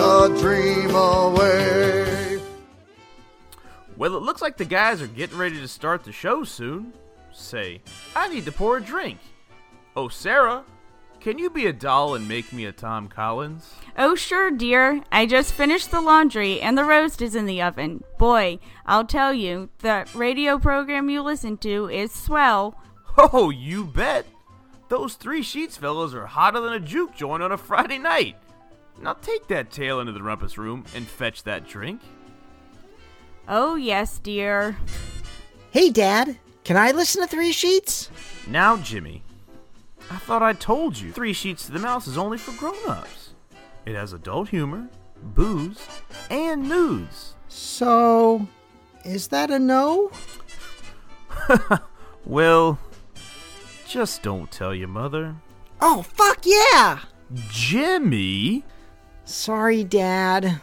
dream away. Well, it looks like the guys are getting ready to start the show soon. Say, I need to pour a drink. Oh, Sarah, can you be a doll and make me a Tom Collins? Oh, sure, dear. I just finished the laundry and the roast is in the oven. Boy, I'll tell you, the radio program you listen to is swell. Oh, you bet. Those three sheets fellas are hotter than a juke joint on a Friday night. Now take that tail into the rumpus room and fetch that drink. Oh, yes, dear. Hey, Dad, can I listen to Three Sheets? Now, Jimmy, I thought I told you Three Sheets to the Mouse is only for grown-ups. It has adult humor, booze, and nudes. So, is that a no? Well, just don't tell your mother. Oh, fuck yeah! Jimmy? Sorry, Dad.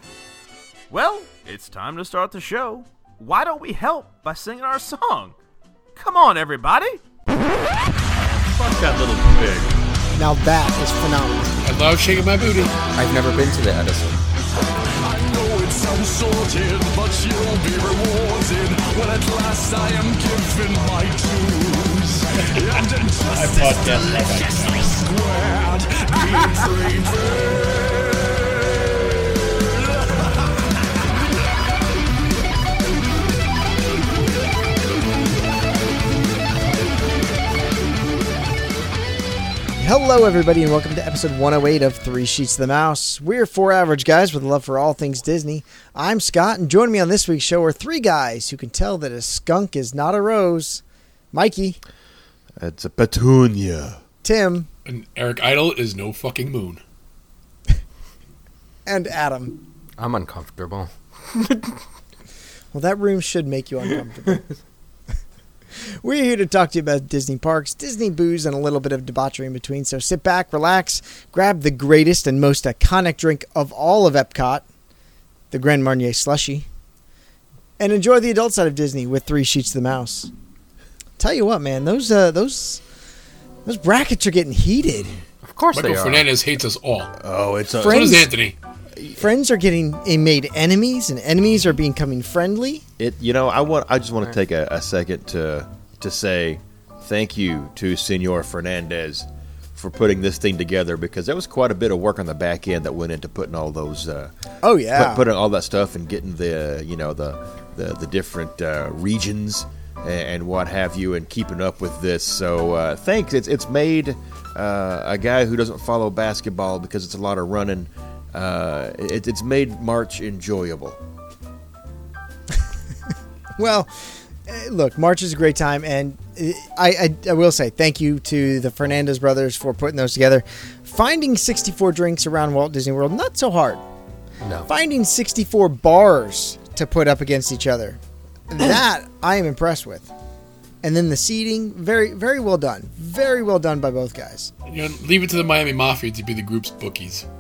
Well, it's time to start the show. Why don't we help by singing our song? Come on, everybody! That little pig. Now that is phenomenal. I love shaking my booty. I've never been to the Edison. I know it sounds sorted, but you'll be rewarded when at last I am given my dues. And injustice podcast about that. deliciously squared, being Hello, everybody, and welcome to episode 108 of Three Sheets to the Mouse. We're four average guys with a love for all things Disney. I'm Scott, and joining me on this week's show are three guys who can tell that a skunk is not a rose Mikey, It's a petunia. Tim, And Eric Idle is no fucking moon. and Adam. I'm uncomfortable. Well, that room should make you uncomfortable. We're here to talk to you about Disney parks, Disney booze, and a little bit of debauchery in between. So sit back, relax, grab the greatest and most iconic drink of all of Epcot, the Grand Marnier slushy, and enjoy the adult side of Disney with Three Sheets to the Mouse. Tell you what, man, those uh, those those brackets are getting heated. Of course Michael they are. Fernandez hates us all. Oh, it's a. So does Friends, Anthony. friends are getting eh, made enemies, and enemies are becoming friendly. It. You know, I want. I just want to take a, a second to to say thank you to Senor Fernandez for putting this thing together because there was quite a bit of work on the back end that went into putting all those. Uh, Oh yeah, put, putting all that stuff and getting the you know the the, the different uh, regions and, and what have you and keeping up with this. So uh, thanks. It's it's made uh, a guy who doesn't follow basketball because it's a lot of running. Uh, it, it's made March enjoyable. Well, eh, look, March is a great time, and eh, I, I, I will say thank you to the Fernandez brothers for putting those together. Finding 64 drinks around Walt Disney World, not so hard. No. Finding 64 bars to put up against each other, that I am impressed with. And then the seating, very, very well done. Very well done by both guys. You know, leave it to the Miami Mafia to be the group's bookies.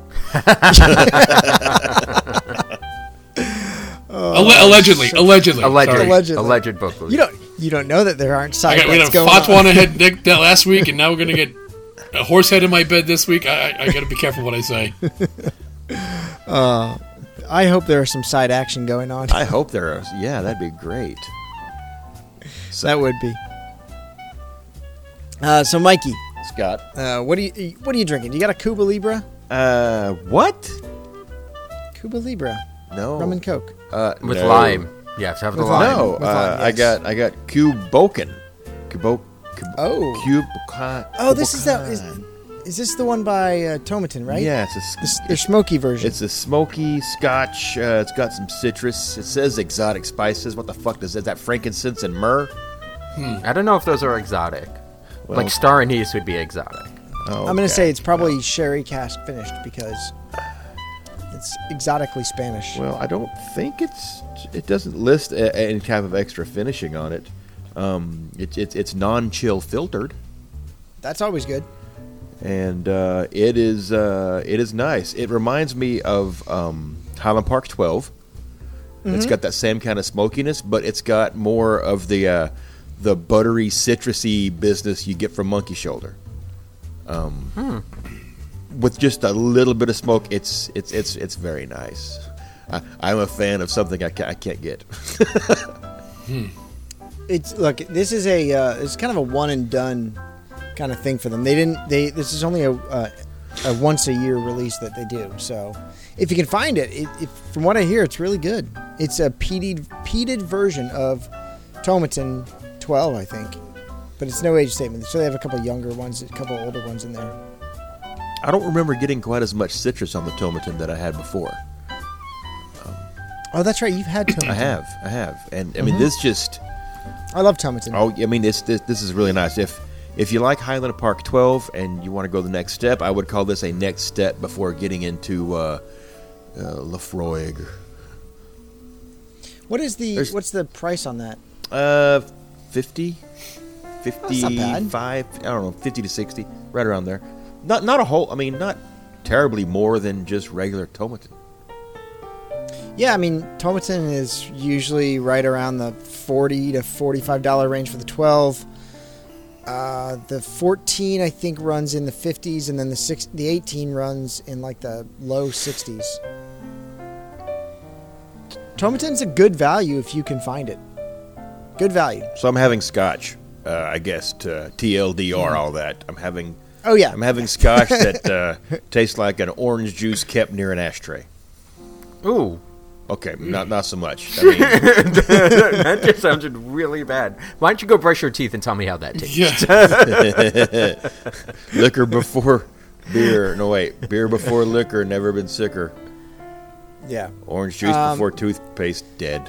Oh, Alle- allegedly, allegedly, Alleged. Sorry. Allegedly. Alleged. Alleged booklet. You don't, you don't know that there aren't I side got, we bets got going Fots on. one ahead Nick that last week, and now we're gonna get a horse head in my bed this week. I, I, I gotta be careful what I say. I hope there is some side action going on. I hope there are. Yeah, that'd be great. That would be. Uh, so, Mikey, Scott. Uh, what are you What are you drinking? You got a Cuba Libre? Uh, what? Cuba Libre, No. rum and coke. Uh, With no. lime. You have to have the With lime. No, With uh, lime, I yes. got I got Cuboken. Cubo. Cub- Oh. Cube. Oh, this is that. Is, is this the one by uh, Tomatin, right? Yeah, it's a, s- The, s- the smoky version. it's a smoky scotch. Uh, it's got some citrus. It says exotic spices. What the fuck does that? Is that frankincense and myrrh? I don't know if those are exotic. Well- like star anise would be exotic. Oh, I'm gonna okay. say it's probably sherry cask finished because it's exotically Spanish. Well, I don't think it's. It doesn't list a, a- any type of extra finishing on it. Um, it, it it's non-chill filtered, That's always good. and uh, it is uh, it is nice. It reminds me of um, Highland Park 12 It's got that same kind of smokiness, but it's got more of the uh, the buttery, citrusy business you get from Monkey Shoulder. Um, with just a little bit of smoke, it's it's it's it's very nice. I, I'm a fan of something I, ca- I can't get. it's look this is a uh, it's kind of a one and done kind of thing for them they didn't they this is only a uh, a once a year release that they do so if you can find it, it, it from what i hear it's really good it's a peated peated version of tomatin 12 i think but it's no age statement so they have a couple younger ones a couple older ones in there I don't remember getting quite as much citrus on the tomatin that I had before. oh that's right you've had tomatin I have, I have, and I mean this just i love tomatin oh, I mean this this this is really nice. If if you like Highland Park 12 and you want to go the next step, I would call this a next step before getting into uh, uh, Lafroig. what is the there's- what's the price on that Uh, 50, That's not bad. 55, I don't know, 50 to 60, right around there. Not not a whole, I mean, not terribly more than just regular tomatin. Yeah, I mean, Tomatin is usually right around the forty to forty-five dollar range for the twelve. Uh, the fourteen, I think, runs in the fifties, and then the six, the eighteen runs in like the low sixties. Tomatin's a good value if you can find it. Good value. So I'm having scotch, uh, I guess, to Hmm. TLDR all that. I'm having Oh yeah, I'm having scotch that uh, tastes like an orange juice kept near an ashtray. Ooh, Okay, not not so much. I mean, that just sounded really bad. Why don't you go brush your teeth and tell me how that tastes? Yeah. liquor before beer. No wait, beer before liquor. Never been sicker. yeah. Orange juice Um, before toothpaste. Dead.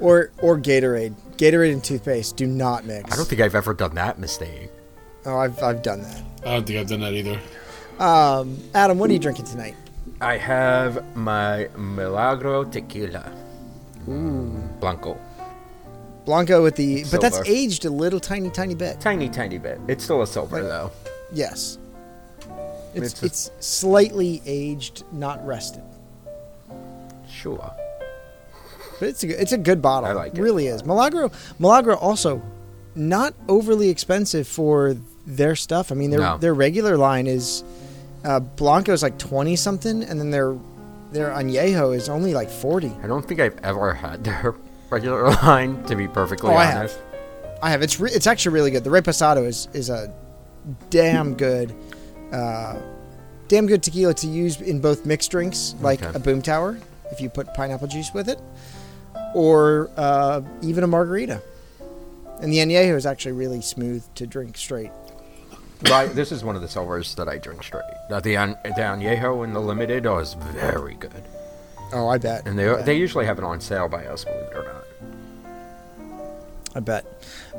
Or or Gatorade, Gatorade and toothpaste do not mix. I don't think I've ever done that mistake. oh, I've I've done that. I don't think I've done that either. Um, Adam, what are you drinking tonight? I have my Milagro tequila. Mm, Blanco. Blanco with the, but that's Silver. aged a little tiny tiny bit. Tiny, tiny bit. It's still a silver, though. Yes. It's, It's a- it's slightly aged, not rested. Sure. But it's a, good- it's a good bottle. I like it. really is. Milagro Milagro also not overly expensive for their stuff. I mean their No. their regular line is uh, Blanco's like 20 something and then their their añejo is only like 40. I don't think I've ever had their regular line, to be perfectly Oh, I have. honest. I have it's re- it's actually really good. The Reposado is is a damn good uh, damn good tequila to use in both mixed drinks like Okay. a boom tower if you put pineapple juice with it or uh, even a margarita. And the añejo is actually really smooth to drink straight. Right, this is one of the silvers that I drink straight. Now, the An- the Añejo and the Limited oh, is very good. Oh, I bet. And they, they usually have it on sale by us, believe it or not. I bet.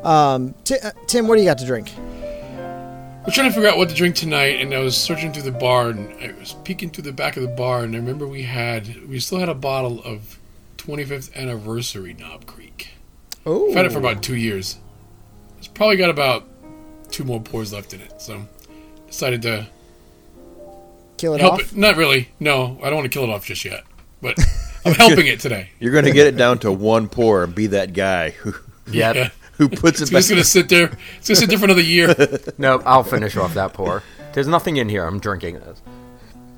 Um, Ti- uh, Tim, what do you got to drink? I was trying to figure out what to drink tonight, and I was searching through the bar, and I was peeking through the back of the bar, and I remember we had we still had a bottle of 25th anniversary Knob Creek. Oh, I've had it for about two years. It's probably got about two more pours left in it, so decided to kill it help off. it. Not really. No, I don't want to kill it off just yet, but I'm helping it today. You're gonna get it down to one pour and be that guy who Yep. Yeah. who puts it It's just back. gonna sit there. It's gonna sit there for another year. No, I'll finish off that pour. There's nothing in here. I'm drinking this.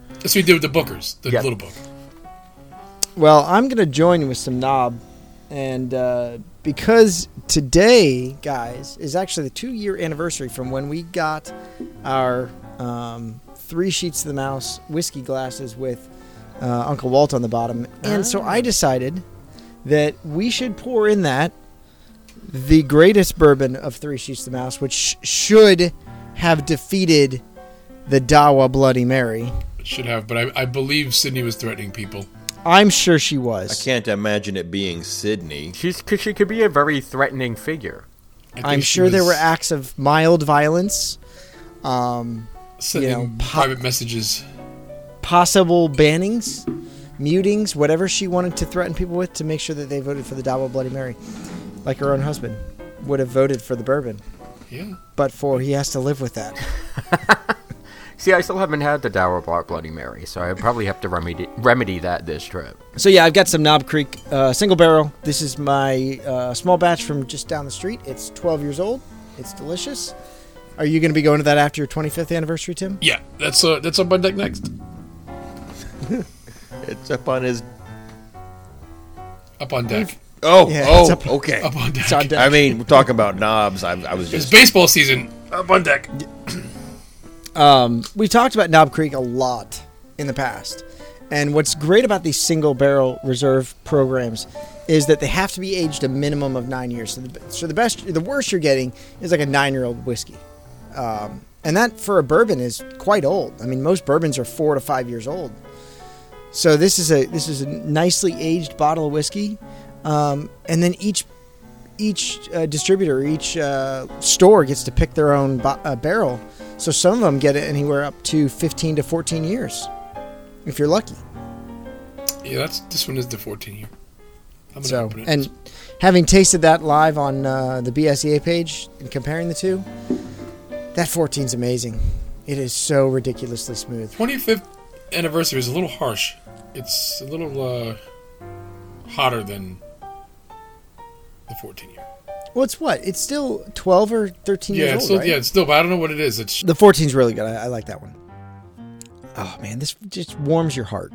That's what we did with the Bookers, the Yeah. little book. Well, I'm going to join with some knob. And uh, because today, guys, is actually the two year anniversary from when we got our um, three sheets to the mouse whiskey glasses with uh, Uncle Walt on the bottom. And so I decided that we should pour in that the greatest bourbon of Three Sheets to the Mouse, which sh- should have defeated the Dawa Bloody Mary. Should have, but I, I believe Sydney was threatening people. I'm sure she was. I can't imagine it being Sydney. She's, cause she could be a very threatening figure. I think I'm she sure there was were acts of mild violence, um, sending you know, pop- private messages. possible bannings, mutings, whatever she wanted to threaten people with to make sure that they voted for the Double Bloody Mary, like her own husband would have voted for the bourbon, Yeah, but for he has to live with that. See, I still haven't had the Dower Block Bloody Mary, so I probably have to remedy, remedy that this trip. So yeah, I've got some Knob Creek uh, single barrel. This is my uh, small batch from just down the street. It's 12 years old. It's delicious. Are you going to be going to that after your 25th anniversary, Tim? Yeah, that's uh, that's up on deck next. It's up on his. Up on deck. Oh, Yeah, oh, it's up- okay. Up on deck. It's on deck. I mean, we're talking about knobs. I, I was It's just. baseball season. Up on deck. we Um, talked about Knob Creek a lot in the past. And what's great about these single barrel reserve programs is that they have to be aged a minimum of nine years. So the, so the best, the worst you're getting is like a nine year old whiskey. Um, and that for a bourbon is quite old. I mean, most bourbons are four to five years old. So this is a this is a nicely aged bottle of whiskey, um, and then each each uh, distributor, each uh, store gets to pick their own bo- uh, barrel. So some of them get it anywhere up to 15 to 14 years, if you're lucky. Yeah, that's this one is the 14 year. I'm gonna So open it. and having tasted that live on uh, the BSEA page and comparing the two, that 14's amazing. It is so ridiculously smooth. 25th anniversary is a little harsh. It's a little uh, hotter than the 14 year. Well, it's what? It's still 12 or 13 Yeah, years it's old, still, right? yeah, it's still, but I don't know what it is. It's The 14's really good. I, I like that one. Oh man, this just warms your heart.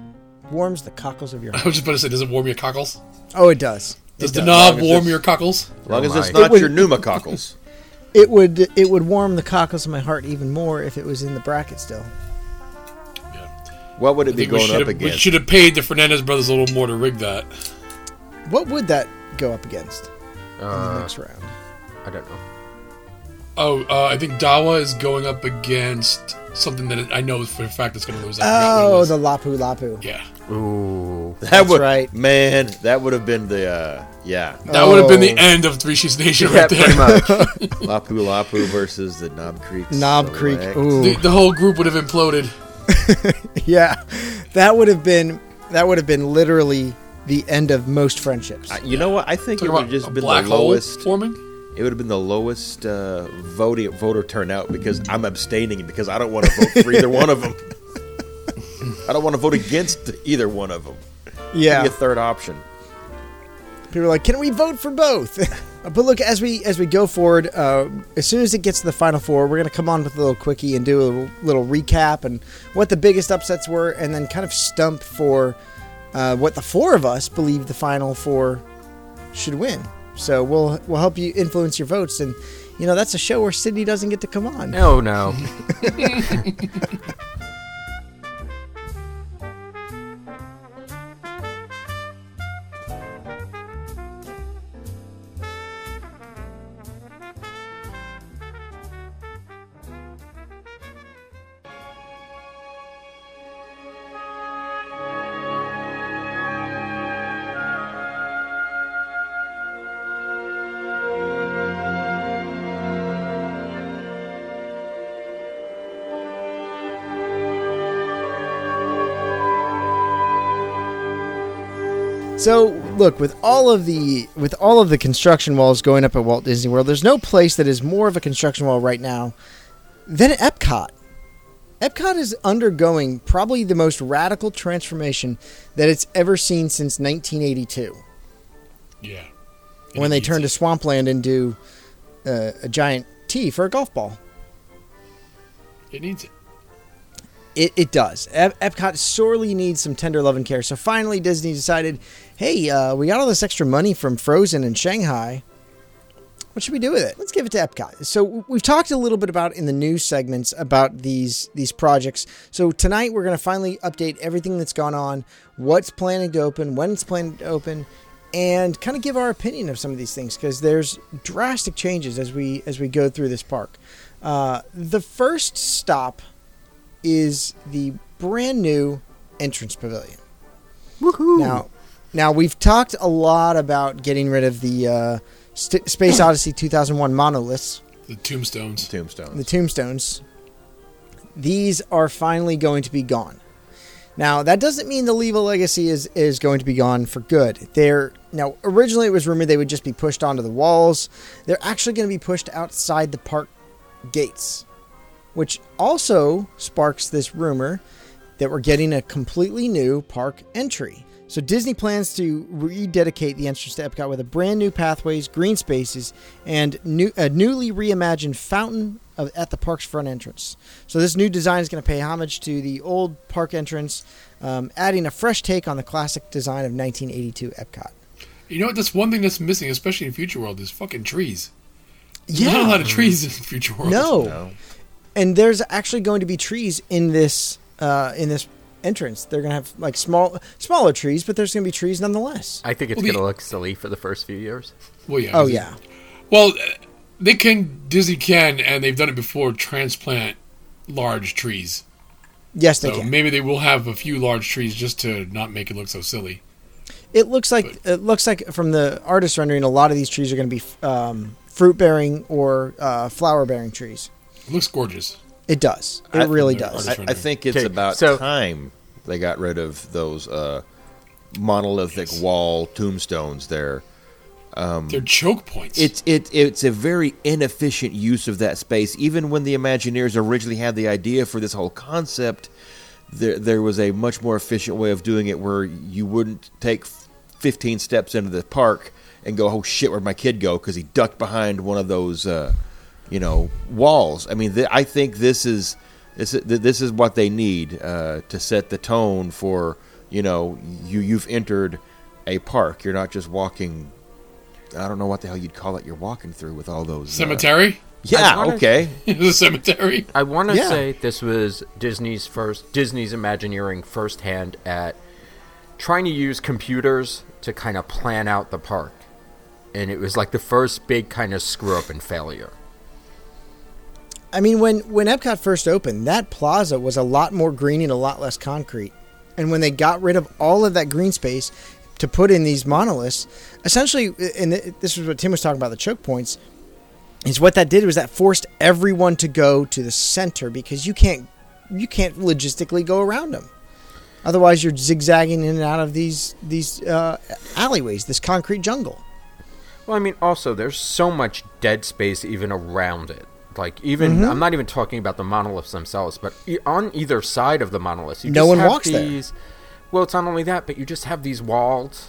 Warms the cockles of your I heart. was just about to say, does it warm your cockles? Oh, it does. It Does the does. knob as warm it's- your cockles? As long as it's Oh my. not It your would- pneumococcals. It would it would warm the cockles of my heart even more if it was in the bracket still. What would it I be think we going should up have- we against? should have paid the Fernandez brothers a little more to rig that. What would that go up against in the Uh, next round? I don't know. Oh, uh, I think Dawa is going up against something that I know for a fact it's going to lose. I forgot what it Oh, was. the Lapu Lapu. yeah, Ooh. That would, right. man. That would have been the uh, yeah, that would have been the Oh. end of Three Sheets Nation Yeah, right there. pretty much. Lapu Lapu versus the Knob Creek. Knob Creek. Select. The, Ooh, the whole group would have imploded. yeah, that would have been that would have been literally the end of most friendships. I- You know what? I think Talking it would about have just a been the black hole lowest. forming. It would have been the lowest uh, voting voter turnout because I'm abstaining because I don't want to vote for either one of them. I don't want to vote against either one of them. yeah, Be a third option. people are like, "Can we vote for both?" but look, as we as we go forward, uh, as soon as it gets to the final four, we're gonna come on with a little quickie and do a little, little recap and what the biggest upsets were, and then kind of stump for uh, what the four of us believe the final four should win. So we'll we'll help you influence your votes, and you know that's a show where Sydney doesn't get to come on. No, Oh, no. So look, with all of the with all of the construction walls going up at Walt Disney World, there's no place that is more of a construction wall right now than Epcot. Epcot is undergoing probably the most radical transformation that it's ever seen since 1982, Yeah. when they Indeed. turned a swampland into uh, a giant tee for a golf ball. It needs it. It, it does. Ep- Epcot sorely needs some tender love and care. So finally, Disney decided, hey, uh, we got all this extra money from Frozen and Shanghai. What should we do with it? Let's give it to Epcot. So w- we've talked a little bit about in the news segments about these these projects. So tonight we're going to finally update everything that's gone on, what's planning to open, when it's planning to open, and kind of give our opinion of some of these things because there's drastic changes as we as we go through this park. Uh, the first stop is the brand new entrance pavilion. Woohoo! Now, now we've talked a lot about getting rid of the uh, St- Space Odyssey 2001 monoliths, The tombstones. Tombstone. the tombstones. These are finally going to be gone. Now, that doesn't mean the Leva legacy is, is going to be gone for good. They're now originally it was rumored they would just be pushed onto the walls. They're actually going to be pushed outside the park gates, which also sparks this rumor that we're getting a completely new park entry. So Disney plans to rededicate the entrance to Epcot with a brand new pathways, green spaces, and new, a newly reimagined fountain of, at the park's front entrance. So this new design is going to pay homage to the old park entrance, um, adding a fresh take on the classic design of 1982 Epcot. You know what? That's one thing that's missing, especially in Future World, is fucking trees. There's Yeah. Not a lot of trees in Future World. No. No. And there's actually going to be trees in this uh, in this entrance. They're going to have like small smaller trees, but there's going to be trees nonetheless. I think it's Well, the- gonna look silly for the first few years. Well, yeah. Oh 'cause yeah. it- Well, uh, they can Disney can, and they've done it before. Transplant large trees. Yes, they So can. maybe they will have a few large trees just to not make it look so silly. It looks like it looks like from the artist rendering, a lot of these trees are going to be um, fruit bearing or uh, flower bearing trees. It looks gorgeous. It does. It I- really they're does. artist- I, I think it's Okay, about so- time they got rid of those uh, monolithic wall tombstones there. They're choke points. It's it it's a very inefficient use of that space. Even when the Imagineers originally had the idea for this whole concept, there there was a much more efficient way of doing it where you wouldn't take f- 15 steps into the park and go, "Oh shit, where'd my kid go?" because he ducked behind one of those, uh, you know, walls. I mean, th- I think this is this is, th- this is what they need uh, to set the tone for you know you you've entered a park. You're not just walking I don't know what the hell you'd call it you're walking through with all those. uh, cemetery. I yeah, wanna- okay. It's a cemetery. I want to Yeah. say this was Disney's first Disney's Imagineering first hand at trying to use computers to kind of plan out the park, and it was like the first big kind of screw up and failure. I mean, when when Epcot first opened, that plaza was a lot more green and a lot less concrete. And when they got rid of all of that green space to put in these monoliths, essentially, and th- this was what Tim was talking about the choke points. Is what that did was that forced everyone to go to the center because you can't you can't logistically go around them. Otherwise, you're zigzagging in and out of these these uh, alleyways, this concrete jungle. Well, I mean, also there's so much dead space even around it. Like even Mm-hmm. I'm not even talking about the monoliths themselves, but e- on either side of the monoliths, you No just one have walks there. these, Well, it's not only that, but you just have these walls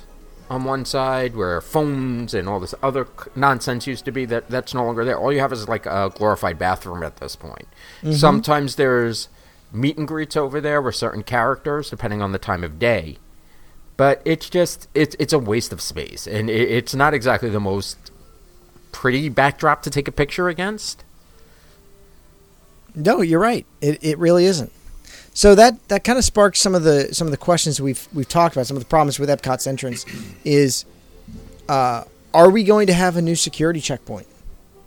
on one side where phones and all this other c- nonsense used to be. That that's no longer there. All you have is like a glorified bathroom at this point. Mm-hmm. Sometimes there's meet and greets over there with certain characters, depending on the time of day but it's just it's it's a waste of space and it, it's not exactly the most pretty backdrop to take a picture against No, you're right. It, it really isn't. So that, that kind of sparks some of the some of the questions we've we've talked about. Some of the problems with Epcot's entrance is, uh, are we going to have a new security checkpoint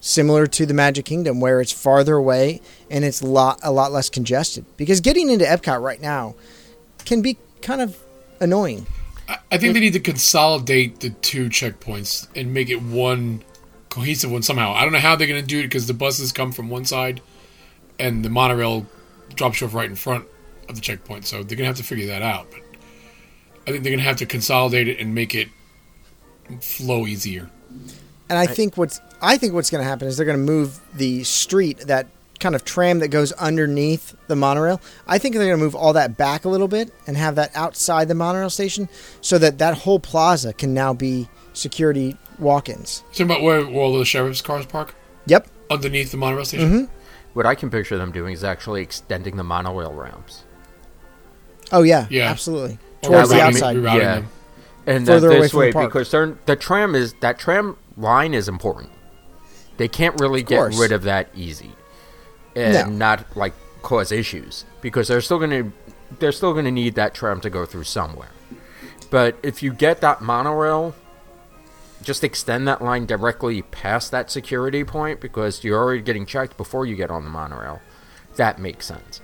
similar to the Magic Kingdom, where it's farther away and it's lot a lot less congested? Because getting into Epcot right now can be kind of annoying. I, I think they need to consolidate the two checkpoints and make it one cohesive one somehow. I don't know how they're going to do it because the buses come from one side and the monorail drops you off right in front of the checkpoint. So they're going to have to figure that out. But I think they're going to have to consolidate it and make it flow easier. And I, think what's I think what's going to happen is they're going to move the street that kind of tram that goes underneath the monorail. I think they're going to move all that back a little bit and have that outside the monorail station so that that whole plaza can now be security walk-ins. Talking about where, where all the sheriff's cars park Yep. underneath the monorail station. what i can picture them doing is actually extending the monorail ramps Oh yeah. Yeah. Absolutely. Or Towards the rerouting- outside. rerouting Yeah. them. and Further that away this from the way park. because they're, the tram is that tram line is important they can't really Of get course. rid of that easy and No. not like cause issues because they're still going to they're still going to need that tram to go through somewhere but if you get that monorail just extend that line directly past that security point because you're already getting checked before you get on the monorail that makes sense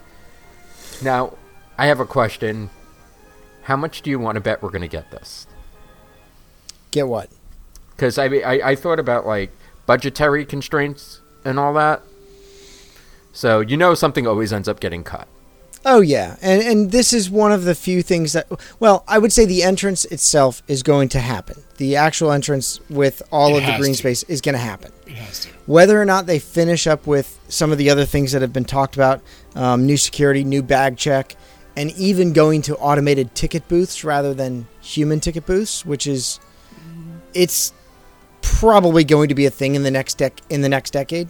now i have a question how much do you want to bet we're going to get this Get what? because I, I I thought about like budgetary constraints and all that. So you know something always ends up getting cut. Oh yeah, and and this is one of the few things that well, I would say the entrance itself is going to happen. The actual entrance with all It of the has green to. space is going to happen. It has to. Whether or not they finish up with some of the other things that have been talked about, um, new security, new bag check, and even going to automated ticket booths rather than human ticket booths, which is it's probably going to be a thing in the next dec- in the next decade.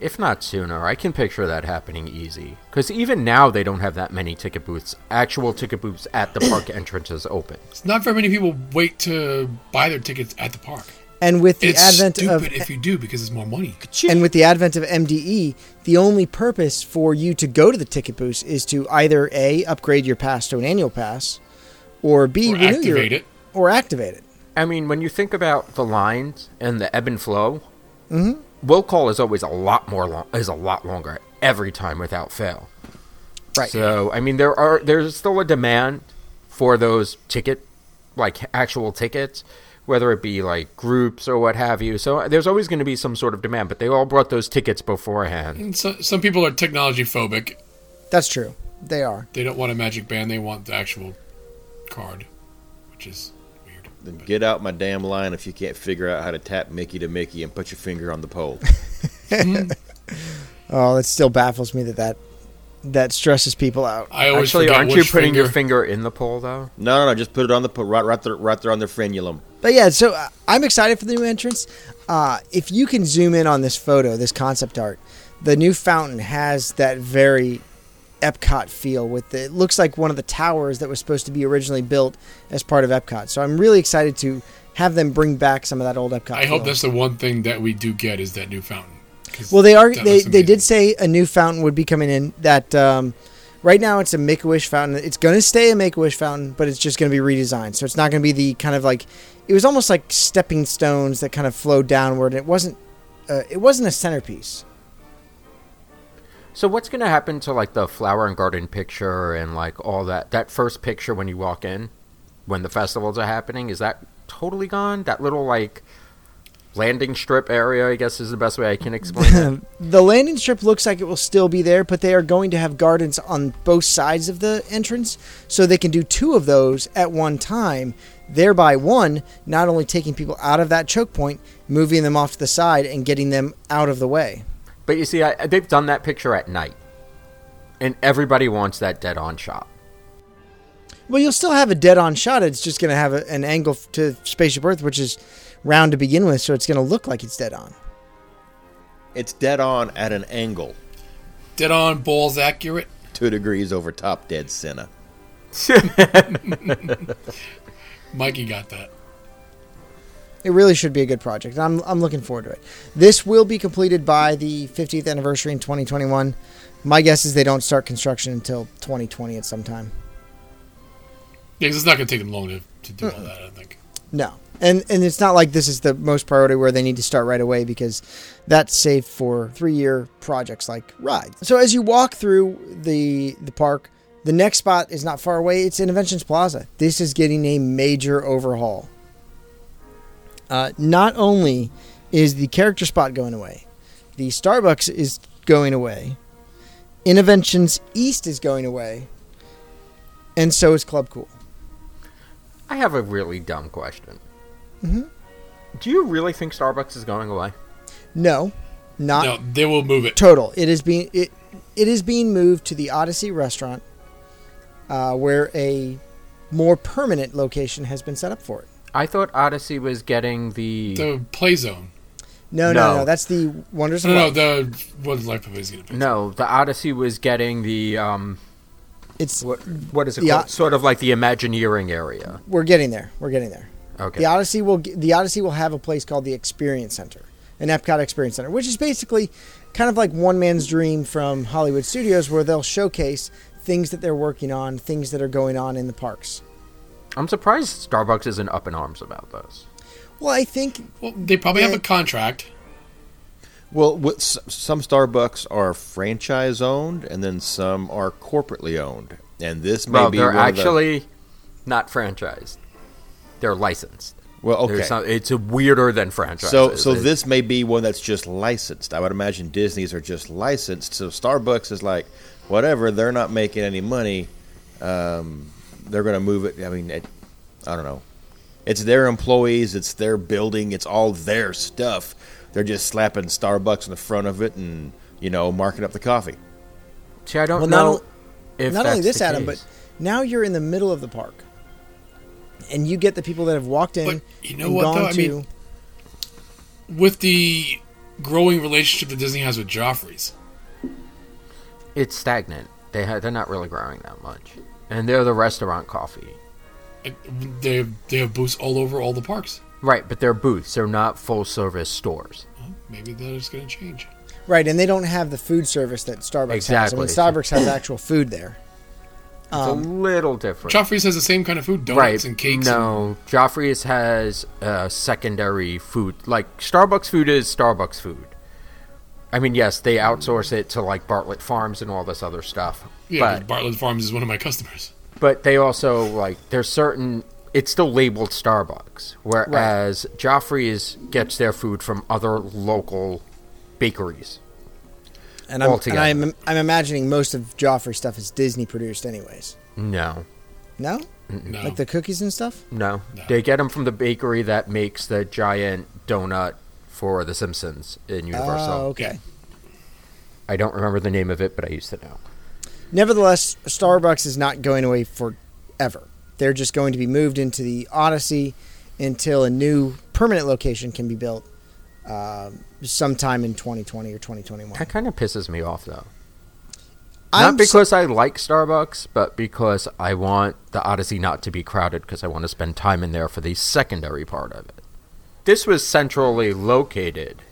If not sooner, I can picture that happening easy. Because even now, they don't have that many ticket booths. Actual ticket booths at the park entrances open. It's not very many people wait to buy their tickets at the park. And with the it's advent stupid of if you do because it's more money. And with the advent of MDE, the only purpose for you to go to the ticket booth is to either A, upgrade your pass to an annual pass, or B, Or renew your- activate it. Or activate it. I mean, when you think about the lines and the ebb and flow, will call is always a lot more long, is a lot longer every time without fail. Right. So, I mean, there are there's still a demand for those ticket, like actual tickets, whether it be like groups or what have you. So there's always going to be some sort of demand, but they all brought those tickets beforehand. And so, some people are technology phobic. That's true. They are. They don't want a magic band. They want the actual card, which is weird. Then get out my damn line if you can't figure out how to tap Mickey to Mickey and put your finger on the pole. Oh, that still baffles me that that, that stresses people out. I always Actually, forget aren't you which putting finger. your finger in the pole though? no, no, no, just put it on the po- right, right there, right there on their frenulum. But yeah, so uh, I'm excited for the new entrance. Uh, if you can zoom in on this photo, this concept art, the new fountain has that very Epcot feel with the, it looks like one of the towers that was supposed to be originally built as part of Epcot. So I'm really excited to have them bring back some of that old Epcot. I hope feel. that's the one thing that we do get is that new fountain. 'Cause Well, they are. that They, looks they did amazing. say a new fountain would be coming in. That um, right now it's a Make a Wish fountain. It's going to stay a Make a Wish fountain, but it's just going to be redesigned. So it's not going to be the kind of like it was almost like stepping stones that kind of flowed downward. And it wasn't. Uh, it wasn't a centerpiece. So what's going to happen to like the flower and garden picture and like all that that first picture when you walk in when the festivals are happening is that totally gone? That little like landing strip area, I guess is the best way I can explain it. The landing strip looks like it will still be there, but they are going to have gardens on both sides of the entrance, so they can do two of those at one time. Thereby, one not only taking people out of that choke point, moving them off to the side, and getting them out of the way. But you see, I, they've done that picture at night. And everybody wants that dead on shot. Well, you'll still have a dead-on shot. It's just going to have a, an angle f- to Spaceship Earth, which is round to begin with, so it's going to look like it's dead-on. It's dead on at an angle, dead on balls accurate. two degrees over top dead center. Mikey got that. It really should be a good project. I'm I'm looking forward to it. This will be completed by the 50th anniversary in 2021. My guess is they don't start construction until 2020 at some time. Yeah, 'cause it's not going to take them long to, to Uh, do all that. I don't think. No. And and it's not like this is the most priority where they need to start right away because that's safe for three year projects like rides. So as you walk through the the park, the next spot is not far away. It's Interventions Plaza. This is getting a major overhaul. Uh, not only is the character spot going away, the Starbucks is going away, Interventions East is going away, and so is Club Cool. I have a really dumb question. Mm-hmm. Do you really think Starbucks is going away? No, not No, they will move it. total. It is being it it is being moved to the Odyssey Restaurant, uh, where a more permanent location has been set up for it. I thought Odyssey was getting the The play zone. No, no, no. No. That's the Wonders of No, no, Life. the what is life of is going to be. No, the Odyssey was getting the um, It's what what is it The called? O- sort of like the Imagineering area. we're getting there. We're getting there. Okay. The Odyssey will g- the Odyssey will have a place called the Experience Center, an Epcot Experience Center, which is basically kind of like one man's dream from Hollywood Studios, where they'll showcase things that they're working on, things that are going on in the parks. I'm surprised Starbucks isn't up in arms about this. Well, I think Well, they probably have Yeah. a contract. Well, what, s- some Starbucks are franchise owned, and then some are corporately owned. And this may Well, be they're one of the- actually not franchised. They're licensed. well, There's okay. some- it's a weirder than franchise. So, so this may be one that's just licensed. I would imagine Disney's are just licensed. So Starbucks is like, whatever. They're not making any money. Um, they're going to move it. I mean, it, I don't know. It's their employees. It's their building. It's all their stuff. They're just slapping Starbucks in the front of it and you know marking up the coffee. See, I don't Well, not know only- if not only that's this, the Adam, case. but Now you're in the middle of the park, and you get the people that have walked in But you know and what, gone though? I to. mean- With the growing relationship that Disney has with Joffrey's, It's stagnant. They ha- they're not really growing that much, and they're the restaurant coffee, it- they have, they have booths all over all the parks. right? But they're booths. They're not full service stores. Well, maybe that is going to change. Right, and they don't have the food service that Starbucks has. I mean, Exactly. Starbucks has actual food there. Um, It's a little different. Joffrey's has the same kind of food, donuts right. and cakes. and- No, Joffrey's has uh, secondary food. Like Starbucks food is Starbucks food. I mean, yes, they outsource it to like Bartlett Farms and all this other stuff. yeah, but, Bartlett Farms is one of my customers. but they also like there's certain. It's still labeled Starbucks, whereas Joffrey's gets their food from other local bakeries. And I'm, and Altogether. I'm, I'm imagining most of Joffrey stuff is Disney produced, anyways. No, No? No, Like the cookies and stuff? no, they get them from the bakery that makes the giant donut for The Simpsons in Universal. Oh, okay. I don't remember the name of it, but I used to know. Nevertheless, Starbucks is not going away forever. They're just going to be moved into the Odyssey until a new permanent location can be built uh, sometime in 2020 or 2021. That kind of pisses me off, though. I'm not so- because I like Starbucks, but because I want the Odyssey not to be crowded because I want to spend time in there for the secondary part of it. This was centrally located.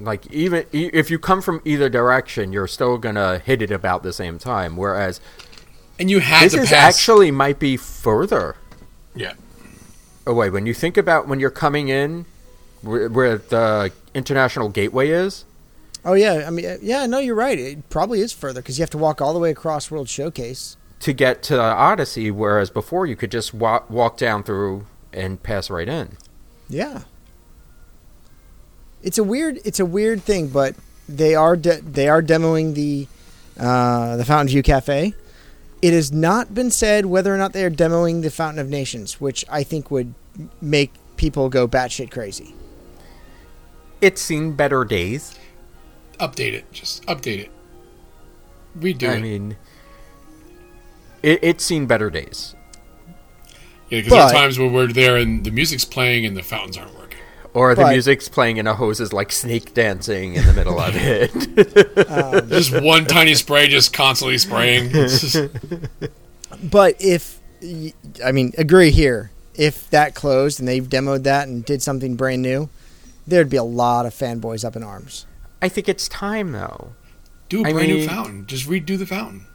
Like even e- if you come from either direction, you're still gonna hit it about the same time. Whereas and you had this to is pass. actually might be further yeah, away when you think about when you're coming in, where, where the international gateway is. oh, yeah. I mean, uh, yeah, no, you're right. It probably is further because you have to walk all the way across World Showcase. to get to the Odyssey, whereas before you could just wa- walk down through and pass right in. Yeah. It's a weird it's a weird thing, but they are de- they are demoing the uh, the Fountain View Cafe. It has not been said whether or not they are demoing the Fountain of Nations, which I think would make people go batshit crazy. It's seen better days. update it. Just update it. Redo I it. mean, it, it's seen better days. yeah, because there are but- times where we're there and the music's playing and the fountains aren't working. Or the But- music's playing and a hose is like snake dancing in the middle of it. Just one tiny spray, just constantly spraying. It's just- But if y- I mean agree here, if that closed and they've demoed that and did something brand new, there'd be a lot of fanboys up in arms. I think it's time, though. do a I brand new mean- fountain. Just redo the fountain.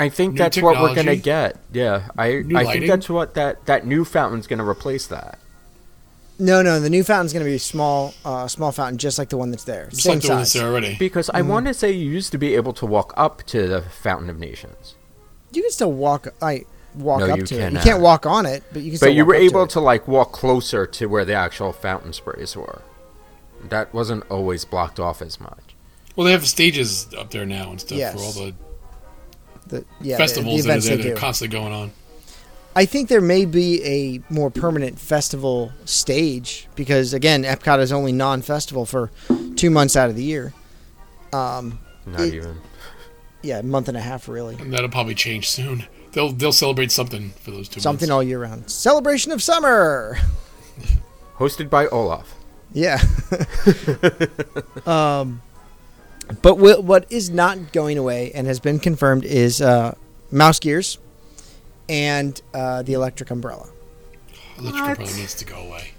I think New that's what we're gonna technology. get. Yeah, I New I lighting. think that's what that that new fountain's gonna replace that. No, no, the new fountain's going to be a small uh, small fountain just like the one that's there. Just Same like the one size. that's there already. Because I want to say you used to be able to walk up to the Fountain of Nations. You can still walk. I walk No, up you to it. You cannot. can't walk on it, but you can. Still But you walk were up able it. to, like walk closer to where the actual fountain sprays were. That wasn't always blocked off as much. Well, they have stages up there now and stuff Yes. for all the the, yeah, the- festivals the events that are they there that do. are constantly going on. I think there may be a more permanent festival stage because again, Epcot is only non-festival for two months out of the year. Not It- even. Yeah, a month and a half really. And that'll probably change soon. They'll they'll celebrate something for those two. Something months. all year round. Celebration of summer. Hosted by Olaf. Yeah. um, but wh- what is not going away and has been confirmed is uh, mouse gears and uh, the electric umbrella. Electric probably needs to go away.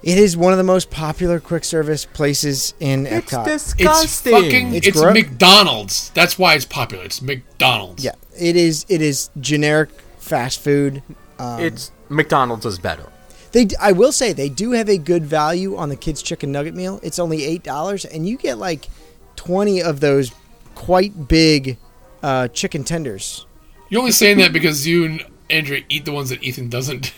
It is one of the most popular quick service places in It's Epcot. It's disgusting. fucking. It's, It's gro- McDonald's. That's why it's popular. It's McDonald's. yeah, it is. It is generic fast food. Um, It's- McDonald's is better. they. d- I will say they do have a good value on the kids' chicken nugget meal. It's only eight dollars, and you get like twenty of those quite big uh, chicken tenders. You're only saying that because you and Andrea eat the ones that Ethan doesn't.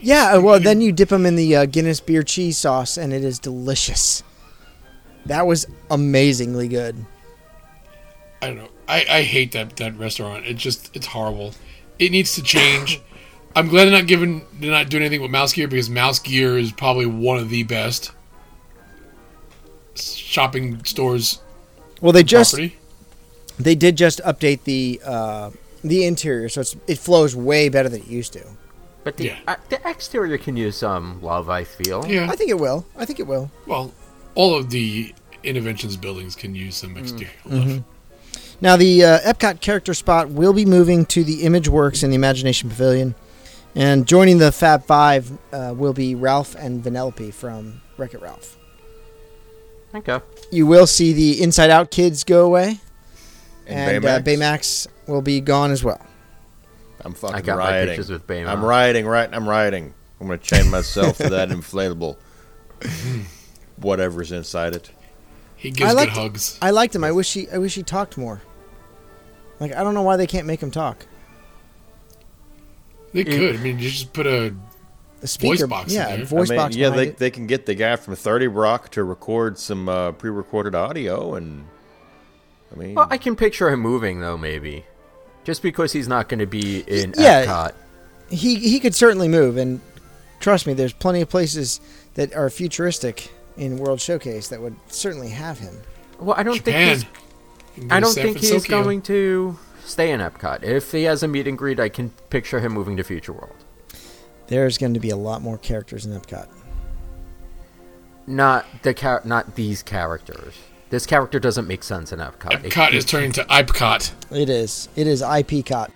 Yeah, uh, well, then you dip them in the uh, Guinness beer cheese sauce, and it is delicious. That was amazingly good. I don't know. I, I hate that that restaurant. It just it's horrible. It needs to change. I'm glad they're not giving they're not doing anything with Mouse Gear because Mouse Gear is probably one of the best shopping stores Well, they just property. they did just update the uh, the interior, so it's, it flows way better than it used to. But the Yeah. uh, the exterior can use some love, I feel. Yeah. I think it will. I think it will. Well, all of the interventions buildings can use some exterior Mm-hmm. love. Now, the uh, Epcot character spot will be moving to the Image Works in the Imagination Pavilion. And joining the Fab Five uh, will be Ralph and Vanellope from Wreck It Ralph. Okay. You will see the Inside Out kids go away, and, And, Baymax. Uh, Baymax will be gone as well. I'm fucking I got my rioting. pictures with Baymax. I'm rioting, right? I'm rioting. I'm gonna chain myself to that inflatable, whatever's inside it. He gives like good to- hugs. I liked him. I wish he. I wish he talked more. Like I don't know why they can't make him talk. They Mm. could. I mean, you just put a The speaker, box in yeah, there. voice I mean, box. yeah, they, behind it. they can get the guy from Thirty Rock to record some uh, pre-recorded audio, and I mean, Well, I can picture him moving though, maybe, just because he's not going to be in yeah. Epcot. he he could certainly move, and trust me, there's plenty of places that are futuristic in World Showcase that would certainly have him. Well, I don't Japan. think You can he's. go I to don't San think he's Francisco. going to stay in Epcot. If he has a meet and greet, I can picture him moving to Future World. There's going to be a lot more characters in Epcot. Not the char- Not these characters. This character doesn't make sense in Epcot. It- Epcot is turning to Ipcot. It is. It is IP cot.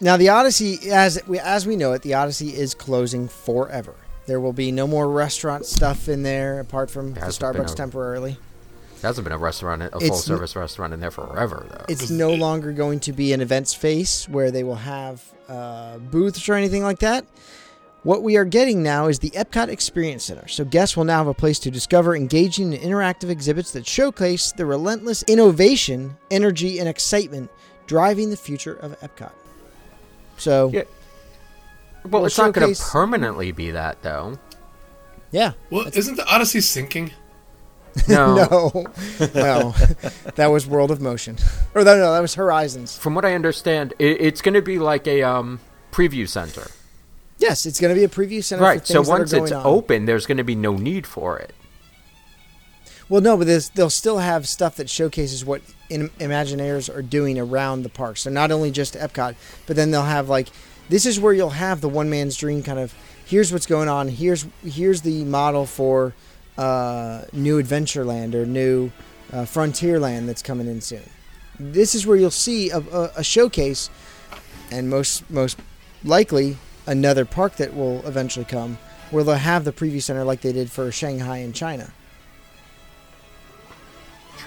Now the Odyssey, as we as we know it, the Odyssey is closing forever. There will be no more restaurant stuff in there apart from the Hasn't been Starbucks a- temporarily. There hasn't been a restaurant, a It's- full service restaurant in there forever, though. It's no longer going to be an event space where they will have uh, booths or anything like that. What we are getting now is the Epcot Experience Center. So guests will now have a place to discover engaging and interactive exhibits that showcase the relentless innovation, energy, and excitement driving the future of Epcot. So Yeah. well, well, it's not going to showcase- permanently be that, though. yeah, Well, isn't the Odyssey sinking? No. no, no, that was World of Motion, or no, no, that was Horizons. From what I understand, it, it's going to be like a um, preview center. Yes, it's going to be a preview center. For Right. things So that are once it's going on. open, there's going to be no need for it. Well, no, but there's- they'll still have stuff that showcases what Im- Imagineers are doing around the park. So not only just Epcot, but then they'll have like this is where you'll have the one man's dream kind of. Here's what's going on. Here's here's the model for uh, new Adventureland or new uh, Frontierland that's coming in soon. This is where you'll see a, a, a showcase, and most most likely another park that will eventually come where they'll have the preview center like they did for Shanghai and China.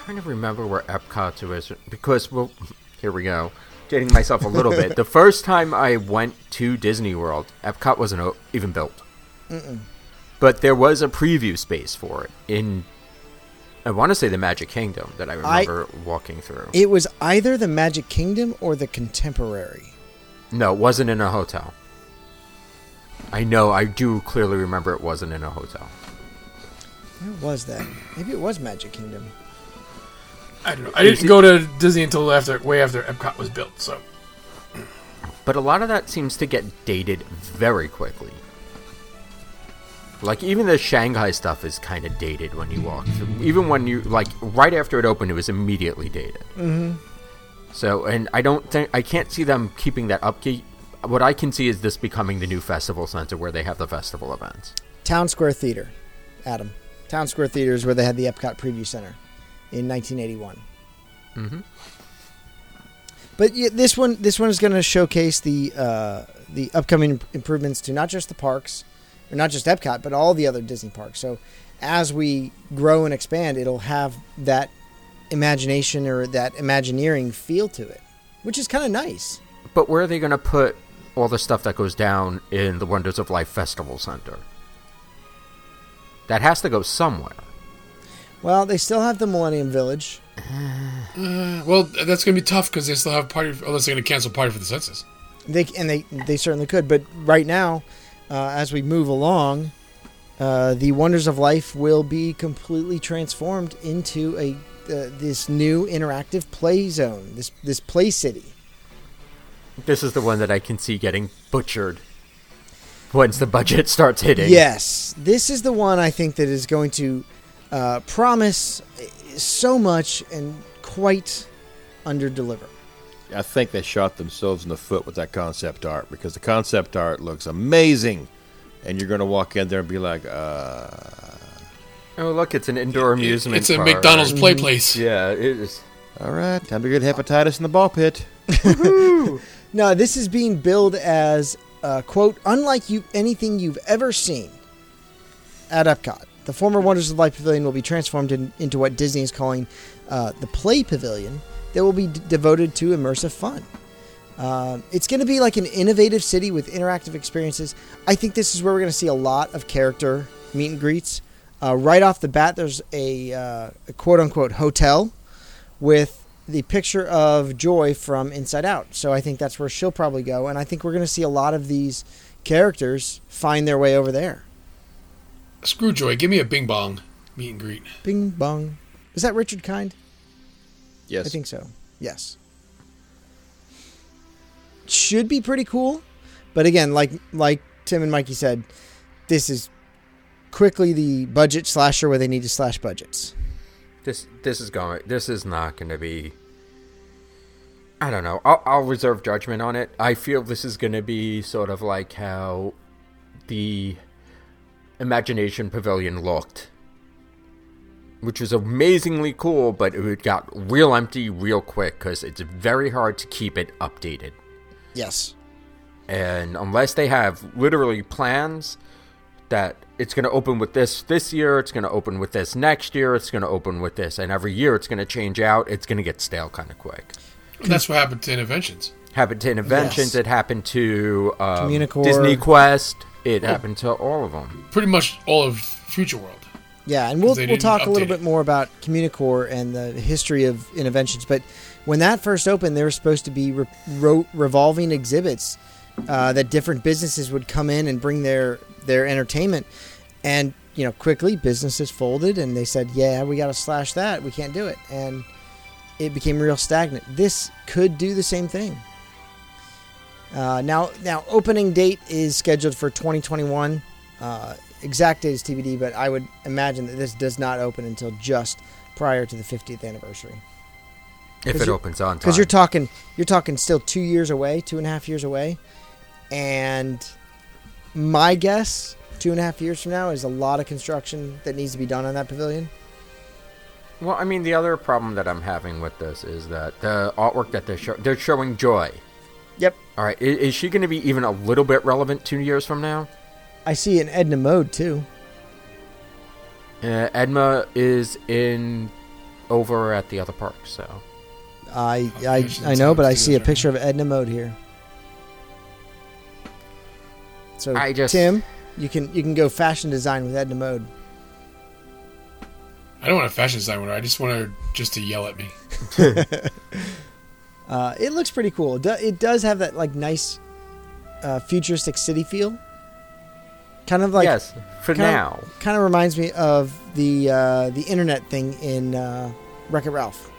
trying to remember where Epcot is because well, here we go, dating myself a little bit. The first time I went to Disney World, Epcot wasn't o- even built, but there was a preview space for it in. I want to say the Magic Kingdom that I I- remember walking through. It was either the Magic Kingdom or the Contemporary. no, it wasn't in a hotel. I know, I do clearly remember it wasn't in a hotel. Where was that? Maybe it was Magic Kingdom. I don't know. I didn't go to Disney until after, way after Epcot was built. So But a lot of that seems to get dated very quickly. Like even the Shanghai stuff is kind of dated when you walk through. Even when you like right after it opened, it was immediately dated. Mm-hmm. So, and I don't think I can't see them keeping that upkeep. What I can see is this becoming the new festival center where they have the festival events. Town Square Theater, Adam. Town Square Theater is where they had the Epcot Preview Center in 1981. Mhm. But yeah, this one, this one is going to showcase the uh, the upcoming imp- improvements to not just the parks, or not just Epcot, but all the other Disney parks. So as we grow and expand, it'll have that imagination or that Imagineering feel to it, which is kind of nice. But where are they going to put all the stuff that goes down in the Wonders of Life Festival Center? That has to go somewhere. Well, they still have the Millennium Village. Uh, well, that's going to be tough because they still have party unless they're going to cancel party for the census. They and they they certainly could, but right now, uh, as we move along, uh, the wonders of life will be completely transformed into a uh, this new interactive play zone, this this play city. This is the one that I can see getting butchered once the budget starts hitting. Yes, this is the one I think that is going to uh, promise so much and quite underdeliver. I think they shot themselves in the foot with that concept art because the concept art looks amazing, and you're gonna walk in there and be like, uh, Oh, look, it's an indoor amusement. It's a park. Mm-hmm. McDonald's play place. Yeah, it is. "All right, time to get hepatitis in the ball pit." No, this is being billed as uh, quote unlike you anything you've ever seen at Epcot. The former Wonders of Life Pavilion will be transformed in, into what Disney is calling uh, the Play Pavilion that will be d- devoted to immersive fun. Um, it's going to be like an innovative city with interactive experiences. I think this is where we're going to see a lot of character meet and greets. Uh, right off the bat, there's a, uh, a quote unquote hotel with the picture of Joy from Inside Out. So I think that's where she'll probably go. And I think we're going to see a lot of these characters find their way over there. Screw Joy, give me a bing bong meet and greet. Bing bong. Is that Richard Kind? Yes, I think so. Yes. Should be pretty cool, but again, like like Tim and Mikey said, this is quickly the budget slasher where they need to slash budgets. This this is going. This is not going to be. I don't know. I'll, I'll reserve judgment on it. I feel this is going to be sort of like how the Imagination Pavilion looked, which was amazingly cool, but it got real empty real quick because it's very hard to keep it updated. Yes. and unless they have literally plans that it's going to open with this this year, it's going to open with this next year, it's going to open with this, and every year it's going to change out, it's going to get stale kind of quick. That's what happened to interventions. Happened to Inventions, Yes. it happened to um, Communicore. Disney Quest, it happened to all of them. Pretty much all of Future World. Yeah, and we'll They we'll didn't talk a little update bit it. more about Communicore and the history of interventions. But when that first opened, they were supposed to be re- ro- revolving exhibits uh, that different businesses would come in and bring their their entertainment. And you know, quickly businesses folded, and they said, "Yeah, we got to slash that. We can't do it." And it became real stagnant. This could do the same thing. Uh, now, now opening date is scheduled for 2021. Uh, exact date is TBD, but I would imagine that this does not open until just prior to the 50th anniversary. If 'Cause it you- opens on time. Because you're talking, you're talking still two years away, two and a half years away, and my guess, two and a half years from now, is a lot of construction that needs to be done on that pavilion. well, I mean, the other problem that I'm having with this is that the artwork that they're showing, they're showing Joy. Yep, All right, i- is, she going to be even a little bit relevant two years from now? I see an Edna mode too. Uh, Edma is in over at the other park, so I Oh, I, yes, I know, but I that's see a right. picture of Edna Mode here. So I just- Tim, you can you can go fashion design with Edna Mode. I don't want a fashion design with her. I just want her just to yell at me. Uh, it looks pretty cool. It do- It does have that like nice uh, futuristic city feel. Kind of like yes, for kinda- now. Kind of reminds me of the uh, the internet thing in uh, Wreck It Ralph.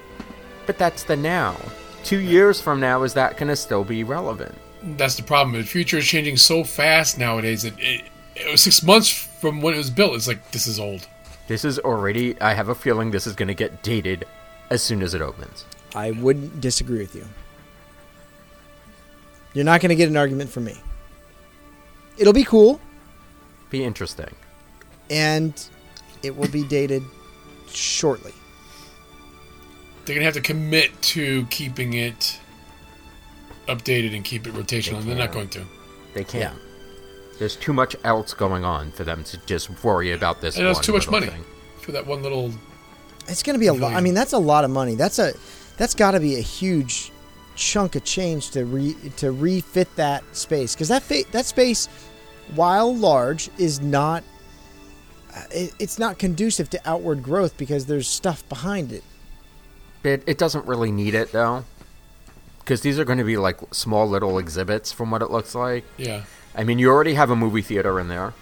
But that's the now. Two years from now, is that going to still be relevant? That's the problem. The future is changing so fast nowadays that it, it was six months from when it was built. It's like this is old. This is already. I have a feeling this is going to get dated as soon as it opens. I wouldn't disagree with you. You're not going to get an argument from me. It'll be cool. Be interesting. and it will be dated shortly. They're gonna have to commit to keeping it updated and keep it rotational. and They're not going to. They can't. There's too much else going on for them to just worry about this. And that's one too much little money thing. for that one little. It's going to be a lot. I Million. mean, that's a lot of money. That's a that's got to be a huge chunk of change to re to refit that space because that fa- that space, while large, is not uh, it, it's not conducive to outward growth because there's stuff behind it. It, it doesn't really need it though, because these are going to be like small little exhibits from what it looks like. Yeah. I mean, you already have a movie theater in there.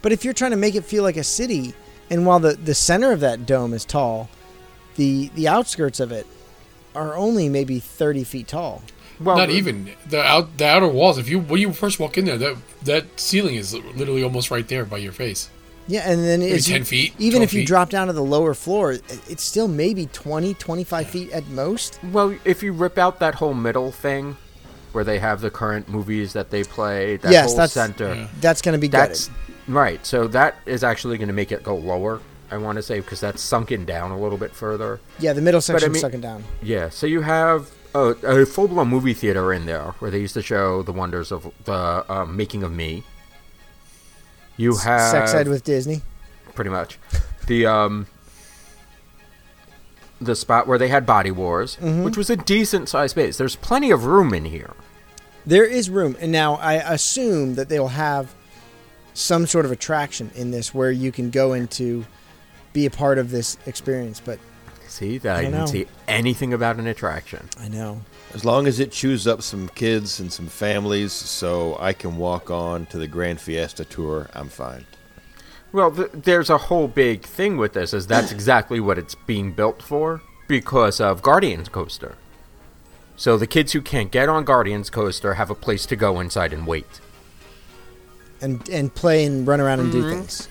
But if you're trying to make it feel like a city, and while the, the center of that dome is tall, the the outskirts of it are only maybe thirty feet tall. Well, not even the out the outer walls. If you when you first walk in there, that that ceiling is literally almost right there by your face. Yeah, and then it's 10 feet, Even 12 if you feet. drop down to the lower floor, it- it's still maybe 20, 25 feet at most. Well, if you rip out that whole middle thing, where they have the current movies that they play, that Yes, whole that's- center, That's going to be that's gutted. right. So that is actually going to make it go lower. I want to say because that's sunken down a little bit further. Yeah, the middle section's mean- sucking down. Yeah. So you have a, a full blown movie theater in there where they used to show the wonders of the uh, making of me. You have Sex ed with Disney. pretty much the um the spot where they had Body Wars, Mm-hmm. which was a decent sized space. There's plenty of room in here. There is room, and now I assume that they will have some sort of attraction in this where you can go into be a part of this experience. But See that I, I didn't know. see anything about an attraction. I know As long as it chews up some kids and some families so I can walk on to the Grand Fiesta Tour, I'm fine. Well, th- there's a whole big thing with this is that's exactly what it's being built for because of Guardians Coaster. So the kids who can't get on Guardians Coaster have a place to go inside and wait. and and play and run around and do things.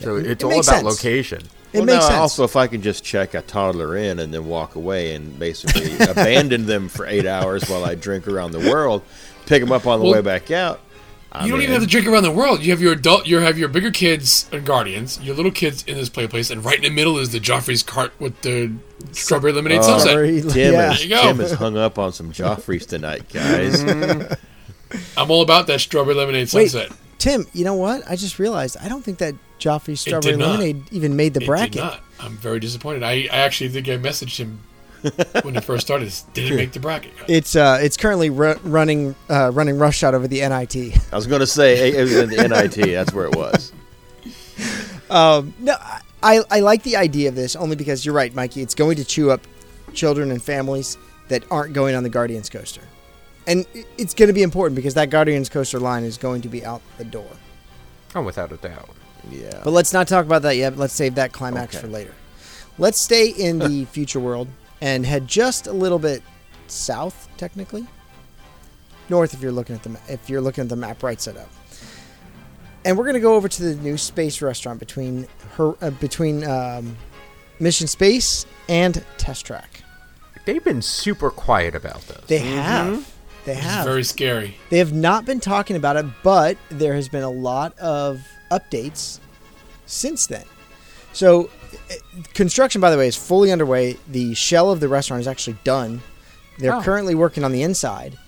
So it's it all about makes sense. location. It well, makes now, sense. Also, if I can just check a toddler in and then walk away and basically abandon them for eight hours while I drink around the world, pick them up on the Well, way back out. I'm you don't even in. have to drink around the world. You have your adult, you have your bigger kids and guardians, your little kids in this play place, and right in the middle is the Joffrey's cart with the strawberry lemonade sunset. Strawberry- Tim, yeah. is, There you go. Mm-hmm. Tim is hung up on some Joffreys tonight, guys. I'm all about that strawberry lemonade Wait, sunset. Tim, you know what? I just realized I don't think that Joffrey Strawberry did not. Lemonade even made the It bracket. did not. I'm very disappointed. I, I actually think I messaged him when it first started. Did it make the bracket? It's uh, it's currently ru- running uh, running rush out over the NIT. I was going to say it was in the NIT. That's where it was. No, I- I, I like the idea of this only because you're right, Mikey. It's going to chew up children and families that aren't going on the Guardians coaster. And i- it's going to be important because that Guardians coaster line is going to be out the door. Oh, without a doubt. Yeah. But let's not talk about that yet. Let's save that climax Okay. for later. Let's stay in the future world and head just a little bit south, technically. North if you're looking at the ma- if you're looking at the map right side up. And we're going to go over to the new space restaurant between her uh, between um, Mission Space and Test Track. They've been super quiet about this. They have they It's have very scary. they have not been talking about it, but there has been a lot of updates since then. So, eh, construction, by the way, is fully underway. The shell of the restaurant is actually done. They're Oh. currently working on the inside.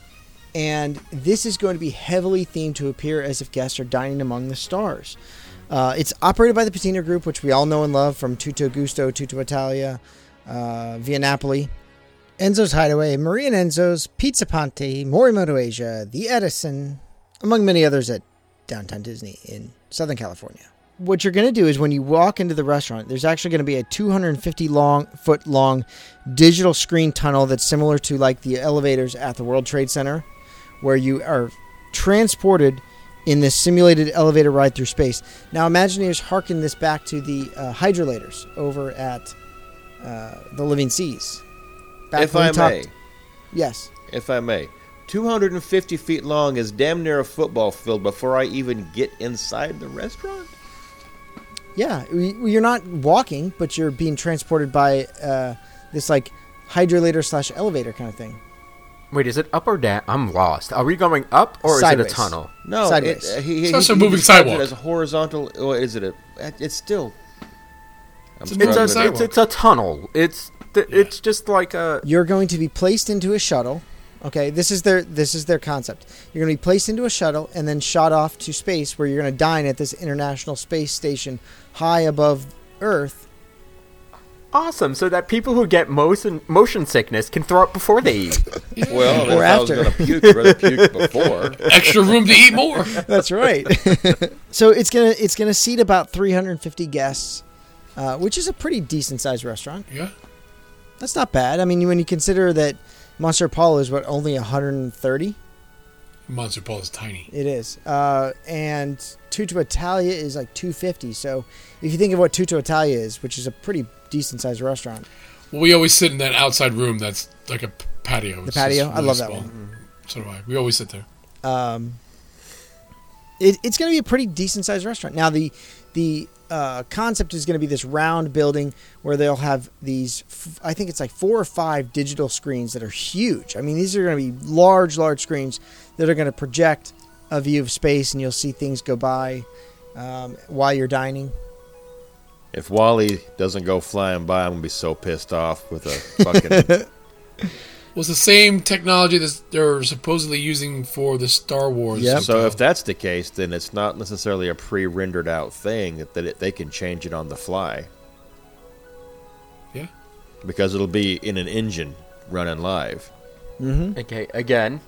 And this is going to be heavily themed to appear as if guests are dining among the stars. Uh, it's operated by the Patina Group, which we all know and love from Tutto Gusto, Tutto Italia, uh, Via Napoli. Enzo's Hideaway, Marie and Enzo's, Pizza Ponte, Morimoto Asia, The Edison, among many others at Downtown Disney in Southern California. What you're going to do is when you walk into the restaurant, there's actually going to be a 250 long foot long digital screen tunnel that's similar to like the elevators at the World Trade Center, where you are transported in this simulated elevator ride through space. Now, Imagineers harken this back to the uh, hydrolators over at uh, the Living Seas. Back if when we I talked- may, Yes. if I may, 250 feet long is damn near a football field before I even get inside the restaurant. Yeah, y- you're not walking, but you're being transported by uh, this like hydrolator slash elevator kind of thing. Wait, is it up or down? I'm lost. Are we going up or Sideways. is it a tunnel? No, Sideways. It, uh, he, It's he, also he a moving describes sidewalk. It as a horizontal. Or is it a? It's still. I'm It's a struggling moving with it. It's a, it's, it's a tunnel. It's th- it's just like a You're going to be placed into a shuttle. Okay, this is their this is their concept. You're going to be placed into a shuttle and then shot off to space, where you're going to dine at this International Space Station high above Earth. awesome, so that people who get motion motion sickness can throw up before they eat. Well, Or if after. I was going to puke, I'd rather puke before. Extra room to eat more. That's right. so it's gonna it's gonna seat about 350 guests, uh, which is a pretty decent sized restaurant. Yeah. That's not bad. I mean, when you consider that Monster Paul is what only 130. Monster Paul is tiny. It is. Uh, and Tutto Italia is like 250. So if you think of what Tutto Italia is, which is a pretty decent sized restaurant, Well, we always sit in that outside room that's like a p- patio. The Mm-hmm. patio? I love that one. So do I. We always sit there. um, it, it's going to be a pretty decent sized restaurant. Now the the uh, concept is going to be this round building where they'll have these. F- I think it's like four or five digital screens that are huge. I mean, these are going to be large, large screens that are going to project a view of space, and you'll see things go by um, while you're dining. If Wally doesn't go flying by, I'm gonna be so pissed off with a fucking. was the same technology that they're supposedly using for the Star Wars. Yep. so if that's the case, then it's not necessarily a pre-rendered out thing that, that it, they can change it on the fly yeah, because it'll be in an engine running live. Okay, again,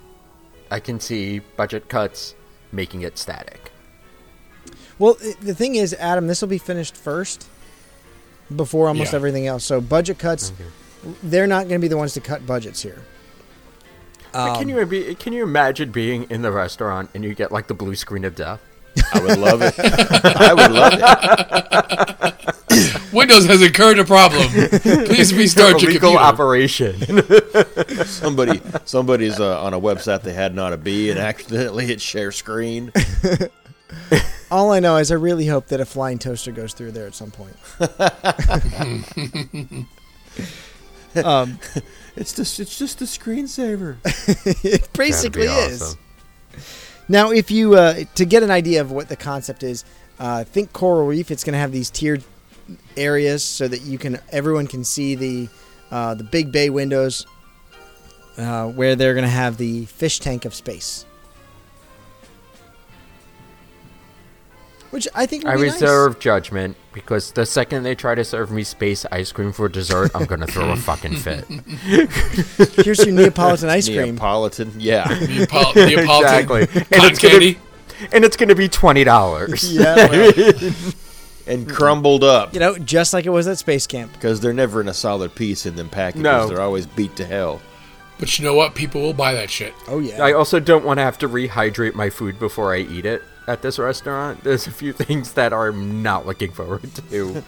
I can see budget cuts making it static. Well, i- the thing is, Adam, this will be finished first before almost Yeah. everything else. So budget cuts, they're not going to be the ones to cut budgets here. But Um, can you be, can you imagine being in the restaurant and you get like the blue screen of death? I would love it. I would love it. Windows has incurred a problem. Please restart your Illegal computer. operation. Somebody, somebody's uh, on a website they had not to be and accidentally hit share screen. All I know is I really hope that a flying toaster goes through there at some point. um, It's just, it's just a screensaver. it basically That'd be is. awesome. Now, if you uh, to get an idea of what the concept is, uh, think coral reef. It's going to have these tiered areas so that you can everyone can see the uh, the big bay windows uh, where they're going to have the fish tank of space. Which I think would I be nice. reserve judgment because the second they try to serve me space ice cream for dessert, I'm gonna throw a fucking fit. Here's your Neapolitan ice cream. Neapolitan, yeah. Neapol- Neapolitan exactly, and cotton it's gonna candy. and it's gonna be twenty dollars. yeah, and crumbled up you know, just like it was at space camp. because they're never in a solid piece in them packages. No. They're always beat to hell. But you know what? People will buy that shit. Oh yeah. I also don't want to have to rehydrate my food before I eat it at this restaurant. There's a few things that I'm not looking forward to.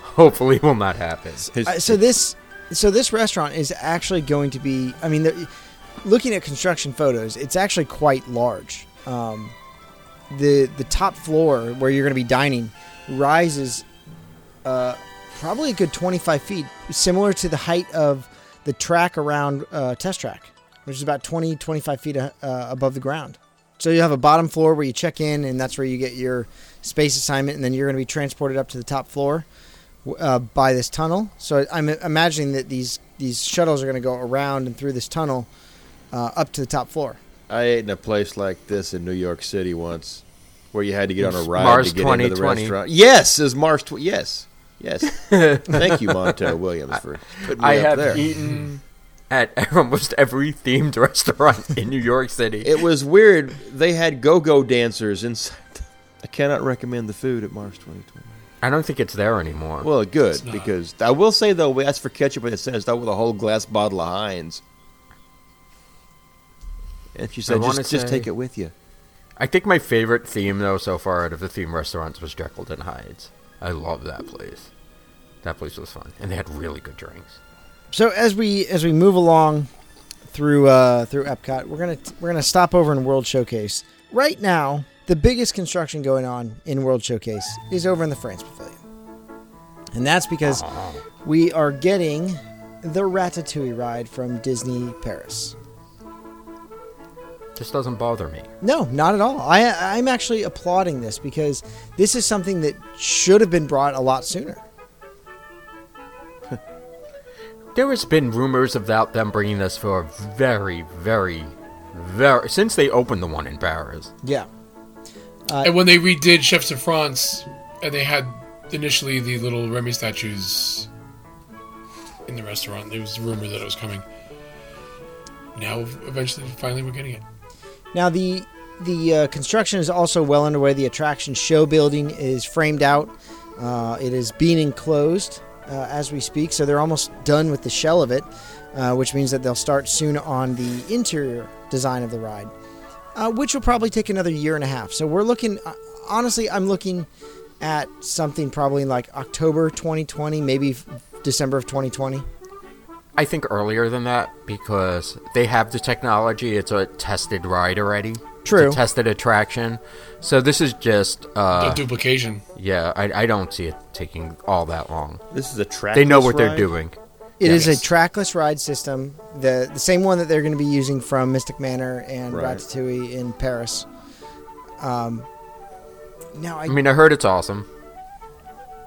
Hopefully, will not happen. His- Uh, so this so this restaurant is actually going to be i mean the- looking at construction photos it's actually quite large um, the the top floor where you're going to be dining rises uh, probably a good 25 feet similar to the height of the track around uh, test track which is about 20 25 feet uh, above the ground so you have a bottom floor where you check in and that's where you get your space assignment and then you're going to be transported up to the top floor uh, by this tunnel. So I'm imagining that these these shuttles are going to go around and through this tunnel uh, up to the top floor. I ate in a place like this in New York City once, where you had to get on a ride Mars to get into the 2020. restaurant. Yes, is Mars. Tw- yes, yes. Thank you, Montel Williams, for putting me I up have there. Mm-hmm. eaten at almost every themed restaurant in New York City. It was weird. They had go-go dancers inside. I cannot recommend the food at Mars 2020. I don't think it's there anymore. Well, good not. because I will say though, we asked for ketchup and it says that with a whole glass bottle of Heinz. And she said, wanna "Just, just say- take it with you." I think my favorite theme though so far out of the theme restaurants was Jekyll and Hyde's. I love that place. That place was fun, and they had really good drinks. So as we as we move along through uh, through Epcot, we're gonna we're gonna stop over in World Showcase. Right now, the biggest construction going on in World Showcase is over in the France Pavilion, and that's because we are getting the Ratatouille ride from Disney Paris. This doesn't bother me. No, not at all. I, I'm actually applauding this because this is something that should have been brought a lot sooner. There has been rumors about them bringing this for a very, very, very since they opened the one in Paris. Yeah. And when they redid Chefs of France, and they had initially the little Remy statues in the restaurant, there was rumor that it was coming. Now, eventually, finally, we're getting it. Now the the uh, construction is also well underway. The attraction show building is framed out. Uh, it is being enclosed uh, as we speak, so they're almost done with the shell of it, uh, which means that they'll start soon on the interior design of the ride, uh, which will probably take another year and a half. So we're looking, uh, honestly, I'm looking at something probably like October 2020, maybe f- December of 2020. I think earlier than that because they have the technology. It's a tested ride already. True. tested attraction. So this is just No uh, duplication. yeah. I, I don't see it taking all that long. This is a track. They know what they're doing. It is Yes. a trackless ride system, the the same one that they're going to be using from Mystic Manor and Right. Ratatouille in Paris. Um, now I, I mean, I heard it's awesome,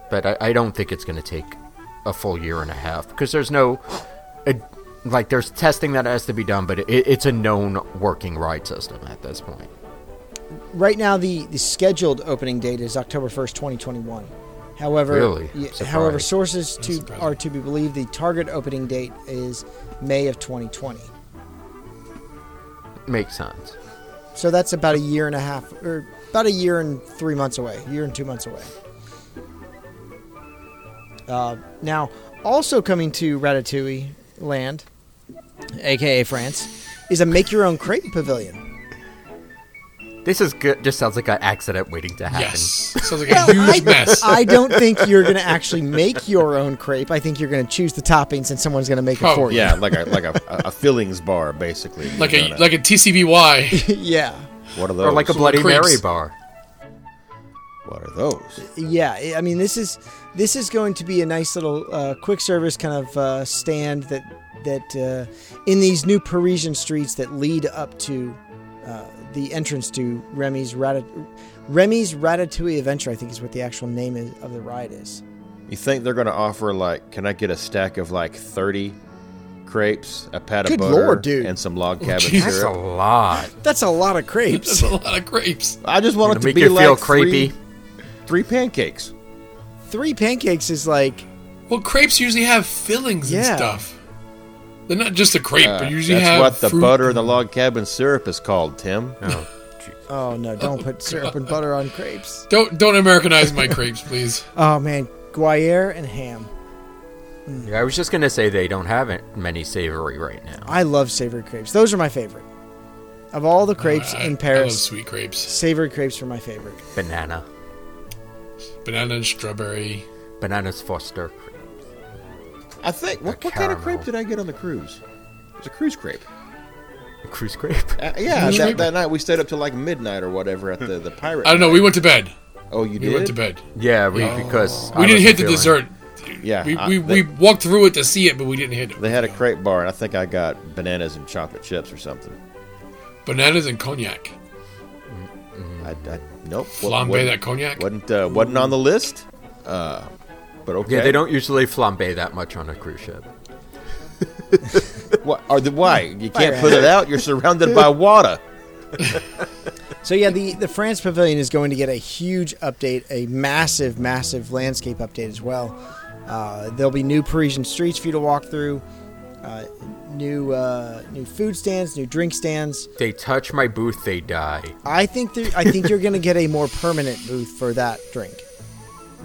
but I, I don't think it's going to take a full year and a half because there's no, it, like, there's testing that has to be done, but it, it's a known working ride system at this point. right now the, the scheduled opening date is October first, twenty twenty one. However, Really? yeah, Surprised. however, sources to surprising. are to be believed the target opening date is May of twenty twenty. Makes sense. So that's about a year and a half, or about a year and three months away, year and two months away. Uh, now, also coming to Ratatouille land, aka France, is a make your own crepe pavilion. This is good. Just sounds like an accident waiting to happen. Yes. Sounds like a huge mess. I don't think you're going to actually make your own crepe. I think you're going to choose the toppings and someone's going to make it Oh, for Yeah, like a like a, a fillings bar basically. Like You a know, like a TCBY. you. yeah. what are those? Or like a So Bloody creeps. Mary bar. what are those? yeah I- i mean this is this is going to be a nice little uh, quick service kind of uh, stand that that uh, in these new parisian streets that lead up to uh, the entrance to remy's Ratat- remy's ratatouille adventure i think is what the actual name is, of the ride is You think they're gonna offer like? Can I get a stack of like thirty crepes, a pat of Good butter, lord, dude. and some log cabin Jesus. That's a syrup? lot. that's a lot of That's crepes a lot of grapes. I just want it It'll to make be you like feel three- creepy. Three pancakes. three pancakes is like Well, crepes usually have fillings Yeah. and stuff. They're not just a crepe, Uh, but usually that's have what the fruit. butter and the log cabin syrup is called, Tim. Oh, oh no don't put syrup and butter on crepes Don't don't Americanize my crepes, please. oh man gruyere and ham yeah, I was just gonna say they don't have it many savory right now. i love savory crepes those are my favorite of all the crepes I- in I love paris sweet crepes, savory crepes are my favorite Banana, banana and strawberry. bananas foster. cream. I think. What, A what kind of crepe caramel. did I get on the cruise? It was a cruise crepe. Cruise grape. Uh, yeah, Cruise that, crepe? that night we stayed up till like midnight or whatever at the the pirate. I don't know. We went to bed. Oh, you We did. went to bed. Yeah, we, because I Oh. we didn't wasn't hit the feeling- dessert. Yeah, We, I- we, they, we walked through it to see it, but we didn't hit it. they had a crepe bar, and I think I got bananas and chocolate chips or something. Bananas and cognac. I, I nope. wa- Flambe that cognac. wasn't uh, wasn't on the list. Uh, but okay. Yeah, they don't usually flambe that much on a cruise ship. What are the why? You can't put it out. You're surrounded by water. So yeah, the the France Pavilion is going to get a huge update, a massive, massive landscape update as well. Uh, there'll be new Parisian streets for you to walk through, uh, new uh, new food stands, new drink stands. They touch my booth, they die. I think there- I think you're going to get a more permanent booth for that drink.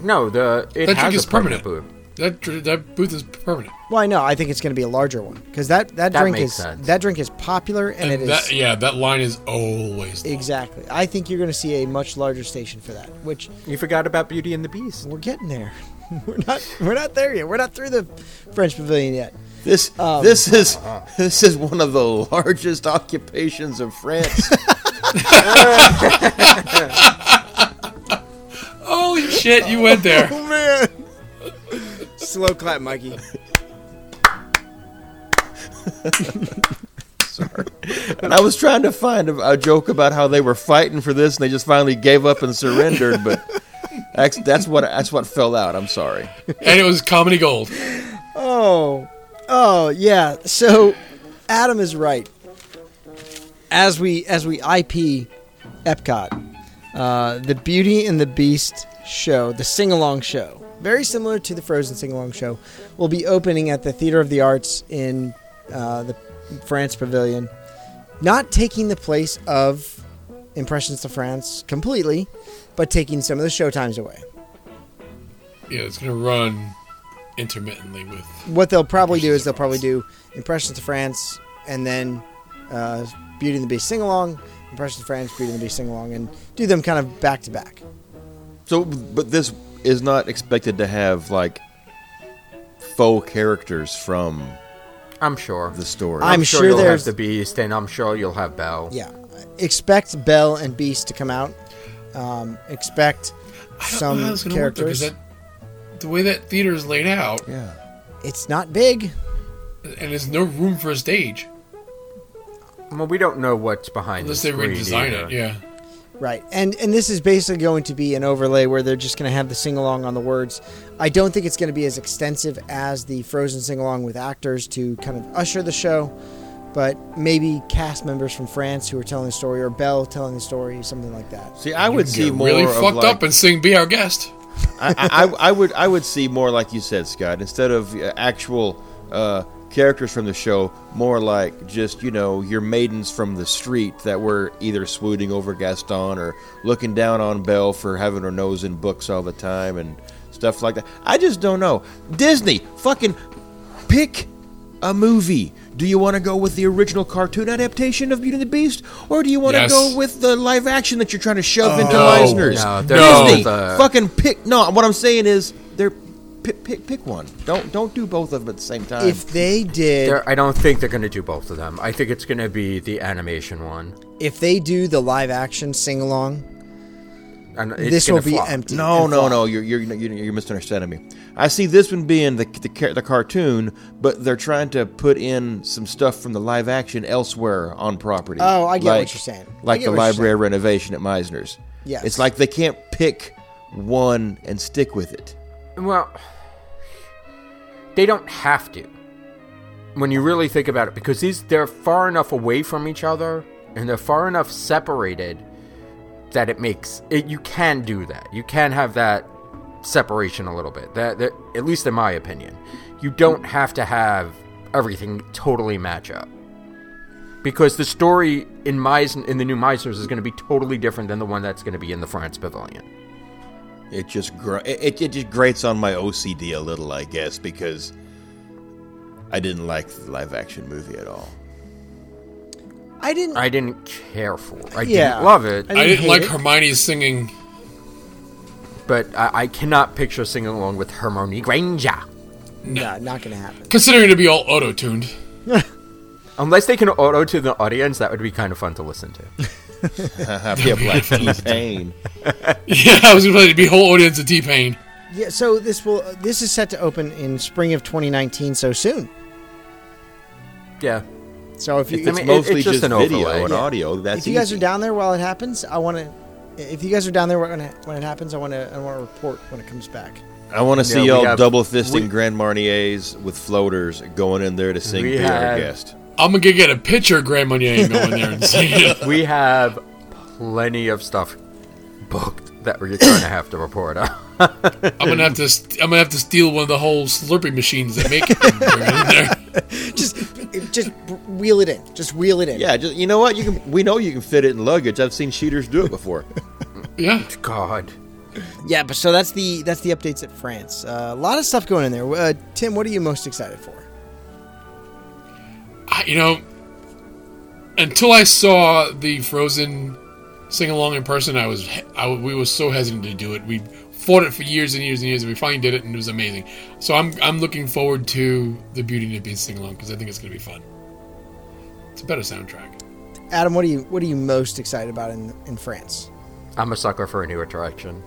No, the it That has drink is a permanent, permanent. booth. That dr- that booth is permanent. Well, I know I think it's going to be a larger one because that, that That drink makes is sense. that drink is popular and, it is that, yeah, that line is always long. exactly. I think you're going to see a much larger station for that, which You forgot about Beauty and the Beast. we're getting there. we're not we're not there yet. We're not through the French Pavilion yet. This Um, this is this is one of the largest occupations of France. Holy shit, you went there. man. Slow clap, Mikey. and I was trying to find a, a joke about how they were fighting for this, and they just finally gave up and surrendered. But that's, that's what that's what fell out. I'm sorry. and it was comedy gold. Oh. Oh, yeah. So Adam is right. As we as we IP Epcot, uh, the Beauty and the Beast show, the sing-along show, very similar to the Frozen sing-along show, will be opening at the Theater of the Arts in uh, the France Pavilion. Not taking the place of Impressions to France completely, but taking some of the showtimes away. Yeah, it's gonna run intermittently with what they'll probably do is they'll probably do Impressions of France and then uh, Beauty and the Beast sing along, Impressions of France, Beauty and the Beast sing along, and do them kind of back to back. So, but this is not expected to have like faux characters from I'm sure. the story. I'm sure you'll there's- have the Beast, and I'm sure you'll have Belle. Yeah, expect Bell and Beast to come out. Um, expect I don't some know how that's gonna characters. work though, 'cause that, the way that theater is laid out, Yeah. it's not big. and there's no room for a stage Well, we don't know what's behind unless the they screen redesign either. it. Yeah, Right, and and this is basically going to be an overlay where they're just going to have the sing along on the words. I don't think it's going to be as extensive as the Frozen sing along with actors to kind of usher the show, but maybe cast members from France who are telling the story or Belle telling the story, something like that. See, I would see get more really of fucked like, up and sing "Be Our Guest." I, I, I would I would see more like you said, Scott, instead of uh, actual uh, characters from the show, more like just you know your maidens from the street that were either swooning over Gaston or looking down on Belle for having her nose in books all the time and stuff like that. I just don't know. Disney, fucking pick a movie. Do you want to go with the original cartoon adaptation of Beauty and the Beast, or do you want to Yes. go with the live action that you're trying to shove into No. Meisner's? Oh, No, they're Disney, both, uh, fucking pick. No, what I'm saying is they're pick, pick pick one. Don't don't do both of them at the same time. If they did, They're- I don't think they're going to do both of them. I think it's going to be the animation one. if they do the live action sing along, And it's this will gonna be flop. empty. no, and no, flop. no. You're, you're you're you're misunderstanding me. I see this one being the the, ca- the cartoon, but they're trying to put in some stuff from the live action elsewhere on property. Oh, I get what you're saying. I Like get the what you're library saying. renovation at Meisner's. Yes. it's like they can't pick one and stick with it. Well, they don't have to. When you really think about it, because these they're far enough away from each other and they're far enough separated that it makes it. You can do that. You can have that separation a little bit. That, that at least in my opinion, you don't have to have everything totally match up. Because the story in Meisner, in the new Meisner's is going to be totally different than the one that's going to be in the France Pavilion. It just gr- it, it- it just grates on my OCD a little, I guess, because I didn't like the live action movie at all. I didn't. I didn't care for. it. I Yeah. didn't love it, I I didn't didn't like hate it. Hermione singing. but I, I cannot picture singing along with Hermione Granger no, not going to happen. Considering to be all auto-tuned, unless they can auto to the audience. That would be kind of fun to listen to. I feel like T-Pain. yeah, I was gonna play to be whole audience of T Pain. Yeah, so this will this is set to open in spring of 2019, so soon. yeah, So if you It's I mean, it- mostly it's just, just an video overlay. and Yeah. audio. That's if you guys easy. are down there while it happens, I want to. If you guys are down there when it, when it happens, I want to. I want to report when it comes back. I want to see we y'all have- double fisting we- Grand Marniers with floaters going in there to sing We "Be Our have- Guest." I'm gonna get a picture of Grand Marnier and go in there and sing it. we have plenty of stuff booked that we're going to have to report on. I'm gonna have to. St- I'm gonna have to steal one of the whole Slurpee machines that make it. and bring it in there. Just, just wheel it in. Just wheel it in. Yeah, just, you know what? You can. We know you can fit it in luggage. I've seen shooters do it before. Yeah, God, yeah. But so that's the that's the updates at France. Uh, a lot of stuff going in there. Uh, Tim, what are you most excited for? I, you know, until I saw the Frozen sing along in person, I was. he- I, we were so hesitant to do it. We fought it for years and years and years, and we finally did it, and it was amazing. So I'm. I'm looking forward to the Beauty and the Beast sing along because I think it's gonna be fun. It's a better soundtrack. Adam, what are you what are you most excited about in in France? I'm a sucker for a new attraction.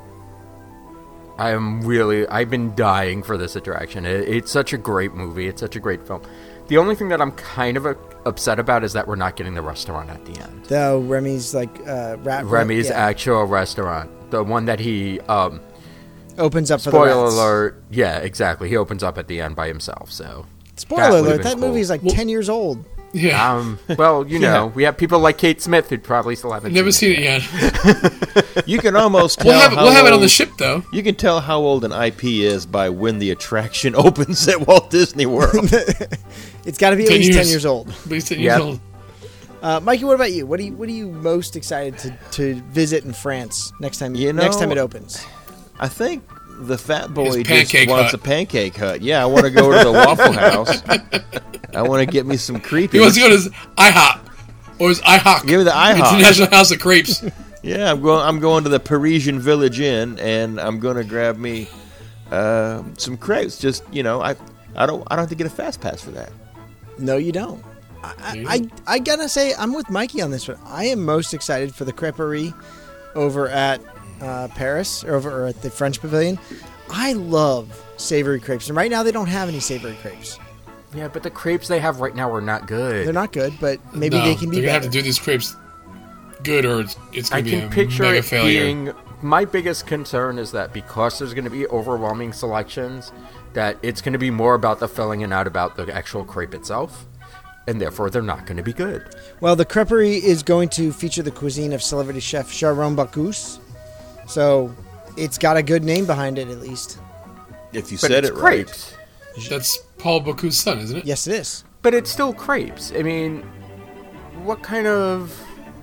I am really. I've been dying for this attraction. It, it's such a great movie. It's such a great film. The only thing that I'm kind of uh, upset about is that we're not getting the restaurant at the end. Though Remy's like uh, rat, Remy's yeah, actual restaurant, the one that he um opens up. for the spoiler rats. alert, yeah, exactly. He opens up at the end by himself. So, Spoiler That would've alert! been That cool. movie's like ten years old. Yeah. um, well, you know, we have people like Kate Smith who probably still haven't Never seen seen it yet. You can almost tell We'll have it, how we'll have it on the old- ship though. You can tell how old an IP is by when the attraction opens at Walt Disney World. It's got to be at 10 least ten years. years old. At least it Yep. will- Uh, Mikey, what about you? What are you What are you most excited to, to visit in France next time? You next time know- it opens. I think the fat boy just Pancake wants Hut. a pancake hut. Yeah, I want to go to the Waffle House. I want to get me some creepy. He wants to go to his IHOP or his IHOP. Give me the IHOP. International House of Crepes. yeah, I'm going. I'm going to the Parisian Village Inn, and I'm going to grab me uh, some crepes. Just you know, I I don't I don't have to get a fast pass for that. No, you don't. I, I I gotta say I'm with Mikey on this one. I am most excited for the creperie over at uh, Paris, or over at the French Pavilion. I love savory crepes, and right now they don't have any savory crepes. Yeah, but the crepes they have right now are not good. They're not good, but maybe No, they can be They're gonna have better. to do these crepes good, or it's, it's I gonna be can a picture mega it failure. being. My biggest concern is that because there's going to be overwhelming selections, that it's going to be more about the filling and not about the actual crepe itself, and therefore they're not going to be good. well, the creperie is going to feature the cuisine of celebrity chef Sharon Bacchus, so it's got a good name behind it at least. If you But said it's it right. crepes. That's Paul Baku's son, isn't it? Yes, it is. But it's still crepes. I mean, what kind of?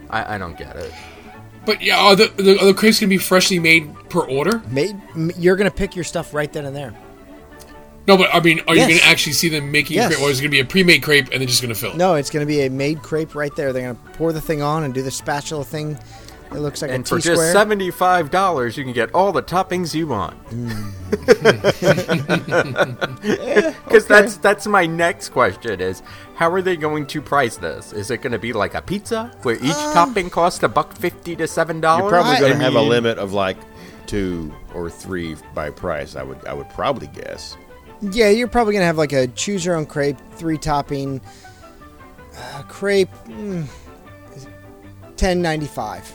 I, I don't get it. But yeah, are the, the, are the crepes gonna be freshly made per order? May m- you're gonna pick your stuff right then and there. No, but I mean, are Yes. you gonna actually see them making Yes. a crepe, or is it gonna be a pre-made crepe and they're just gonna fill it? No, it's going to be a made crepe right there. They're going to pour the thing on and do the spatula thing. It looks like And a for T just square. seventy-five dollars, you can get all the toppings you want. Hmm. Because that's that's my next question: is how are they going to price this? Is it going to be like a pizza where each topping costs a buck fifty to seven dollars? Uh, You're probably going to have a mean, limit of like two or three by price. I would I would probably guess. yeah, you're probably going to have like a choose your own crepe, three topping uh, crepe, mm, ten ninety five.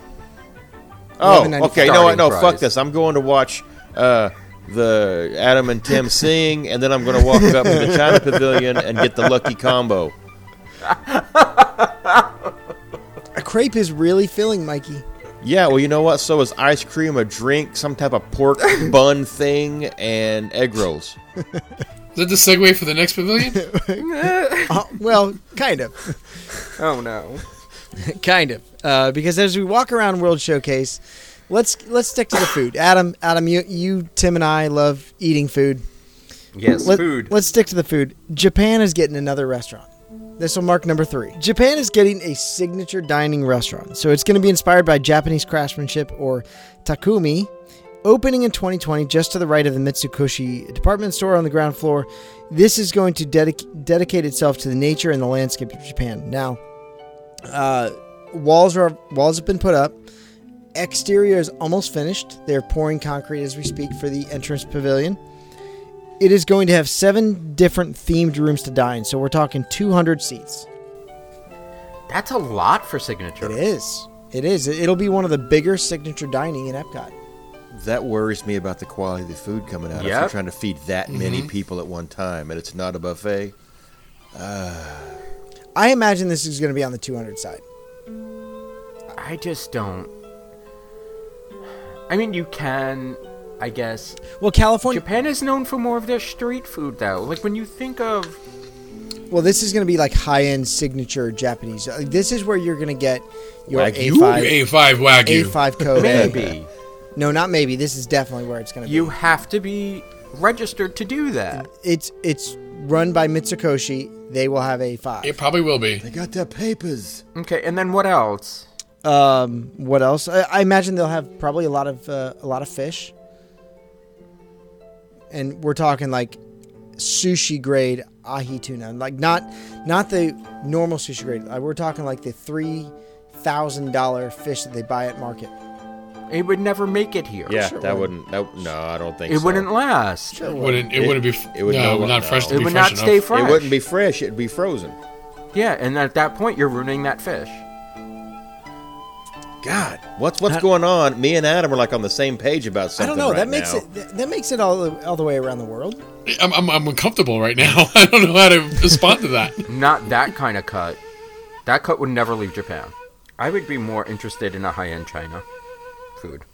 Oh, $11.95 okay. No, I- no, starting fuck price. this. I'm going to watch uh, the Adam and Tim sing, and then I'm going to walk up to the China Pavilion and get the lucky combo. A crepe is really filling, Mikey. Yeah, well, you know what? So is ice cream, a drink, some type of pork bun thing, and egg rolls. Is that the segue for the next pavilion? Uh, well, kind of. Oh no! kind of uh, because as we walk around world showcase let's let's stick to the food adam adam you, you tim and i love eating food Yes, Let, food. let's stick to the food japan is getting another restaurant this will mark number three japan is getting a signature dining restaurant so it's going to be inspired by japanese craftsmanship or takumi Opening in 2020, just to the right of the Mitsukoshi department store on the ground floor, this is going to dedic- dedicate itself to the nature and the landscape of Japan. Now, uh, walls are walls have been put up. Exterior is almost finished. They're pouring concrete as we speak for the entrance pavilion. It is going to have seven different themed rooms to dine, so we're talking 200 seats. That's a lot for signature. It is. It is. It'll be one of the bigger signature dining in Epcot. That worries me about the quality of the food coming out. If you're Yep. trying to feed that many people at one time, and it's not a buffet. I imagine this is going to be on the 200 side. I just don't. I mean, you can, I guess, Well, California. Japan is known for more of their street food, though. Like when you think of Well, this is going to be like high end signature Japanese. Uh, This is where you're going to get your Wagyu? You A5, A five wagyu. A5 Kobe. maybe, No, not maybe. This is definitely where it's going to be. you have to be registered to do that. it's it's run by Mitsukoshi. They will have a five. It probably will be. They got their papers. Okay, and then what else? Um, what else? I, I imagine they'll have probably a lot of uh, a lot of fish, and we're talking like sushi grade ahi tuna, like not not the normal sushi grade. Like, we're talking like the three thousand dollar fish that they buy at market. It would never make it here. Yeah, Sure that would. wouldn't. That, no, I don't think It so. wouldn't last. Wouldn't it, It- wouldn't be? it It would would no, not- not no. fresh. To It be would fresh not enough. stay fresh. It wouldn't be fresh. It'd be frozen. Yeah, and at that point, you're ruining that fish. God, what's what's going on? Me and Adam are like on the same page about I something. don't know. right that makes now. it that- that makes it all the, all the way around the world. I'm, I'm, I'm uncomfortable right now. I don't know how to respond to that. Not that kind of cut. That cut would never leave Japan. I would be more interested in a high-end China food.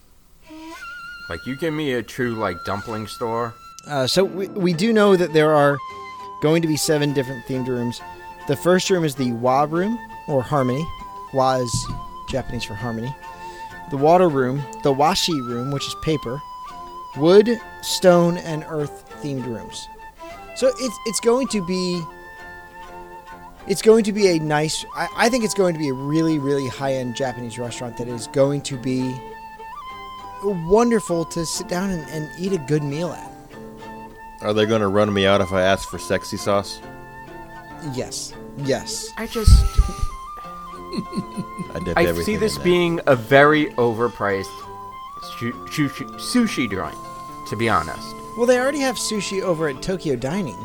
Like you give me a true like dumpling store. Uh, so we, we do know that there are going to be seven different themed rooms. The first room is the Wa room or Harmony. Wa is Japanese for harmony. The water room, the washi room, which is paper, wood, stone, and earth themed rooms. So it's it's going to be it's going to be a nice I, I think it's going to be a really, really high end Japanese restaurant that is going to be wonderful to sit down and, and eat a good meal at. Are they going to run me out if I ask for sexy sauce? Yes. Yes. I just I, dipped I everything see in this that. being a very overpriced shu- shu- shu- sushi joint, to be honest. Well, they already have sushi over at Tokyo Dining.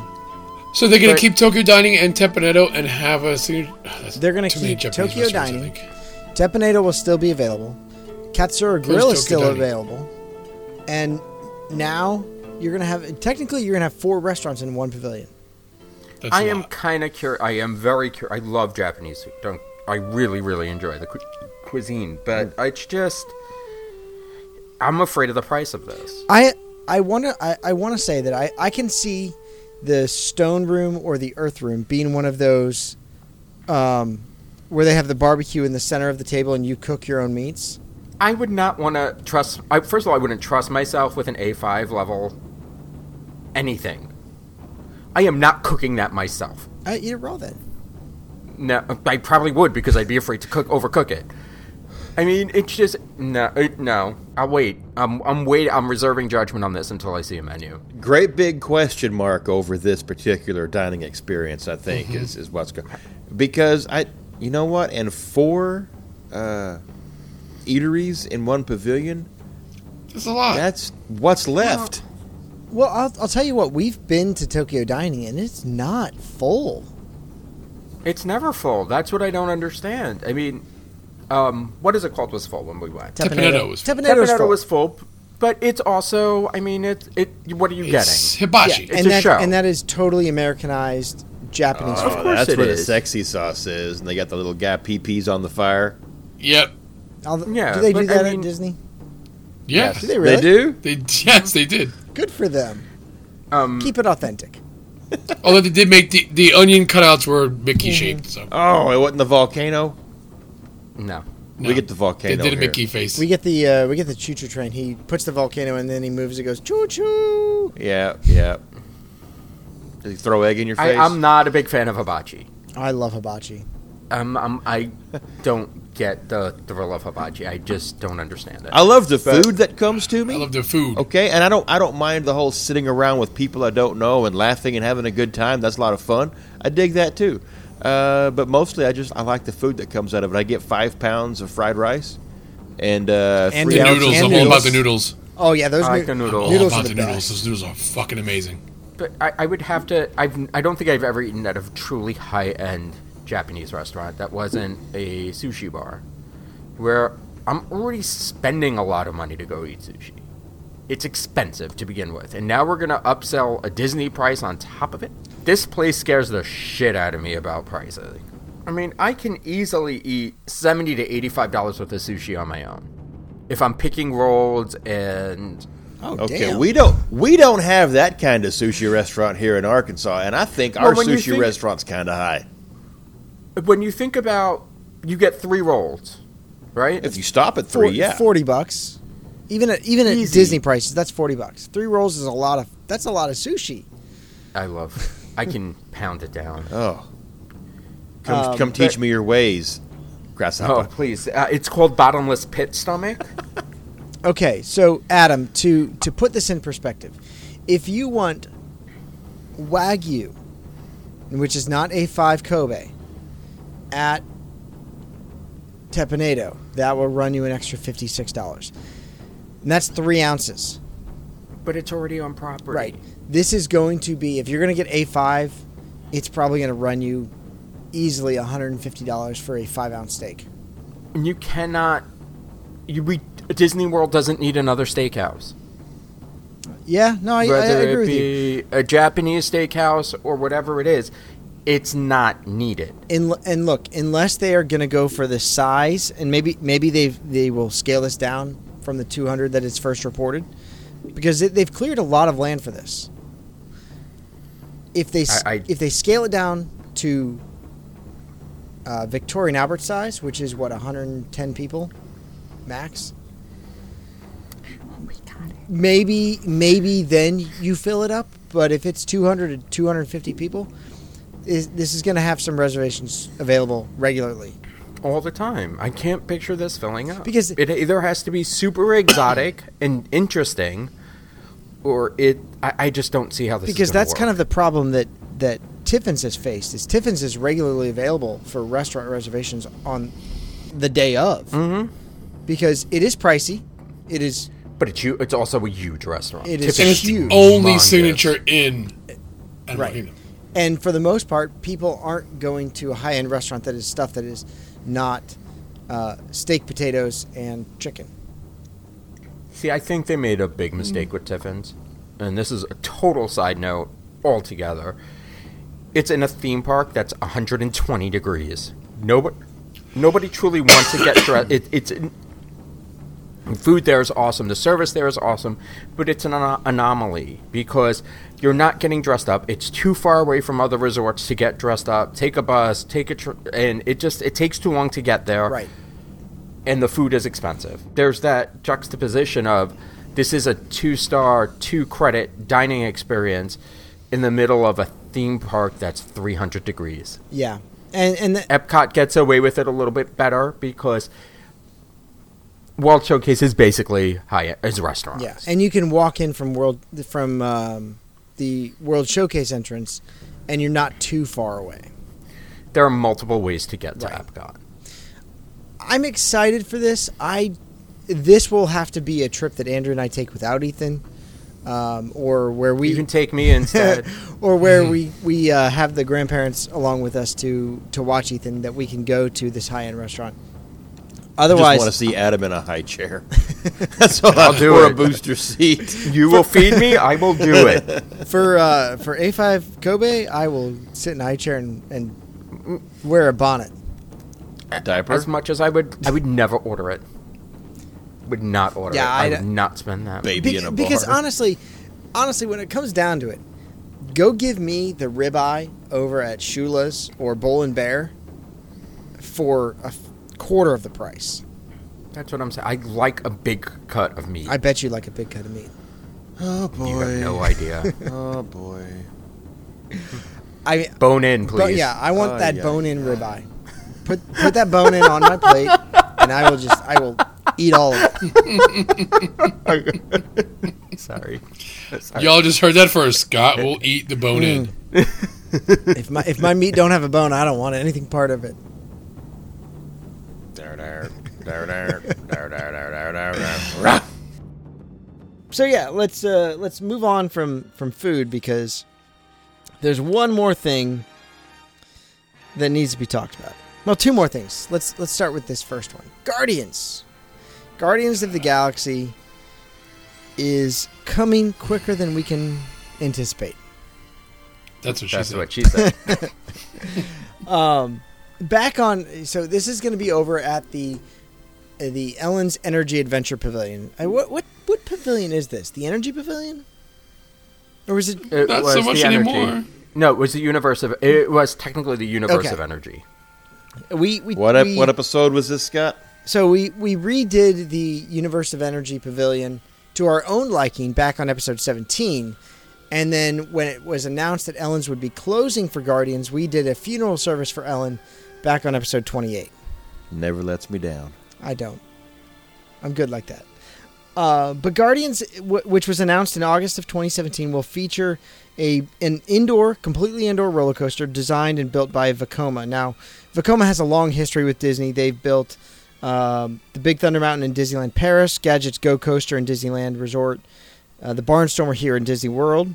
So they're going But- to keep Tokyo Dining and Tempaneto and have a. signature- Oh, that's They're gonna too many keep Japanese Tokyo restaurants, I Dining. think. Teppanyaki will still be available. Katsura Close Grill is Tokyo still Dining. available. And now you're going to have technically you're going to have four restaurants in one pavilion. That's I a am lot. kind of curious. I am very curious. I love Japanese food. Don't, I really, really enjoy the cu- cuisine, but it's just I'm afraid of the price of this. I I want to I, I want to say that I, I can see the stone room or the earth room being one of those um, where they have the barbecue in the center of the table and you cook your own meats. I would not want to trust. I, first of all, I wouldn't trust myself with an A5 level anything. I am not cooking that myself. I eat it raw then. No, I probably would because I'd be afraid to cook overcook it. I mean, it's just no, it, no. I'll wait. I'm, I'm wait. I'm reserving judgment on this until I see a menu. great big question mark over this particular dining experience. I think Mm-hmm. is is what's going because I you know what and four uh, eateries in one pavilion That's a lot. that's what's left. Well, I'll, I'll tell you what, we've been to Tokyo Dining and it's not full. It's never full. That's what I don't understand. I mean, um, what is it called? Was full when we went. Teppanyaki was- Teppanyaki was Teppanyaki full. was full, but it's also. I mean, it. It. What are you it's getting? hibachi. Yeah, and a that, show. And that is totally Americanized Japanese Uh, Of Oh, course that's it where the is. sexy sauce is, and they got the little guy pee pees on the fire. yep. food. Although- yeah, do they do but I that mean- at Disney? Yeah. Do they really? They do. They yes, they did. Good for them. Mm. Um, Keep it authentic. Although they did make the, the onion cutouts were Mickey Mm-hmm. shaped. So Oh, it wasn't the volcano. no. no. We get the they volcano. did a here. Mickey face. We get the uh, we get the choo choo train. He puts the volcano and then he moves. It goes choo choo. Yeah, yeah. Did he throw egg in your I, face? I'm not a big fan of hibachi. I love hibachi. Um, um, I don't get the thrill of hibachi. I just don't understand it. I love the food that comes to me. I love the food. Oh, Okay, and I don't I don't mind the whole sitting around with people I don't know and laughing and having a good time. That's a lot of fun. I dig that too. Uh, but mostly, I just I like the food that comes out of it. I get five pounds of fried rice and uh, And three The Yeah, ounces- noodles. and I'm all about the noodles. Oh yeah, those I like noo- the noodles. All noodles about are the, the noodles. best. Those noodles are fucking amazing. But I, I would have to. I've. I don't think I've ever eaten at a truly high-end Japanese restaurant that wasn't a sushi bar, where I'm already spending a lot of money to go eat sushi. It's expensive to begin with, and now we're gonna upsell a Disney price on top of it. This place scares the shit out of me about prices. I mean, I can easily eat seventy to eighty-five dollars worth of sushi on my own, if I'm picking rolls and Oh Okay, damn. we don't we don't have that kind of sushi restaurant here in Arkansas, and I think our when you sushi think- restaurant's kind of high. when you think about you get three rolls right If you stop at Four- three, yeah, forty bucks. Even at even at Easy. Disney prices, that's forty bucks. Three rolls is a lot of that's a lot of sushi. i love i can pound it down Uh, Oh, come come teach me your ways, oh grasshopper. please uh, it's called bottomless pit stomach Okay, so Adam, to to put this in perspective, if you want wagyu, which is not a five Kobe, at Tepanado, that will run you an extra fifty six dollars, and that's three ounces. but it's already on property Right. This is going to be if you're going to get a five, it's probably going to run you easily one hundred and fifty dollars for a five ounce steak. and you cannot you we disney world doesn't need another steakhouse Yeah, no, I, I, I whether agree it with you. be a japanese steakhouse or whatever it is it's not needed in, and look, unless they are going to go for the size, and maybe maybe they they will scale this down from the 200 that it's first reported, because it, they've cleared a lot of land for this. If they s I- I- if they scale it down to uh, Victorian Albert size, which is what 110 people max. Maybe maybe then you fill it up, but if it's 200 to 250 people, is, this is going to have some reservations available regularly. all the time. I can't picture this filling up Because- it either has to be super exotic and interesting, or it. I, I just don't see how this. because that's kind of the problem that that Tiffin's has faced is Tiffin's is regularly available for restaurant reservations on the day of, mm-hmm. because it is pricey. It is But it's you. It's also a huge restaurant. It is And Tiffany's it's the huge. only humongous. signature in Animal Mm. Right. Kingdom. and for the most part, people aren't going to a high end restaurant that is stuff that is not uh, steak, potatoes, and chicken. See, I think they made a big mistake with Tiffin's, and this is a total side note altogether. It's in a theme park that's 120 degrees. Nobody, nobody truly wants to get dressed. It, it's in- food there is awesome. The service there is awesome, but it's an ano- anomaly because you're not getting dressed up. It's too far away from other resorts to get dressed up. Take a bus, take a, tr- and it just it takes too long to get there Right. and the food is expensive. There's that juxtaposition of this is a two star, two credit dining experience in the middle of a theme park that's 300 degrees. Yeah. And and th- Epcot gets away with it a little bit better because World Showcase is basically high is restaurants. Yeah, and you can walk in from world from um, the World Showcase entrance, and you're not too far away. there are multiple ways to get to Right. Epcot. I'm excited for this. I this will have to be a trip that Andrew and I take without Ethan, um, or where we You can take me instead. or where we we uh, have the grandparents along with us to to watch Ethan that we can go to this high end restaurant. I just want Otherwise, to see Adam in a high chair. That's all I'll I- do or a it. booster seat. you will feed me, I will do it. for uh, for A5 Kobe, I will sit in a high chair and, and wear a bonnet. Diaper. As much as I would, I would never order it. Would not order Yeah, it. I I'd- would not spend that. Baby Bec- in a bar. because honestly, honestly, when it comes down to it, go give me the ribeye over at Shula's or Bull and Bear for a f- quarter of the price. That's what I'm saying. I like a big cut of meat. I bet you like a big cut of meat. oh you boy. have no idea. Oh boy. I Bone in, please. but yeah, I want Oh, that yeah, bone in ribeye. Put put that bone in on my plate, and I will just I will eat all of it. Sorry. Y'all just heard that first. Scott will eat the bone Mm. in. If my if my meat don't have a bone, I don't want anything part of it. Dar, dar, dar, dar, dar, dar, dar, dar, dar, dar. Rah. so yeah, let's uh, let's move on from from food because there's one more thing that needs to be talked about. Well, two more things. Let's let's start with this first one. Guardians, Guardians of the Galaxy is coming quicker than we can anticipate. That's what she That's said. what she said. Um, back on. So this is going to be over at the uh, the Ellen's Energy Adventure Pavilion. Uh, what what what pavilion is this? The Energy Pavilion, or is it? It Not was so much the energy. anymore. No, it was the universe of. It was technically the universe Okay. of energy. We, we What ep- we- what episode was this, Scott? So we we redid the Universe of Energy Pavilion to our own liking back on episode 17. And then when it was announced that Ellen's would be closing for Guardians, we did a funeral service for Ellen back on episode 28. Never lets me down. I don't. I'm good like that. Uh, but Guardians, w- which was announced in August of 2017, will feature a an indoor, completely indoor roller coaster designed and built by Vacoma. Now, Vacoma has a long history with Disney. They've built um, the Big Thunder Mountain in Disneyland Paris, Gadget's Go Coaster in Disneyland Resort, uh, the Barnstormer here in Disney World,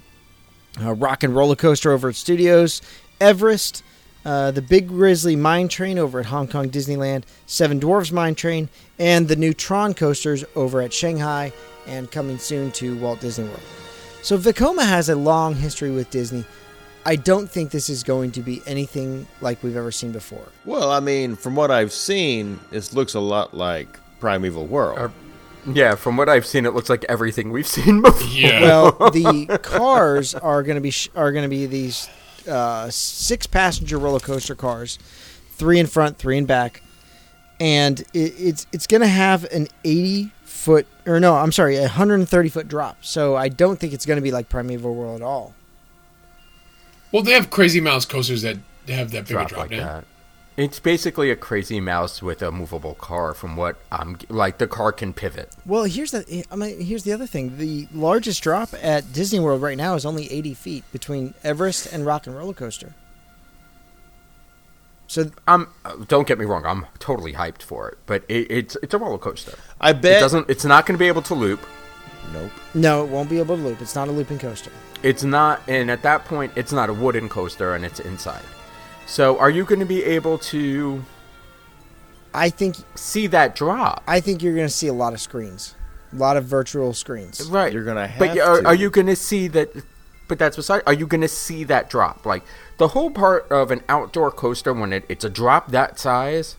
uh, Rock and Roller Coaster over at Studios, Everest, uh, the Big Grizzly Mine Train over at Hong Kong Disneyland, Seven Dwarfs Mine Train, and the new Tron coasters over at Shanghai and coming soon to Walt Disney World. So Vacoma has a long history with Disney. I don't think this is going to be anything like we've ever seen before. Well, I mean, from what I've seen, this looks a lot like Primeval World. Yeah, from what I've seen, it looks like everything we've seen before. Yeah. Well, the cars are going to be sh- are going to be these uh, six passenger roller coaster cars, three in front, three in back, and it, it's it's going to have an eighty foot or no, I'm sorry, a hundred and thirty foot drop. So I don't think it's going to be like Primeval World at all. well, they have crazy mouse coasters that have that big drop, a drop like down. that. It's basically a crazy mouse with a movable car. From what I'm like, the car can pivot. Well, here's the I mean, here's the other thing. The largest drop at Disney World right now is only eighty feet between Everest and Rock and Roller Coaster. So I'm. uh, Don't get me wrong. I'm totally hyped for it, but it, it's it's a roller coaster. I bet. it doesn't. It's not going to be able to loop. Nope. no, it won't be able to loop. It's not a looping coaster. It's not, and at that point, it's not a wooden coaster, and it's inside. So, are you going to be able to I think see that drop? I think you're going to see a lot of screens, a lot of virtual screens. Right. You're gonna But have y- are, to. are you going to see that? But that's beside. Are you going to see that drop? Like the whole part of an outdoor coaster when it, it's a drop that size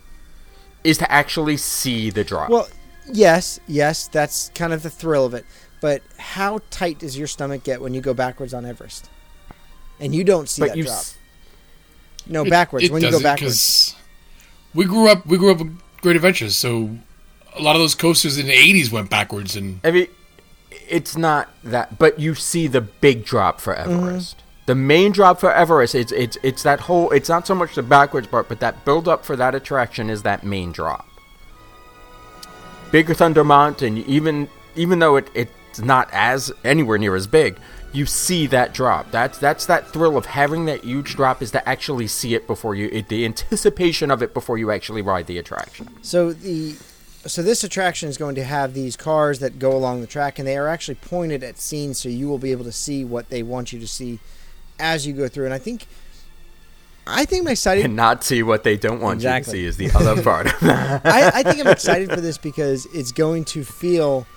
is to actually see the drop. Well, yes, yes, that's kind of the thrill of it. But how tight does your stomach get when you go backwards on Everest? And you don't see but that you. drop. s- no, backwards. when you go doesn't, backwards. 'cause we grew up. We grew up with Great Adventures, so a lot of those coasters in the '80s went backwards, and I mean, it's not that, but you see the big drop for Mm-hmm. Everest. The main drop for Everest, it's it's it's that whole. It's not so much the backwards part, but that build up for that attraction is that main drop. Big Thunder Mountain, even even though it, it's not as anywhere near as big, you see that drop. That's that's that thrill of having that huge drop is to actually see it before you, it, the anticipation of it before you actually ride the attraction. So the so this attraction is going to have these cars that go along the track, and they are actually pointed at scenes, so you will be able to see what they want you to see as you go through. And I think, I think I'm excited. and not see what they don't want Exactly. you to see is the other part of that. I, I think I'm excited for this because it's going to feel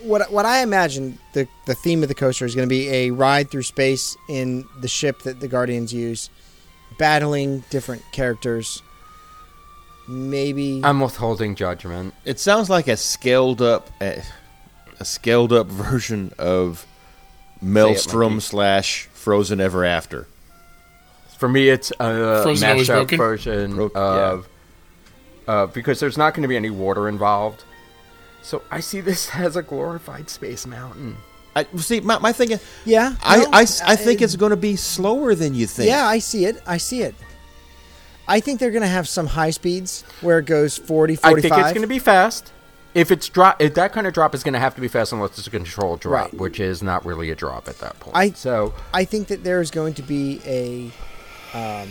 what what I imagine the the theme of the coaster is going to be a ride through space in the ship that the Guardians use, battling different characters. Maybe I'm withholding judgment. It sounds like a scaled up, a, a scaled up version of Maelstrom Mikey. slash Frozen Ever After. For me, it's a Frozen Always mashup Broken? version Bro- of uh, because there's not going to be any water involved. So I see this as a glorified space mountain. I see. My, my thing is, yeah. I, no, uh, I, I think it's going to be slower than you think. yeah. I see it. I see it. I think they're going to have some high speeds where it goes 40, 45. I think it's going to be fast. If it's drop, if that kind of drop is going to have to be fast unless it's a controlled drop, Right. which is not really a drop at that point. I- so I think that there is going to be a um,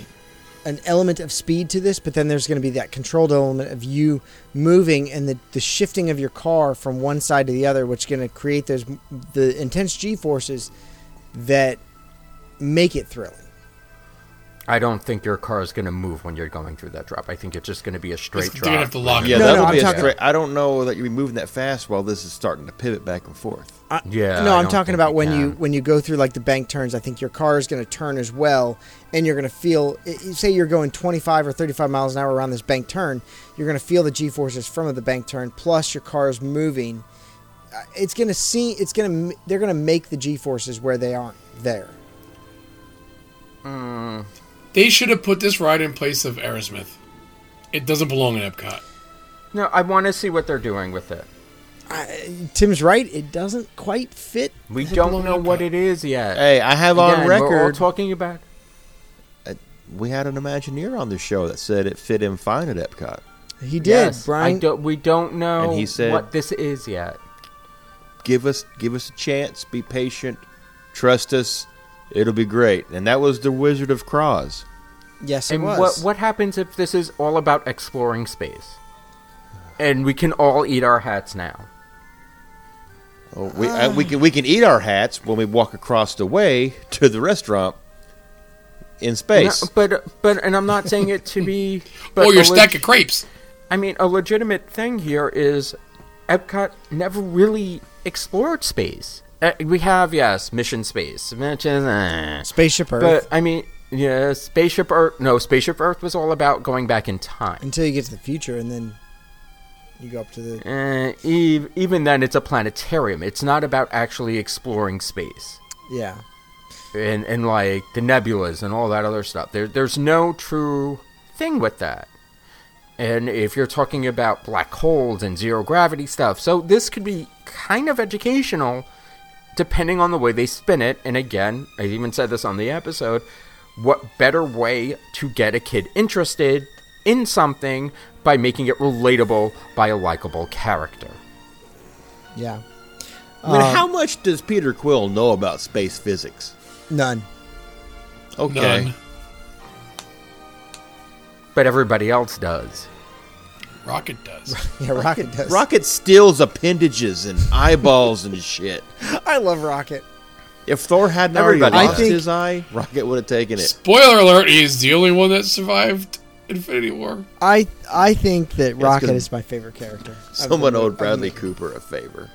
an element of speed to this, but then there's going to be that controlled element of you moving and the, the shifting of your car from one side to the other, which is going to create those the intense G forces that make it thrilling. I don't think your car is going to move when you're going through that drop. I think it's just going to be a straight they're drop. gonna have to lock it Yeah, No, that'll no, I'm be a talking- straight. I don't know that you'll be moving that fast while this is starting to pivot back and forth. I- Yeah, No, I I'm don't talking think about you when you can. when you go through like the bank turns. I think your car is going to turn as well, and you're going to feel. i- i- Say you're going 25 or 35 miles an hour around this bank turn, you're going to feel the G forces from the bank turn. Plus, your car is moving. Uh, It's going to see. It's going to. They're going to make the G forces where they aren't there. they should have put this ride in place of Aerosmith. It doesn't belong in Epcot. No, I want to see what they're doing with it. Tim's right. It doesn't quite fit. We They don't blown know up what that. it is yet. Hey, I have Again, on We're all record. talking about. we had an Imagineer on the show that said it fit him fine at Epcot. He did, Yes, I Brian. don't, we don't know And he said- what this is yet. Give us, give us a chance. Be patient. Trust us. It'll be great. And that was the Wizard of Croz. Yes, it And was. what what happens if this is all about exploring space? And we can all eat our hats now. Oh, we, uh, we can we can eat our hats when we walk across the way to the restaurant in space. No, but but and I'm not saying it to be. But or Oh, your a leg- stack of crepes. I mean, a legitimate thing here is Epcot never really explored space. Uh, we have yes, Mission Space, Mission. eh. Spaceship Earth. But I mean, yeah, Spaceship Earth. No, Spaceship Earth was all about going back in time. until you get to the future, and then you go up to the. Uh, ev- even then, it's a planetarium. It's not about actually exploring space Yeah. and and like the nebulas and all that other stuff. There, there's no true thing with that. And if you're talking about black holes and zero gravity stuff, so this could be kind of educational, depending on the way they spin it. And again, I even said this on the episode. What better way to get a kid interested in something by making it relatable by a likable character? Yeah. I uh, mean, how much does Peter Quill know about space physics? None. Okay, None. but everybody else does. Rocket does. Yeah, Rocket does. Rocket steals appendages and eyeballs and shit. I love Rocket. If Thor hadn't already Everybody does. lost I think- his eye, Rocket would have taken it. Spoiler alert, he is the only one that survived Infinity War. I I think that Rocket 'cause is my favorite character. I've Someone been- owed I've Bradley been- Cooper a favor.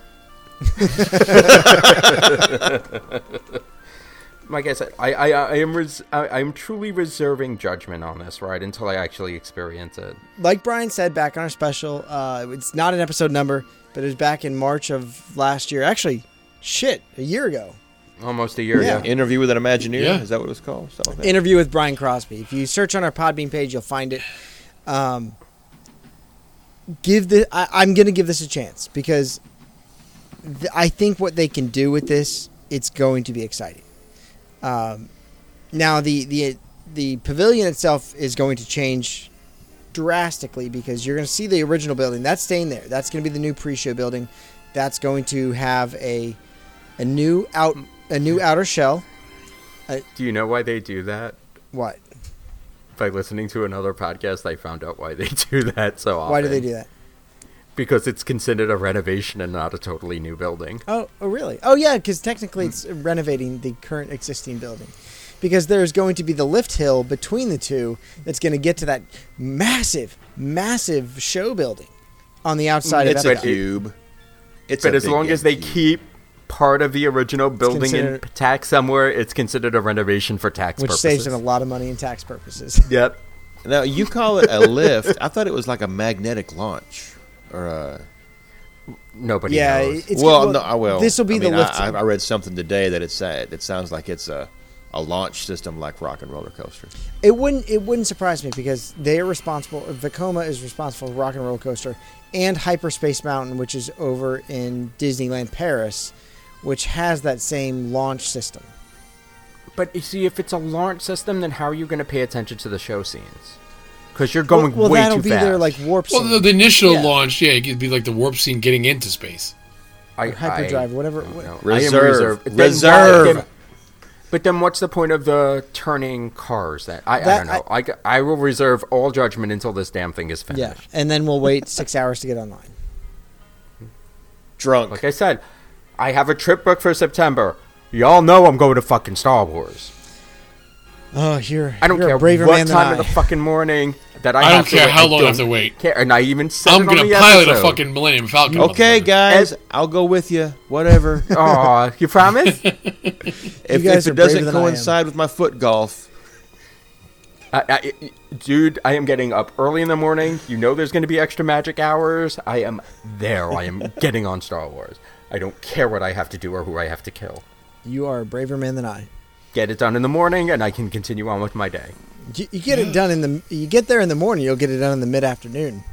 Like I said, I I, I am res- I, I'm truly reserving judgment on this right until I actually experience it. Like Brian said back on our special, uh, it's not an episode number, but it was back in March of last year. Actually, shit, a year ago. Almost a year. Yeah. Yeah. Interview with an Imagineer? Yeah. Is that what it was called? Something like that. Interview with Brian Crosby. If you search on our Podbean page, you'll find it. Um, give the. I, I'm gonna give this a chance because th- I think what they can do with this, it's going to be exciting. Um, now the the the pavilion itself is going to change drastically because you're going to see the original building that's staying there. That's going to be the new pre-show building. That's going to have a a new out a new outer shell. Do you know why they do that? What? By listening to another podcast, I found out why they do that so often. Why do they do that? Because it's considered a renovation and not a totally new building. Oh, oh really? Oh, yeah, because Hmm. technically it's renovating the current existing building. Because there's going to be the lift hill between the two that's going to get to that massive, massive show building on the outside It's of a Epic. cube. It's But a as big long as they cube. keep part of the original building in considered- tax somewhere, it's considered a renovation for tax Which purposes. saves them a lot of money in tax purposes. Yep. Now, you call it a lift. I thought it was like a magnetic launch. Or a, Nobody yeah, knows. it's well, no, I will. This will be I the mean, lift. I, hill. I read something today that it said it sounds like it's a, a launch system like Rock and Roller Coaster. It wouldn't it wouldn't surprise me because they are responsible. Vacoma is responsible for Rock and Roller Coaster and Hyperspace Mountain, which is over in Disneyland Paris, which has that same launch system. But you see, if it's a launch system, then how are you going to pay attention to the show scenes? Because you're going well, way that'll too be fast. their like warp. Well, zone. the, the initial Yeah. launch, yeah, it could be like the warp scene getting into space. I, hyperdrive, I whatever- don't what- know. Reserve. I am reserved. Then why- Reserve. then- but then, what's the point of the turning cars? That I, That- I don't know. I, g- I will reserve all judgment until this damn thing is Yeah, finished. and then we'll wait six hours to get online. Drunk. Like I said, I have a trip booked for September. Y'all know I'm going to fucking Star Wars. Oh, you're I don't you're care a braver what man than time I. of the fucking morning that I. I, have don't to care wait. how long I don't have to wait. Care. And I even said I'm it on gonna the pilot a episode. fucking Millennium Falcon. Okay, motherfucker. guys, I'll go with you. Whatever. Aw, you promise? if, guys if are it braver doesn't than I am. coincide with my foot golf, I, I, dude, I am getting up early in the morning. You know there's going to be extra magic hours. I am there. I am getting on Star Wars. I don't care what I have to do or who I have to kill. You are a braver man than I. Get it done in the morning, and I can continue on with my day. You, you get it done in the. You get there in the morning. You'll get it done in the mid afternoon.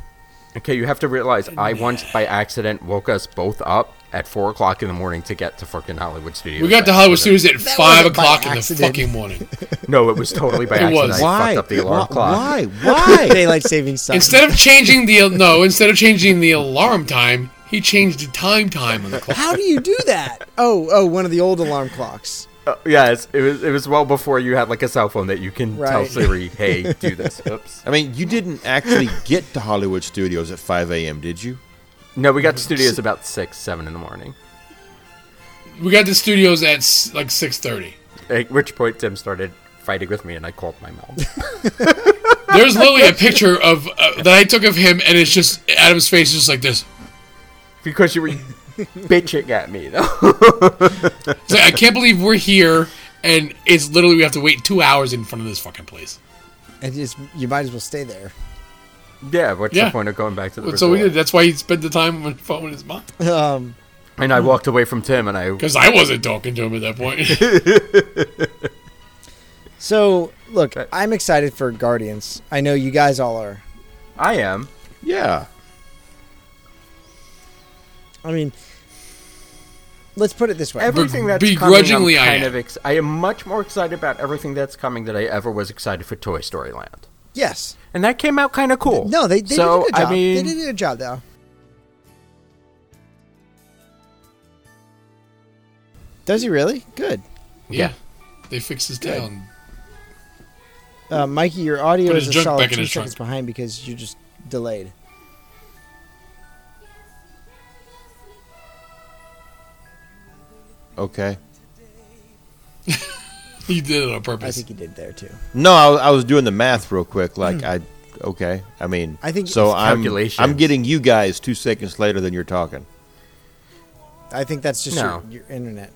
Okay, you have to realize I once by accident woke us both up at four o'clock in the morning to get to fucking Hollywood Studios. We got to Hollywood Studios at five wasn't by o'clock in the accident. fucking morning. No, it was totally by It accident. was. I why? fucked up the alarm Wh- clock. Why? Why? Daylight savings time. Instead of changing the no, instead of changing the alarm time, he changed the time time on the clock. How do you do that? Oh, oh, one of the old alarm clocks. Uh, yes, it was. It was well before you had like a cell phone that you can tell Right. Siri, "Hey, do this." Oops. I mean, you didn't actually get to Hollywood Studios at 5 a.m., did you? No, we got to studios about six, seven in the morning. We got to studios at s- like six thirty. At which point, Tim started fighting with me, and I called my mom. There's literally a picture of uh, that I took of him, and it's just Adam's face is just like this. because you were bitching at me, though. It's like, I can't believe we're here, and it's literally we have to wait two hours in front of this fucking place. And just you might as well stay there. Yeah, what's Yeah. the point of going back to the So we resort? did. That's why he spent the time on the phone with his mom Um, And I walked away from Tim, and I... because I wasn't talking to him at that point. so look, I'm excited for Guardians. I know you guys all are. I am. Yeah. I mean, let's put it this way. Everything that's begrudgingly, I coming, I'm kind am. of ex- I am much more excited about everything that's coming than I ever was excited for Toy Story Land. yes. And that came out kind of cool. No, they, they so, did a good job. I mean, they did a good job though. Does he really? Good. yeah, they fixed his tail. And Uh, Mikey, your audio Put is his a junk solid back in two his trunk. seconds behind because you're just delayed. Okay. He did it on I purpose. think you did there too. No, I, was- I was doing the math real quick. Like I, okay. I mean, Hmm. I think so. it's I'm calculations. I'm getting you guys two seconds later than you're talking. I think that's just No. your, your internet.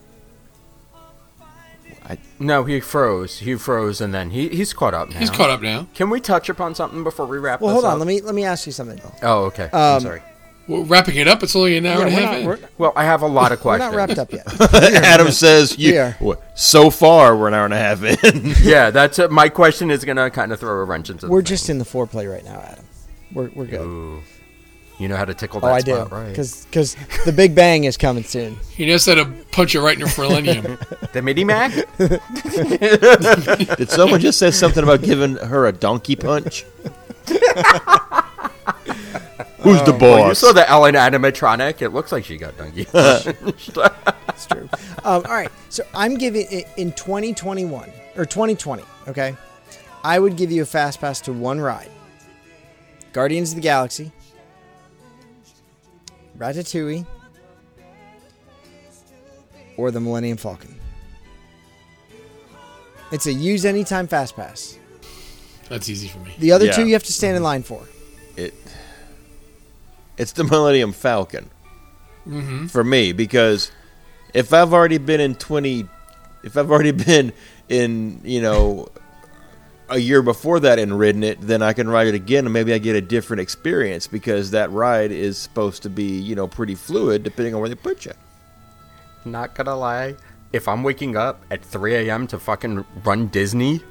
No, he froze. He froze, and then he, he's caught up now. He's caught up now. Can we touch upon something before we wrap Well, this hold on. up? Let me let me ask you something. Oh, okay. Um, I'm sorry. We're wrapping it up. It's only an hour Yeah, and a we're, half. not, in. we're, Well, I have a lot of we're questions. not wrapped up yet. Adam says you. We are. wha- So far, we're an hour and a half in. yeah, that's it. My question is going to kind of throw a wrench into the We're thing. just in the foreplay right now, Adam. We're we're good. Ooh. You know how to tickle that oh, I do. spot, right? Because the Big Bang is coming soon. He knows how to punch it right in your frillennium. The midi mac? Did someone just say something about giving her a donkey punch? Who's the boss? well, you saw the Ellen animatronic. It looks like she got donkey. It's true. um, all right. So I'm giving i- in 2021 or 2020. Okay, I would give you a fast pass to one ride: Guardians of the Galaxy, Ratatouille, or the Millennium Falcon. It's a use anytime fast pass. That's easy for me. The other two Yeah. you have to stand in line for. it it's the Millennium Falcon Mm-hmm. for me because if I've already been in twenty, if I've already been in you know a year before that and ridden it, then I can ride it again and maybe I get a different experience because that ride is supposed to be you know pretty fluid depending on where they put you. Not gonna lie, if I'm waking up at 3 a.m. to fucking run Disney,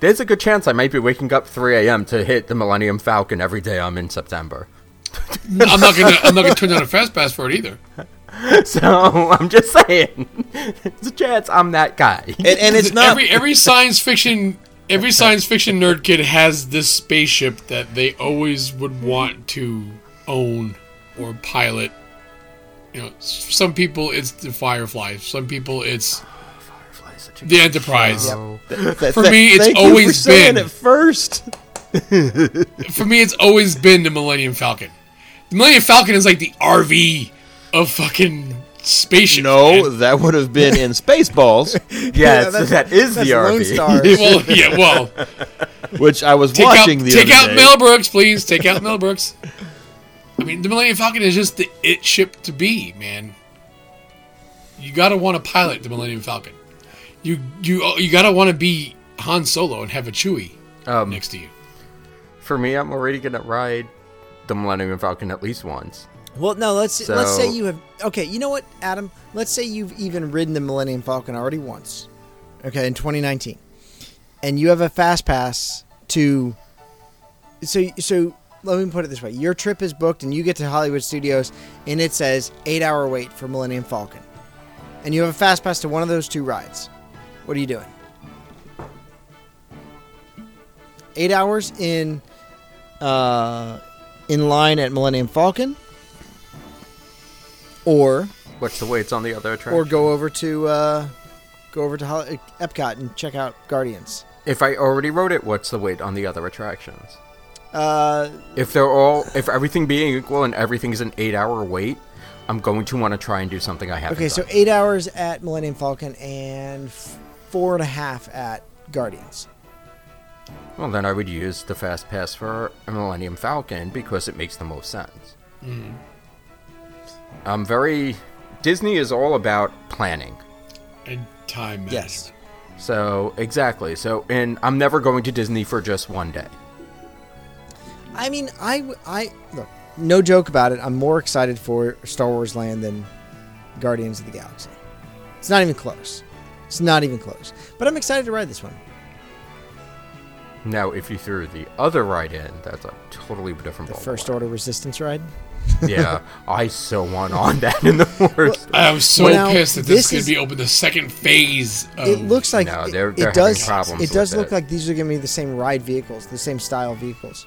there's a good chance I might be waking up 3 a.m. to hit the Millennium Falcon every day I'm in September. I'm not gonna. I'm not gonna turn down a fast pass for it either. So I'm just saying, there's a chance I'm that guy. And, and it's not every every science fiction every science fiction nerd kid has this spaceship that they always would want to own or pilot. You know, s- for some people it's the Firefly. for Some people it's the Enterprise. th- for th- me, it's thank you for always saying been. it first. For me, it's always been the Millennium Falcon. The Millennium Falcon is like the RV of fucking spaceship. No, that would have been in Spaceballs, Yes, that is That's the Lone RV. Star. Well, yeah, well, which I was take watching out, the take other out day. Mel Brooks, please. Take out Mel Brooks. I mean, the Millennium Falcon is just the it ship to be, man. You gotta want to pilot the Millennium Falcon. You you uh, you gotta want to be Han Solo and have a Chewie Um, next to you. For me, I'm already gonna ride the Millennium Falcon at least once. Well, no. Let's let's say So- you have. Okay, you know what, Adam? Let's say you've even ridden the Millennium Falcon already once. Okay, in 2019, and you have a fast pass to. So so let me put it this way: your trip is booked, and you get to Hollywood Studios, and it says eight hour wait for Millennium Falcon, and you have a fast pass to one of those two rides. What are you doing? Eight hours in. Uh, in line at Millennium Falcon, or What's the weights on the other attraction? or go over to uh, go over to Hol- Epcot and check out Guardians. If I already wrote it, what's the weight on the other attractions? Uh, If they're all, if everything being equal and everything's an eight-hour wait, I'm going to want to try and do something I haven't. okay, so done. eight hours at Millennium Falcon and f- four and a half at Guardians. well, then I would use the fast pass for a Millennium Falcon because it makes the most sense. Mm-hmm. I'm very. Disney is all about planning. And time. management. Yes. So exactly. So and I'm never going to Disney for just one day. I mean, I w- I- look, no joke about it. I'm more excited for Star Wars Land than Guardians of the Galaxy. It's not even close. It's not even close. But I'm excited to ride this one. Now, if you threw the other ride in, that's a totally different. The ball First of Order Resistance ride. wax. yeah, I so want on that in the worst. I am so Well, now, pissed that this this, could is- be open the second phase. Of, it looks like Oh, No, it- they're- it, they're having does. problems It does with look it. like these are going to be the same ride vehicles, the same style vehicles.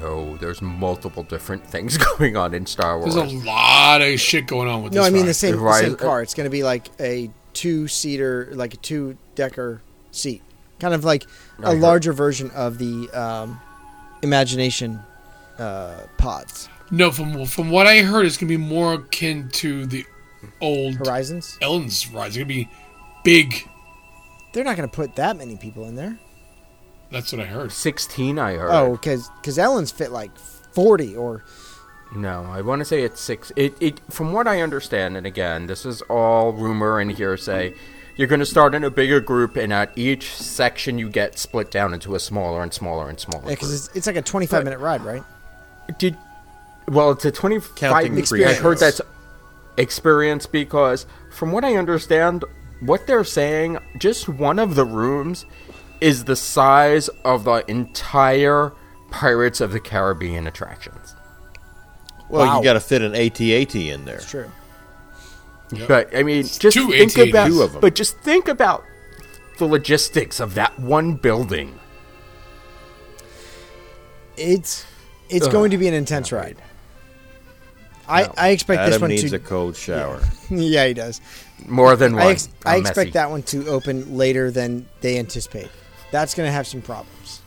no, there's multiple different things going on in Star Wars. there's a lot of shit going on with No, I this. mean the ride. same, the Right. same car. It's going to be like a two seater, like a two decker seat. kind of like I a heard- larger version of the um, imagination uh, pods. No, from from what I heard, it's gonna be more akin to the old Horizons. Ellen's ride. It's gonna be big. They're not going to put that many people in there. That's what I heard. 16, I heard. Oh, because Ellen's fit like forty or No, I want to say it's six. It, it, from what I understand, and again, this is all rumor and hearsay. You're going to start in a bigger group, and at each section, you get split down into a smaller and smaller and smaller. because group. it's, it's like a twenty-five minute ride, right? Did well, it's a twenty-five Counting I experience. heard that's experience because, from what I understand, what they're saying, just one of the rooms is the size of the entire Pirates of the Caribbean attractions. Well, Wow. you got to fit an ATAT in there. It's true. But I mean, just two think ATATs. about Two of 'em. but just think about the logistics of that one building. It's it's Ugh, going to be an intense ride. I, No. I expect this Adam one needs to. a cold shower. yeah, he does. More than one. I, ex- I I'm expect messy. that one to open later than they anticipate. That's going to have some problems.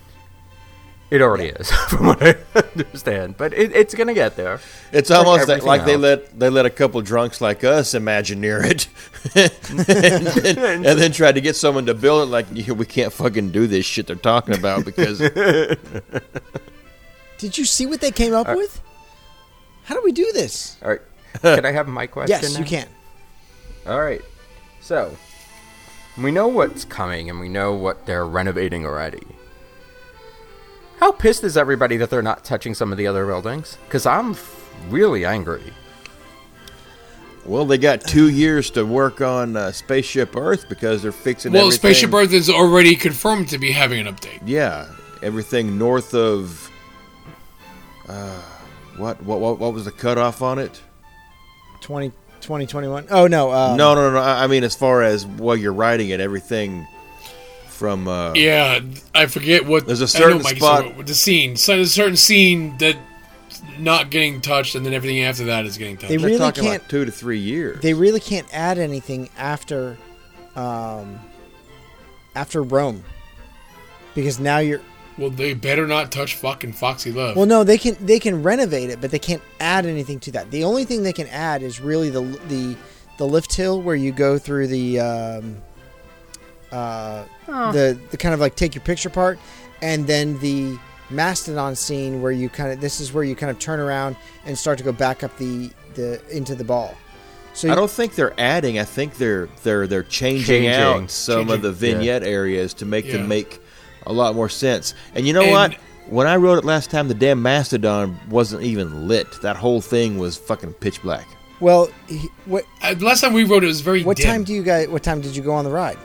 It already is, from what I understand. But it, it's gonna get there. It's almost that, everything like they out. let they let a couple drunks like us imagineer it, and, then, and then tried to get someone to build it. Like "Yeah, we can't fucking do this shit they're talking about because Did you see what they came Uh, up with? How do we do this? All right. Can I have my question? Yes, you now? can. All right. So, we know what's coming and we know what they're renovating already. How pissed is everybody that they're not touching some of the other buildings? Because I'm f- really angry. well, they got two years to work on uh, Spaceship Earth because they're fixing. Well, everything. Oh. Spaceship Earth is already confirmed to be having an update. Yeah, everything north of. Uh, what, what what what was the cutoff on it? 20, 2021. Oh, no. Uh, no, no, no. I I mean, as far as while you're riding it, everything from. Uh, Yeah, I forget what. There's a I know certain Mike said spot- what- the scene. So there's a certain scene that not getting touched, and then everything after that is getting touched. They They're really talking can't. about two to three years. They really can't add anything after, um, after Rome, because now you're. well, they better not touch fucking Foxy Love. Well, no, they can they can renovate it, but they can't add anything to that. The only thing they can add is really the the the lift hill where you go through the um, uh, the the kind of like take your picture part, and then the mastodon scene where you kind of this is where you kind of turn around and start to go back up the the into the ball. So I you- don't think they're adding. I think they're they're they're changing, Changing. out some Changing, of the vignette areas to make Yeah. them make a lot more sense. And you know And- what? When I wrote it last time, the damn mastodon wasn't even lit. That whole thing was fucking pitch black. well, he- what Uh, the last time we wrote it was very. what dim. time do you guys? What time did you go on the ride?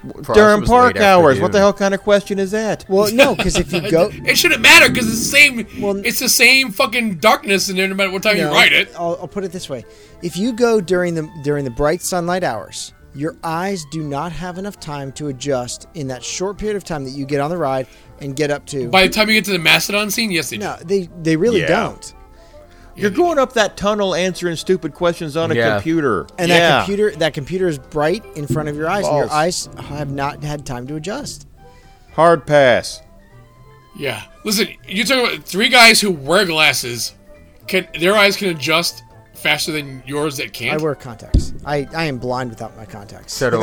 For us, it During was late park hours. What the afternoon. hell kind of question is that? Well, no, because if you go, It shouldn't matter because it's the same. Well- it's the same fucking darkness in there no matter what time you ride it. I'll, I'll put it this way: if you go during the during the bright sunlight hours, your eyes do not have enough time to adjust in that short period of time that you get on the ride and get up to. By the time you get to the Mastodon scene, yes, they do. no, they they really Yeah. don't. You're going up that tunnel answering stupid questions on a Yeah. computer. And yeah. that computer that computer is bright in front of your eyes, and your Balls. eyes have not had time to adjust. Hard pass. Yeah. Listen, you're talking about three guys who wear glasses. Can their eyes can adjust faster than yours that I can't? wear contacts. I, I am blind without my contacts. So do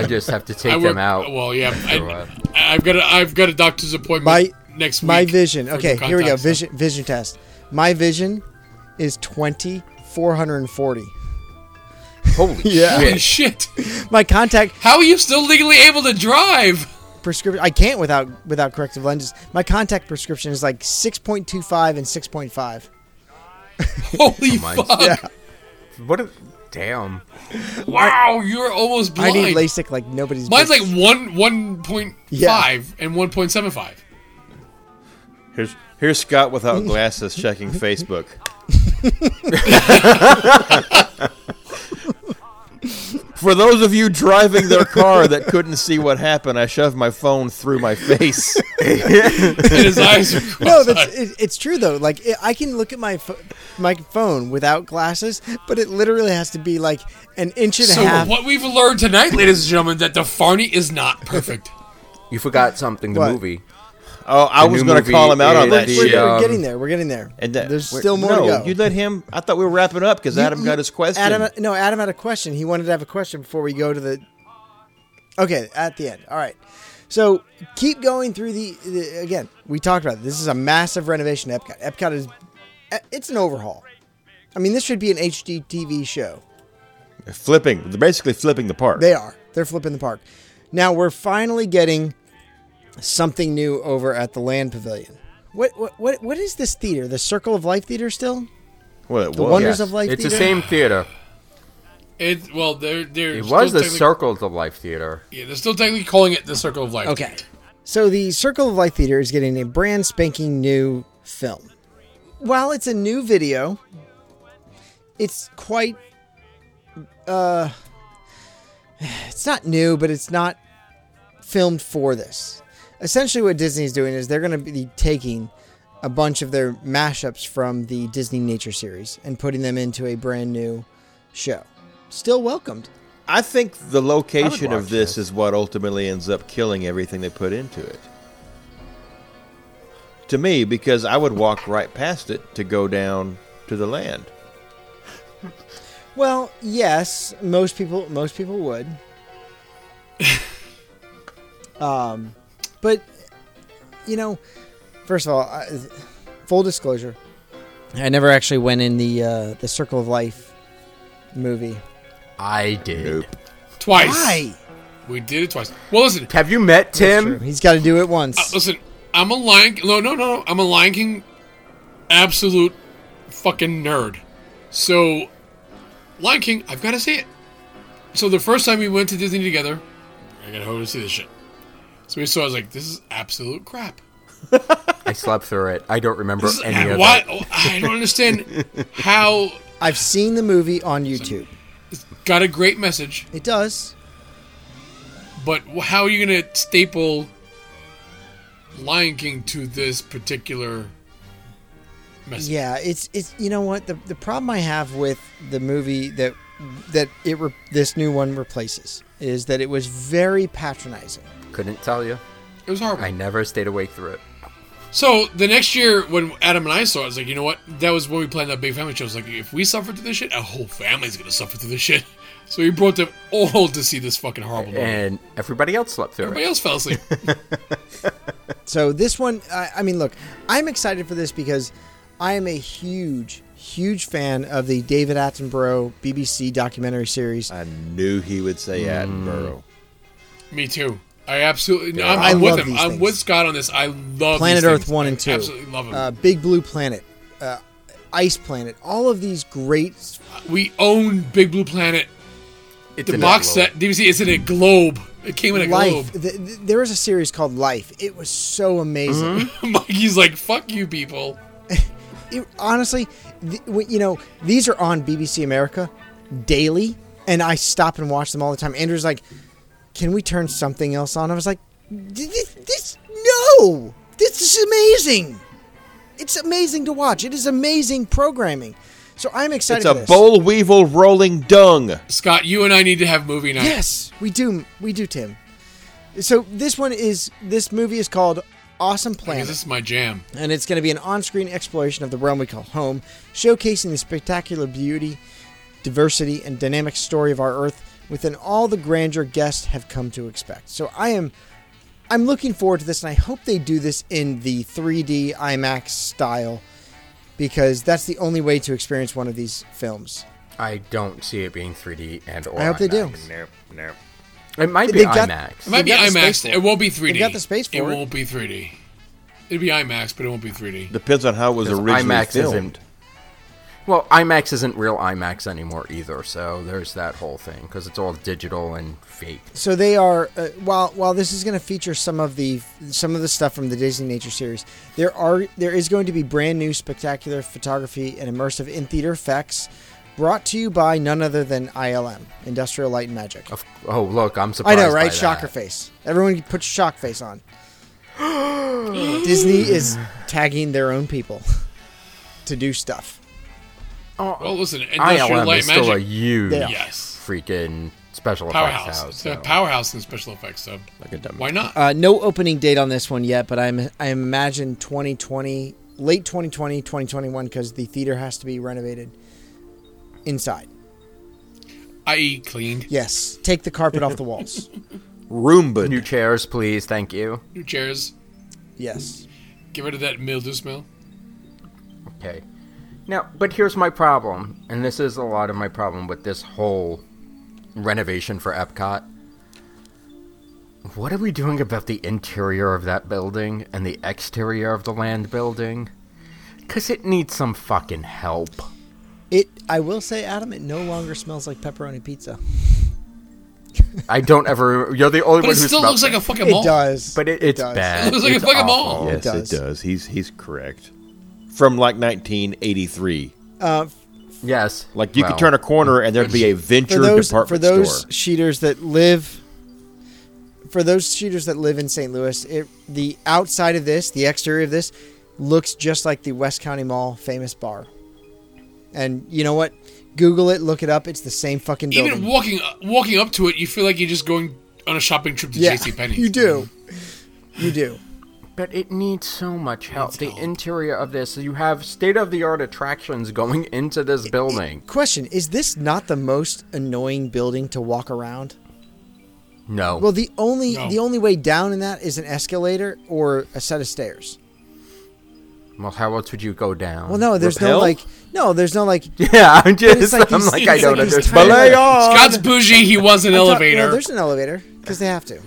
I just have to take wear- them out. Well, yeah. Sure, uh, I, I've got a I've got a doctor's appointment my next week. my vision. for Okay, here we go. contacts, so- Vision vision test. My vision is twenty four hundred and forty. Holy Yeah. Holy shit! shit! My contact How are you still legally able to drive? prescription. I can't without without corrective lenses. My contact prescription is like six point two five and six point five. Holy my- fuck! What? A, damn. Wow, you're almost I blind. need LASIK like nobody's. Mine's like business. one one point five and one point seven five. Here's here's Scott without glasses checking Facebook. For those of you driving their car that couldn't see what happened, I shoved my phone through my face. and his eyes are No, that's it, it's true though. Like it, I can look at my pho- my phone without glasses, but it literally has to be like an inch and So a half. what we've learned tonight, ladies and gentlemen, that the Farney is not perfect. You forgot something. The What? movie. Oh, I The was new going to movie call him out on is that the, we're, shit. uh, we're um, getting there. We're getting there. and that, There's wait, still more no, to go. You let him. I thought we were wrapping up because Adam got his question. Adam, no, Adam had a question. He wanted to have a question before we go to the. Okay, at the end. All right. So keep going through the, the again. We talked about it. this is a massive renovation. to Epcot. Epcot is, eh, it's an overhaul. I mean, this should be an HGTV show. flipping. They're basically flipping the park. They are. They're flipping the park. Now we're finally getting something new over at the Land Pavilion. What what what, what is this theater? The Circle of Life Theater still? well, it The was. Wonders Yes. of Life It's Theater. the same theater. It well, they're they're It still was the technic- Circle to Life Theater. Yeah, they're still technically calling it the Circle of Life. Okay. So the Circle of Life Theater is getting a brand spanking new film. While it's a new video, it's quite uh it's not new, but it's not filmed for this. Essentially what Disney's doing is they're going to be taking a bunch of their mashups from the Disney Nature series and putting them into a brand new show. Still welcomed. I think the location I would of watch this, this. is what ultimately ends up killing everything they put into it. To me, because I would walk right past it to go down to the land. Well, yes, most people most people would. um, but you know, first of all, I, full disclosure, I never actually went in the uh, the Circle of Life movie. I did. Twice. We did it twice. Well, listen, Have you met True. Tim? He's got to do it once. uh, listen. I'm a Lion. No, no, no, no. I'm a Lion King, absolute fucking nerd. So, Lion King. I've got to say it. So the first time we went to Disney together, I got to go to see this shit. So we saw. I was like, this is absolute crap. I slept through it. I don't remember This is- any of why? it. I don't understand how. I've seen the movie on YouTube. Got a great message. It does. But wh- how are you going to staple Lion King to this particular message? Yeah, it's it's you know what the the problem I have with the movie that that it re- this new one replaces is that it was very patronizing. Couldn't tell you. It was horrible. I never stayed awake through it. So the next year, when Adam and I saw it, I was like, you know what? That was when we planned that big family show. I was like, if we suffer through this shit, our whole family's going to suffer through this shit. So we brought them all to see this fucking horrible movie. And everybody else slept through Everybody it. else fell asleep. So this one, I, I mean, look, I'm excited for this because I am a huge, huge fan of the David Attenborough BBC documentary series. Uh, I knew he would say Hmm. Attenborough. Me too. I absolutely. no, I'm, I I'm with love him. these I'm things. with Scott on this. I love Planet these Earth things. one I and two, Absolutely love him. uh, Big Blue Planet, uh, Ice Planet, all of these great. we own Big Blue Planet. It's The an box set envelope. DVD is in a globe. It came in a globe. Life. Th- th- there was a series called Life. It was so amazing. Mm-hmm. Mikey's like, "Fuck you, people." it, honestly, th- w- you know, these are on BBC America daily, and I stop and watch them all the time. Andrew's like, "Can we turn something else on?" I was like, "D- "This, this no, this is amazing. It's amazing to watch. It is amazing programming." So I'm excited. It's for a this. boll weevil rolling dung. Scott, you and I need to have movie night. Yes, we do. We do, Tim. So this one is this movie is called Awesome because Planet. this is my jam. and it's going to be an on-screen exploration of the realm we call home, showcasing the spectacular beauty, diversity, and dynamic story of our Earth within all the grandeur guests have come to expect. So I am, I'm looking forward to this, and I hope they do this in the 3D IMAX style, because that's the only way to experience one of these films. I don't see it being 3D and or I hope they do. IMAX. It might They- be they've got- It IMAX. might be They've got the space IMAX. for It it. won't be 3D. They've got the space for it. it. won't be 3D. It'll be IMAX, but it won't be 3D. Depends on how it was 'Cause originally IMAX filmed. isn't. Well, IMAX isn't real IMAX anymore either, so there's that whole thing because it's all digital and fake. So they are uh, while while this is going to feature some of the some of the stuff from the Disney Nature series, there are there is going to be brand new spectacular photography and immersive in theater effects, Brought to you by none other than ILM, Industrial Light and Magic. Of- Oh, look, I'm surprised. I know, by right? that. Shocker face. Everyone put shock face on. Disney is tagging their own people to do stuff. Oh, Well, listen, Industrial ILM Light is Magic. still a huge Yeah. yes. freaking special effects Powerhouse. house. It's a so- powerhouse in special effects, so Like a dumb- why not? Uh, no opening date on this one yet, but I'm I imagine 2020, late 2020, 2021, because the theater has to be renovated inside. I.e., cleaned. Yes, take the carpet off the walls. Roomba. New chairs, please. Thank you. New chairs. Yes, Get rid of that mildew smell. Okay. Now, but here's my problem, and this is a lot of my problem with this whole renovation for Epcot. What are we doing about the interior of that building and the exterior of the land building? Because it needs some fucking help. it. I will say, Adam, it no longer smells like pepperoni pizza. I don't ever. You're the only But one it who still smelled looks like a fucking It mall. does, But it, it's does. bad. It looks like a It's fucking awful. mall. Yes, Oh, it does. does. He's he's correct. From like 1983, Uh, Yes. like you well, could turn a corner and there'd be a for Venture those for department those store. cheaters that live for those cheaters that live in St. Louis, it, the outside of this, the exterior of this, looks just like the West County Mall famous bar. And you know what? Google it, look it up. It's the same fucking building. Even walking walking up to it, you feel like you're just going on a shopping trip to yeah, JC Penney. you do, Mm-hmm. you do. But it needs so much help. The interior of this, you have state of the art attractions going into this building. Question: Is this not the most annoying building to walk around? No. Well, the only No. the only way down in that is an escalator or a set of stairs. Well, how else would you go down? Well, no, there's no Rappel? like, no, there's no like Yeah, I'm it's just. like I'm these- like, it's I like don't these understand. tiny- Belay on! Scott's bougie. He was an I thought- elevator. no, there's an elevator because they have to.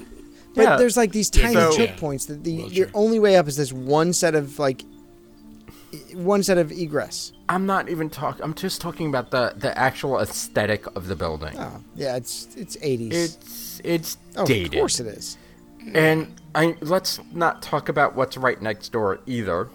But Yeah. there's like these tiny so- choke Yeah. points that the Well, your sure. only way up is this one set of like e- one set of egress. I'm not even talking. I'm just talking about the the actual aesthetic of the building. Oh, yeah, it's it's 80s. It's it's oh, dated. of course it is. And I let's not talk about what's right next door either.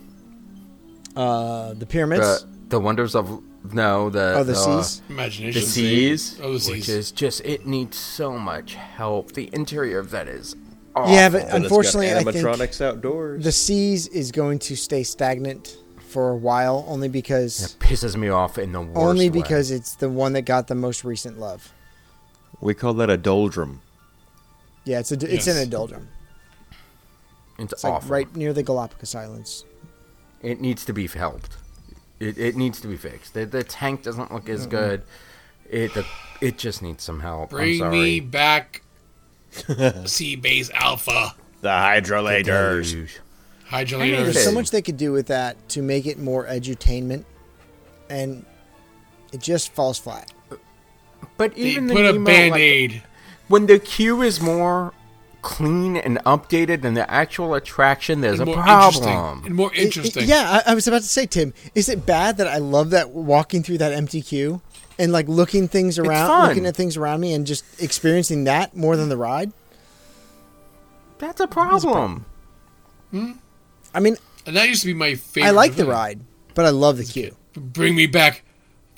Uh, the pyramids. The the wonders of no the oh, the seas. Imagination. the seas, Oh, the which seas. is just it needs so much help. The interior of that is awful. Yeah, but And it's got unfortunately, I think animatronics outdoors. the seas is going to stay stagnant for a while, only because pisses me off in the worst only way. because it's the one that got the most recent love. we call that a doldrum. Yeah, it's a it's in a Yes. doldrum. it's, It's like awful. right near the Galapagos Islands. It needs to be helped. It, it needs to be fixed. The, the tank doesn't look as good. It the, it just needs some help. I'm Bring sorry. me back. Sea base alpha The hydrolators. Deluge. hydrolators. There's so Okay. much they could do with that to make it more edutainment, and it just falls flat. But They even put the a Nemo, band like, aid. when the queue is more clean and updated than the actual attraction, there's and a more problem. interesting. And more It- it- interesting. yeah, I, I was about to say, Tim, is it bad that I love that walking through that empty queue and like looking things around, fun. looking at things around me, and just experiencing that more than the ride? That's a problem. I mean, And that used to be my favorite. I like the event. ride, but I love the queue. Bring me back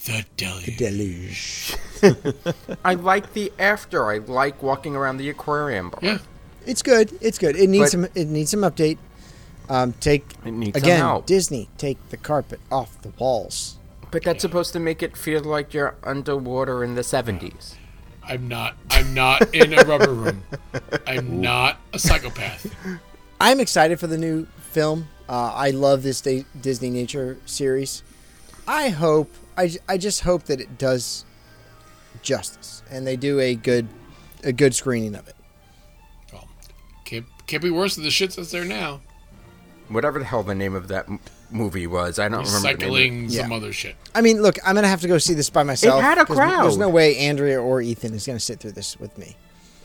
the deluge. Deluge. I like the after. I like walking around the aquarium. But yeah. It's good. It's good. It needs But- some. It needs some update. Um, take It needs some again, help. Disney. Take the carpet off the walls. But that's supposed to make it feel like you're underwater in the 70s. I'm not. I'm not in a rubber room. I'm not a psychopath. I'm excited for the new film. Uh, I love this da- Disney nature series. I hope. I, j- I just hope that it does justice and they do a good a good screening of it. Well, can't, can't be worse than the shit that's there now. Whatever the hell the name of that m- movie was, I don't remember. the name of it. Recycling some Yeah. other shit. I mean, look, I'm gonna have to go see this by myself. had a 'cause There's crowd. no way Andrea or Ethan is gonna sit through this with me.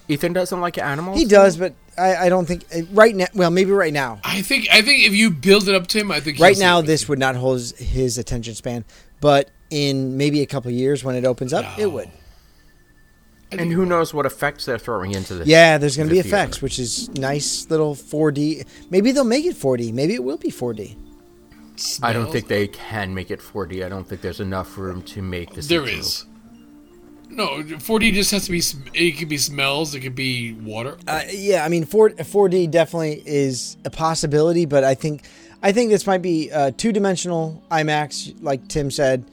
Ethan doesn't like animals. He does, but I, I don't think uh, right now. Well, maybe right now. I think. I think if you build it up to him, I think Right he'll now, see it. this would not hold his, his attention span, but in maybe a couple years when it opens up, it No. would. and who knows what effects they're throwing into this? Yeah, there's going to be the theater. effects, which is nice little 4D. Maybe they'll make it 4D. Maybe it will be 4D. I don't think they can make it 4D. I don't think there's enough room to make this. There is. No, 4D just has to be. sm- It could be smells. It could be water. Uh, yeah, I mean, 4 4D definitely is a possibility, but I think I think this might be uh, two dimensional IMAX, like Tim said,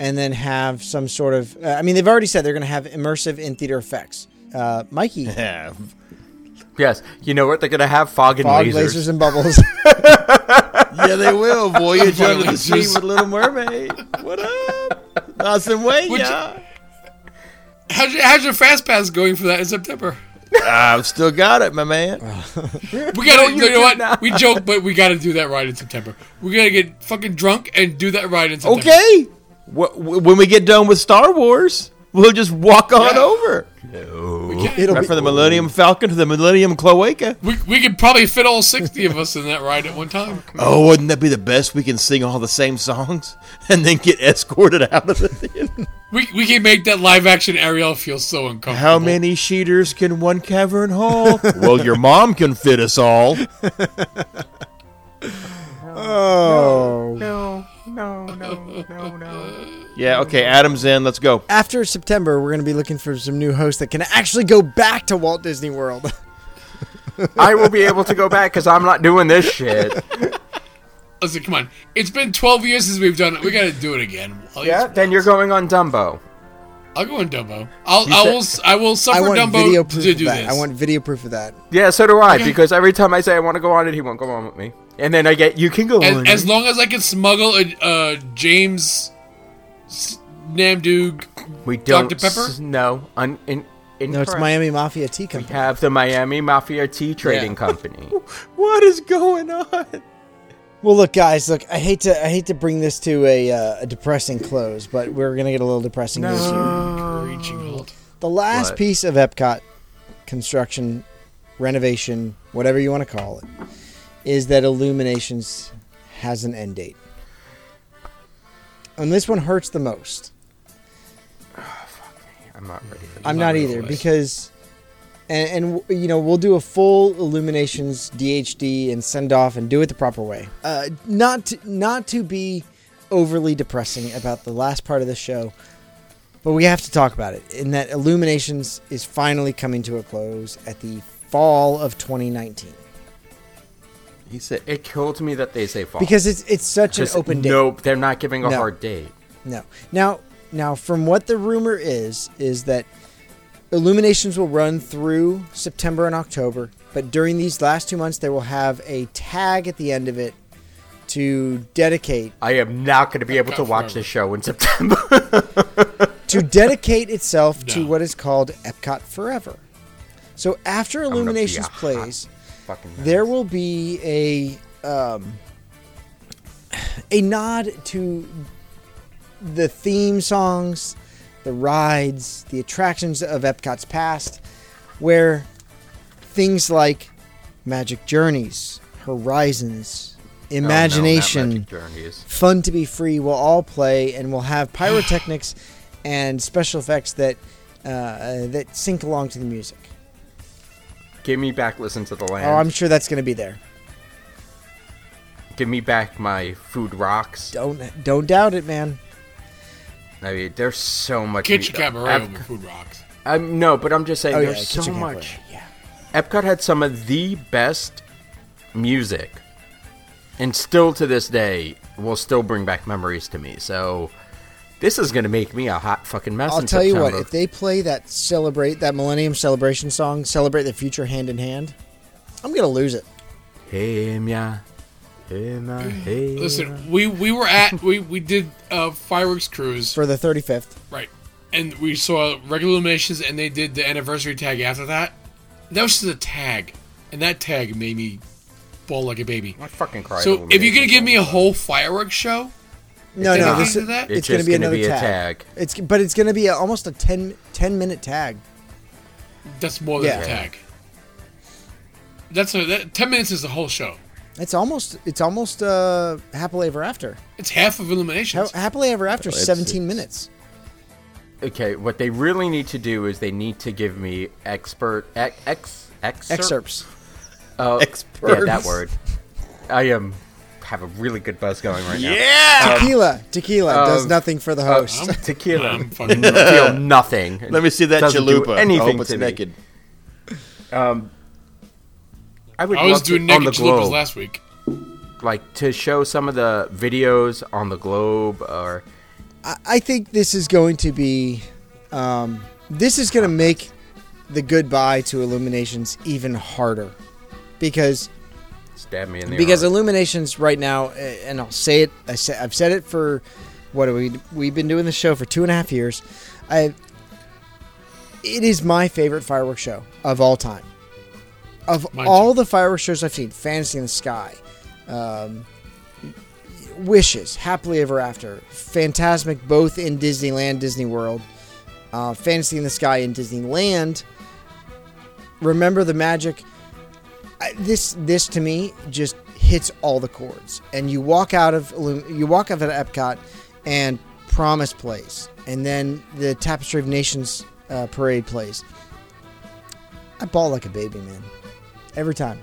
and then have some sort of. Uh, I mean, they've already said they're going to have immersive in theater effects. Uh, Mikey, Yeah. Yes. You know what? They're gonna have fog and fog, lasers. lasers, and bubbles. yeah, they will. Voyage under the sea Just- with Little Mermaid. What up? Awesome way, Would you- yeah. How's your, how's your fast pass going for that in September? I've still got it, my man. We gotta. you know what? We joke, but we gotta do that ride in September. We gotta get fucking drunk and do that ride in Oh, September. Okay. Wh- wh- When we get done with Star Wars, we'll just walk on Yeah. over. We can. It'll Right be, from the Millennium Falcon to the Millennium Cloaca. We, we could probably fit all 60 of us in that ride at one time. Oh, wouldn't that be the best? We can sing all the same songs and then get escorted out of the theater. We, we can make that live action Ariel feel so uncomfortable. How many sheeters can one cavern hold? well, your mom can fit us all. oh. No, no, no, no, no. Yeah, okay, Adam's in. Let's go. After September, we're going to be looking for some new hosts that can actually go back to Walt Disney World. I will be able to go back because I'm not doing this shit. Listen, come on. It's been 12 years since we've done it. We gotta do it again. I'll, yeah. Then you're going on Dumbo. I'll go in Dumbo. I'll, I, will, s- I will I suffer want video Dumbo proof to of do that. this. I want video proof of that. Yeah, so do I. Okay. Because every time I say I want to go on it, he won't go on with me. And then I get you can go as, on. as it." long as I can smuggle a uh, James S- Namduke. we don't. Dr. Pepper? s- no, un, in, No, it's incorrect. Miami Mafia Tea Company. Have the Miami Mafia Tea Trading Yeah. Company. What is going on? Well, look, guys. Look, I hate to I hate to bring this to a, uh, a depressing close, but we're gonna get a little depressing this year. Reaching Oh. hold. The last What? piece of Epcot construction, renovation, whatever you want to call it, is that Illuminations has an end date, and this one hurts the most. I'm not ready for that. I'm not not really either like- because, and, and w- you know, we'll do a full illuminations DHD and send off and do it the proper way. Uh, not to, not to be overly depressing about the last part of the show, but we have to talk about it. In that illuminations is finally coming to a close at the fall of 2019 He said, It killed me that they say fall. because it's it's such an Just open date. Nope, they're not giving a No. hard date. No. Now, now, from what the rumor is, is that Illuminations will run through September and October, but during these last two months, they will have a tag at the end of it to dedicate I am not going to be able to got watch forever. this show in September. to dedicate itself to No. what is called Epcot Forever. So after be Illuminations a hot plays, Fucking hell. there will be a um, a nod to the theme songs, the rides, the attractions of Epcot's past, where things like Magic Journeys, Horizons, Oh, No, no, not Imagination, Magic Journeys. Fun to Be Free will all play and will have pyrotechnics and special effects that uh, that sync along to the music. Give me back. Listen to the land. Oh, I'm sure that's going to be there. Give me back my food rocks. Don't don't doubt it, man. I mean, there's so much. Get your meat. cabaret Ep- over Food Rocks. I'm, no, but I'm just saying Oh yeah, there's so Kitchen Cafe, much. Yeah. Epcot had some of the best music, and still to this day will still bring back memories to me. So this is gonna make me a hot fucking mess. I'll in tell you what. September. If they play that celebrate that Millennium Celebration song, celebrate the future hand in hand, I'm gonna lose it. Hey, mia. Hey, ma. Hey. Mm. Listen, we, we were at, we, we did uh, fireworks cruise. For the 35th, Right. And we saw regular illuminations, and they did the anniversary tag after that. That was just a tag, and that tag made me bawl like a baby. I fucking cried. So over if you're gonna Mason give me a Jones. whole fireworks show, no, It's no, not. this, Into that? it's, It's gonna just be gonna another be a tag. tag. It's but it's gonna be a, almost a 10, 10 minute tag. that's more than Yeah. a tag. That's a, that, ten minutes is the whole show. It's almost it's almost uh, happily ever after. It's half of Ha- illuminations. happily ever after, it's- seventeen it's- minutes. Okay, what they really need to do is they need to give me expert e, ex, ex excerpt- Excerpts. Uh, Experts. Yeah, that word. I am have a really good buzz going right Yeah! Tequila, tequila does um, nothing for the host. now. Tequila. I'm fucking. feel nothing. Let me see that Doesn't do chalupa. I anything hope it's to me. naked. I would I was love doing to, on the naked chalupas globe, last week. like to show some of the videos on the globe, or I, I think this is going to be, um, this is going to make the goodbye to Illuminations even harder, because stab me in the because arm. Illuminations right now, uh, and I'll say it, I say, I've said it for what are we we've been doing this show for two and a half years. I it is my favorite fireworks show of all time. Of Mine all the fireworks shows I've seen, Fantasy in the Sky, um, Wishes, Happily Ever After, Fantasmic, both in Disneyland, Disney World, uh, Fantasy in the Sky in Disneyland. Remember the Magic. I, this this to me just hits all the chords, and you walk out of Illum- you walk out of Epcot, and Promise plays, and then the Tapestry of Nations uh, parade plays. I ball like a baby, man. Every time,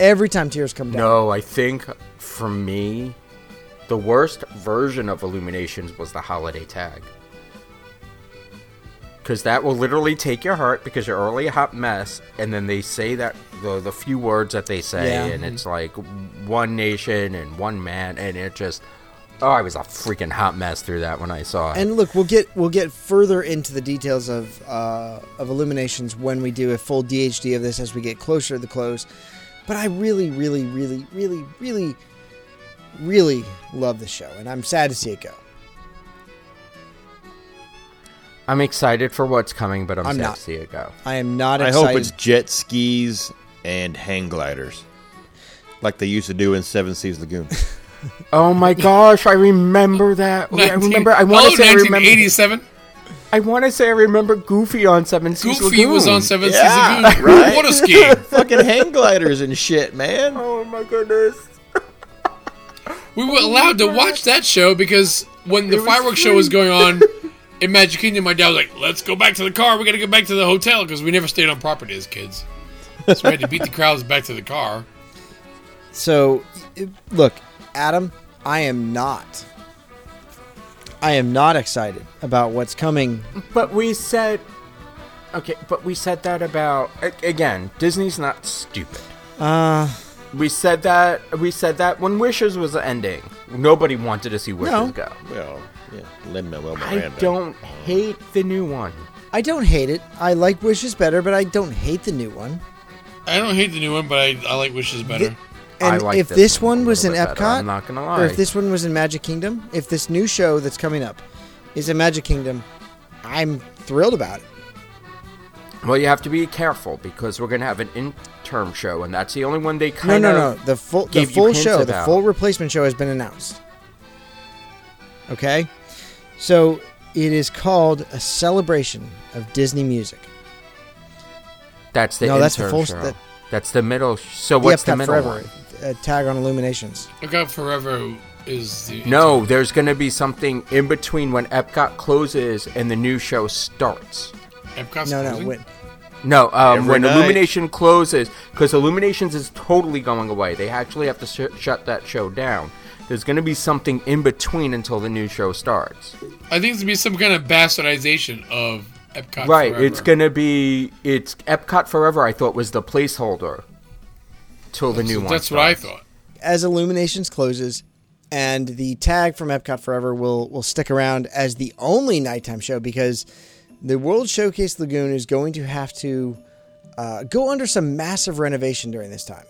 every time tears come down. no, I think for me, the worst version of Illuminations was the holiday tag. Because that will literally take your heart because you're already a hot mess, and then they say that the the few words that they say, Yeah. and it's like one nation and one man, and it just oh, I was a freaking hot mess through that when I saw it. And look, we'll get we'll get further into the details of uh, of illuminations when we do a full DHD of this as we get closer to the close. But I really, really, really, really, really, really love the show, and I'm sad to see it go. I'm excited for what's coming, but I'm, I'm sad not. to see it go. I am not I excited. hope it's jet skis and hang gliders, like they used to do in Seven Seas Lagoon. Oh my gosh, I remember that. I remember. I want to oh, say I remember. 1987. I want to say I remember Goofy on Seven Seas Goofy was Lagoon. on Seven Yeah, Seas Lagoon right. water skiing. Fucking hang gliders and shit, man. Oh my goodness. We were allowed to watch that show because when the fireworks show was going on in Magic Kingdom, my dad was like, "Let's go back to the car. We got to go back to the hotel because we never stayed on property as kids." So we had to beat the crowds back to the car. So, it- look, Adam, I am not. I am not excited about what's coming. But we said, okay, but we said that about a- again. Disney's not stupid. Uh, We said that. We said that when Wishes was ending, nobody wanted to see Wishes No. go. Well, yeah, Lin Manuel I Miranda. don't hate the new one. I don't hate it. I like Wishes better, but I don't hate the new one. I don't hate the new one, but I, I like Wishes better. I And like if this this one one, a was in little bit Epcot, better, I'm not gonna or lie. if this one was in Magic Kingdom, if this new show that's coming up is in Magic Kingdom, I'm thrilled about it. Well, you have to be careful because we're gonna have an interim show, and that's the only one they No, kind no, of no. The full, the gave you full hints show, the about. full replacement show has been announced. Okay, so it is called a celebration of Disney music. That's the No, that's the intern full- show. that- that's the middle. sh- So what's the the Epcot middle Forever one? uh, tag on Illuminations? Look out, Forever is the No, there's going to be something in between when Epcot closes and the new show starts. Epcot's No, no. closing? When, No, um, Every when night. Illumination closes, because Illuminations is totally going away. They actually have to sh- shut that show down. There's going to be something in between until the new show starts. I think it's gonna be some kind of bastardization of Epcot. right, Forever. it's going to be it's Epcot Forever. I thought was the placeholder till the new one. That's what I starts. thought. as Illuminations closes, and the tag from Epcot Forever will will stick around as the only nighttime show because the World Showcase Lagoon is going to have to uh, go under some massive renovation during this time.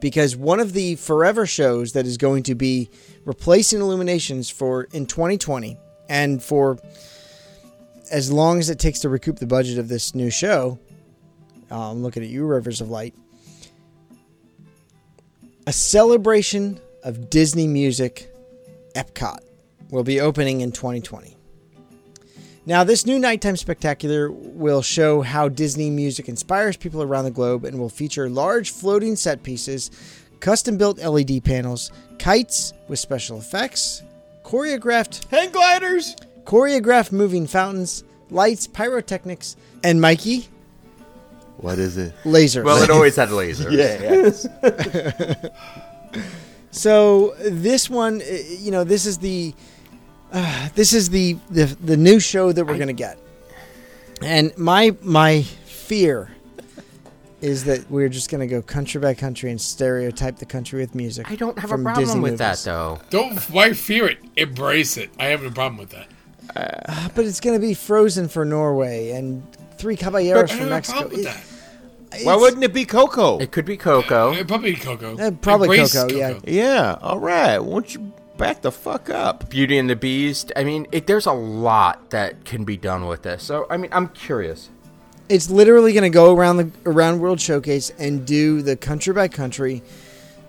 Because one of the forever shows that is going to be replacing Illuminations for in 2020 and for as long as it takes to recoup the budget of this new show, uh, I'm looking at you, Rivers of Light a celebration of Disney music, Epcot, will be opening in 2020. Now, this new nighttime spectacular will show how Disney music inspires people around the globe and will feature large floating set pieces, custom built LED panels, kites with special effects, choreographed Hang gliders. choreographed moving fountains, lights, pyrotechnics, and Mikey, What is it? lasers. Well, it always had laser. Yeah. So this one, uh, you know, this is the uh, this is the, the the new show that we're gonna get, and my my fear is that we're just gonna go country by country and stereotype the country with music. I don't have a from problem Disney with that movies. though. Don't why fear it? Embrace it. I have no problem with that. But it's gonna be Frozen for Norway and Three Caballeros I for don't have a Mexico. problem with that. Why wouldn't it be Coco? It could be Coco. Uh, probably Coco. Uh, probably Embrace Coco, yeah. Yeah. All right. Won't you back the fuck up? Beauty and the Beast. I mean, it, there's a lot that can be done with this. So, I mean, I'm curious. it's literally going to go around the around World Showcase and do the country by country,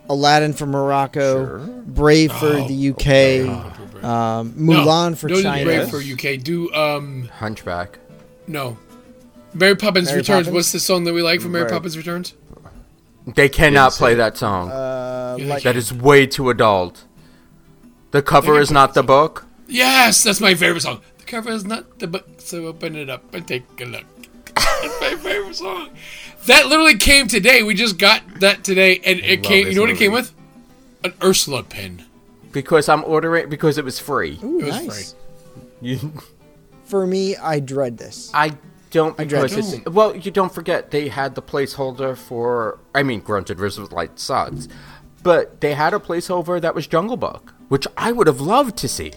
Aladdin for Morocco, Brave for Oh, the UK, um, No, Mulan for no, China. Brave for UK. Do um Hunchback. no. Mary Poppins Mary Returns. Poppins? What's the song that we like from Mary Right. Poppins Returns? They cannot play that song. Uh, like, that is way too adult. The cover is not the book. Yes, that's my favorite song. The cover is not the book, so open it up and take a look. it's my favorite song. That literally came today. We just got that today, and it love came. You this know what it came movie. with? An Ursula pin. Because I'm ordering because it was free. ooh, It was nice. You, For me, I dread this. I don't dread because it's, it. well, you don't forget they had the placeholder for I mean grunted versus light sucks. But they had a placeholder that was Jungle Book, which I would have loved to see.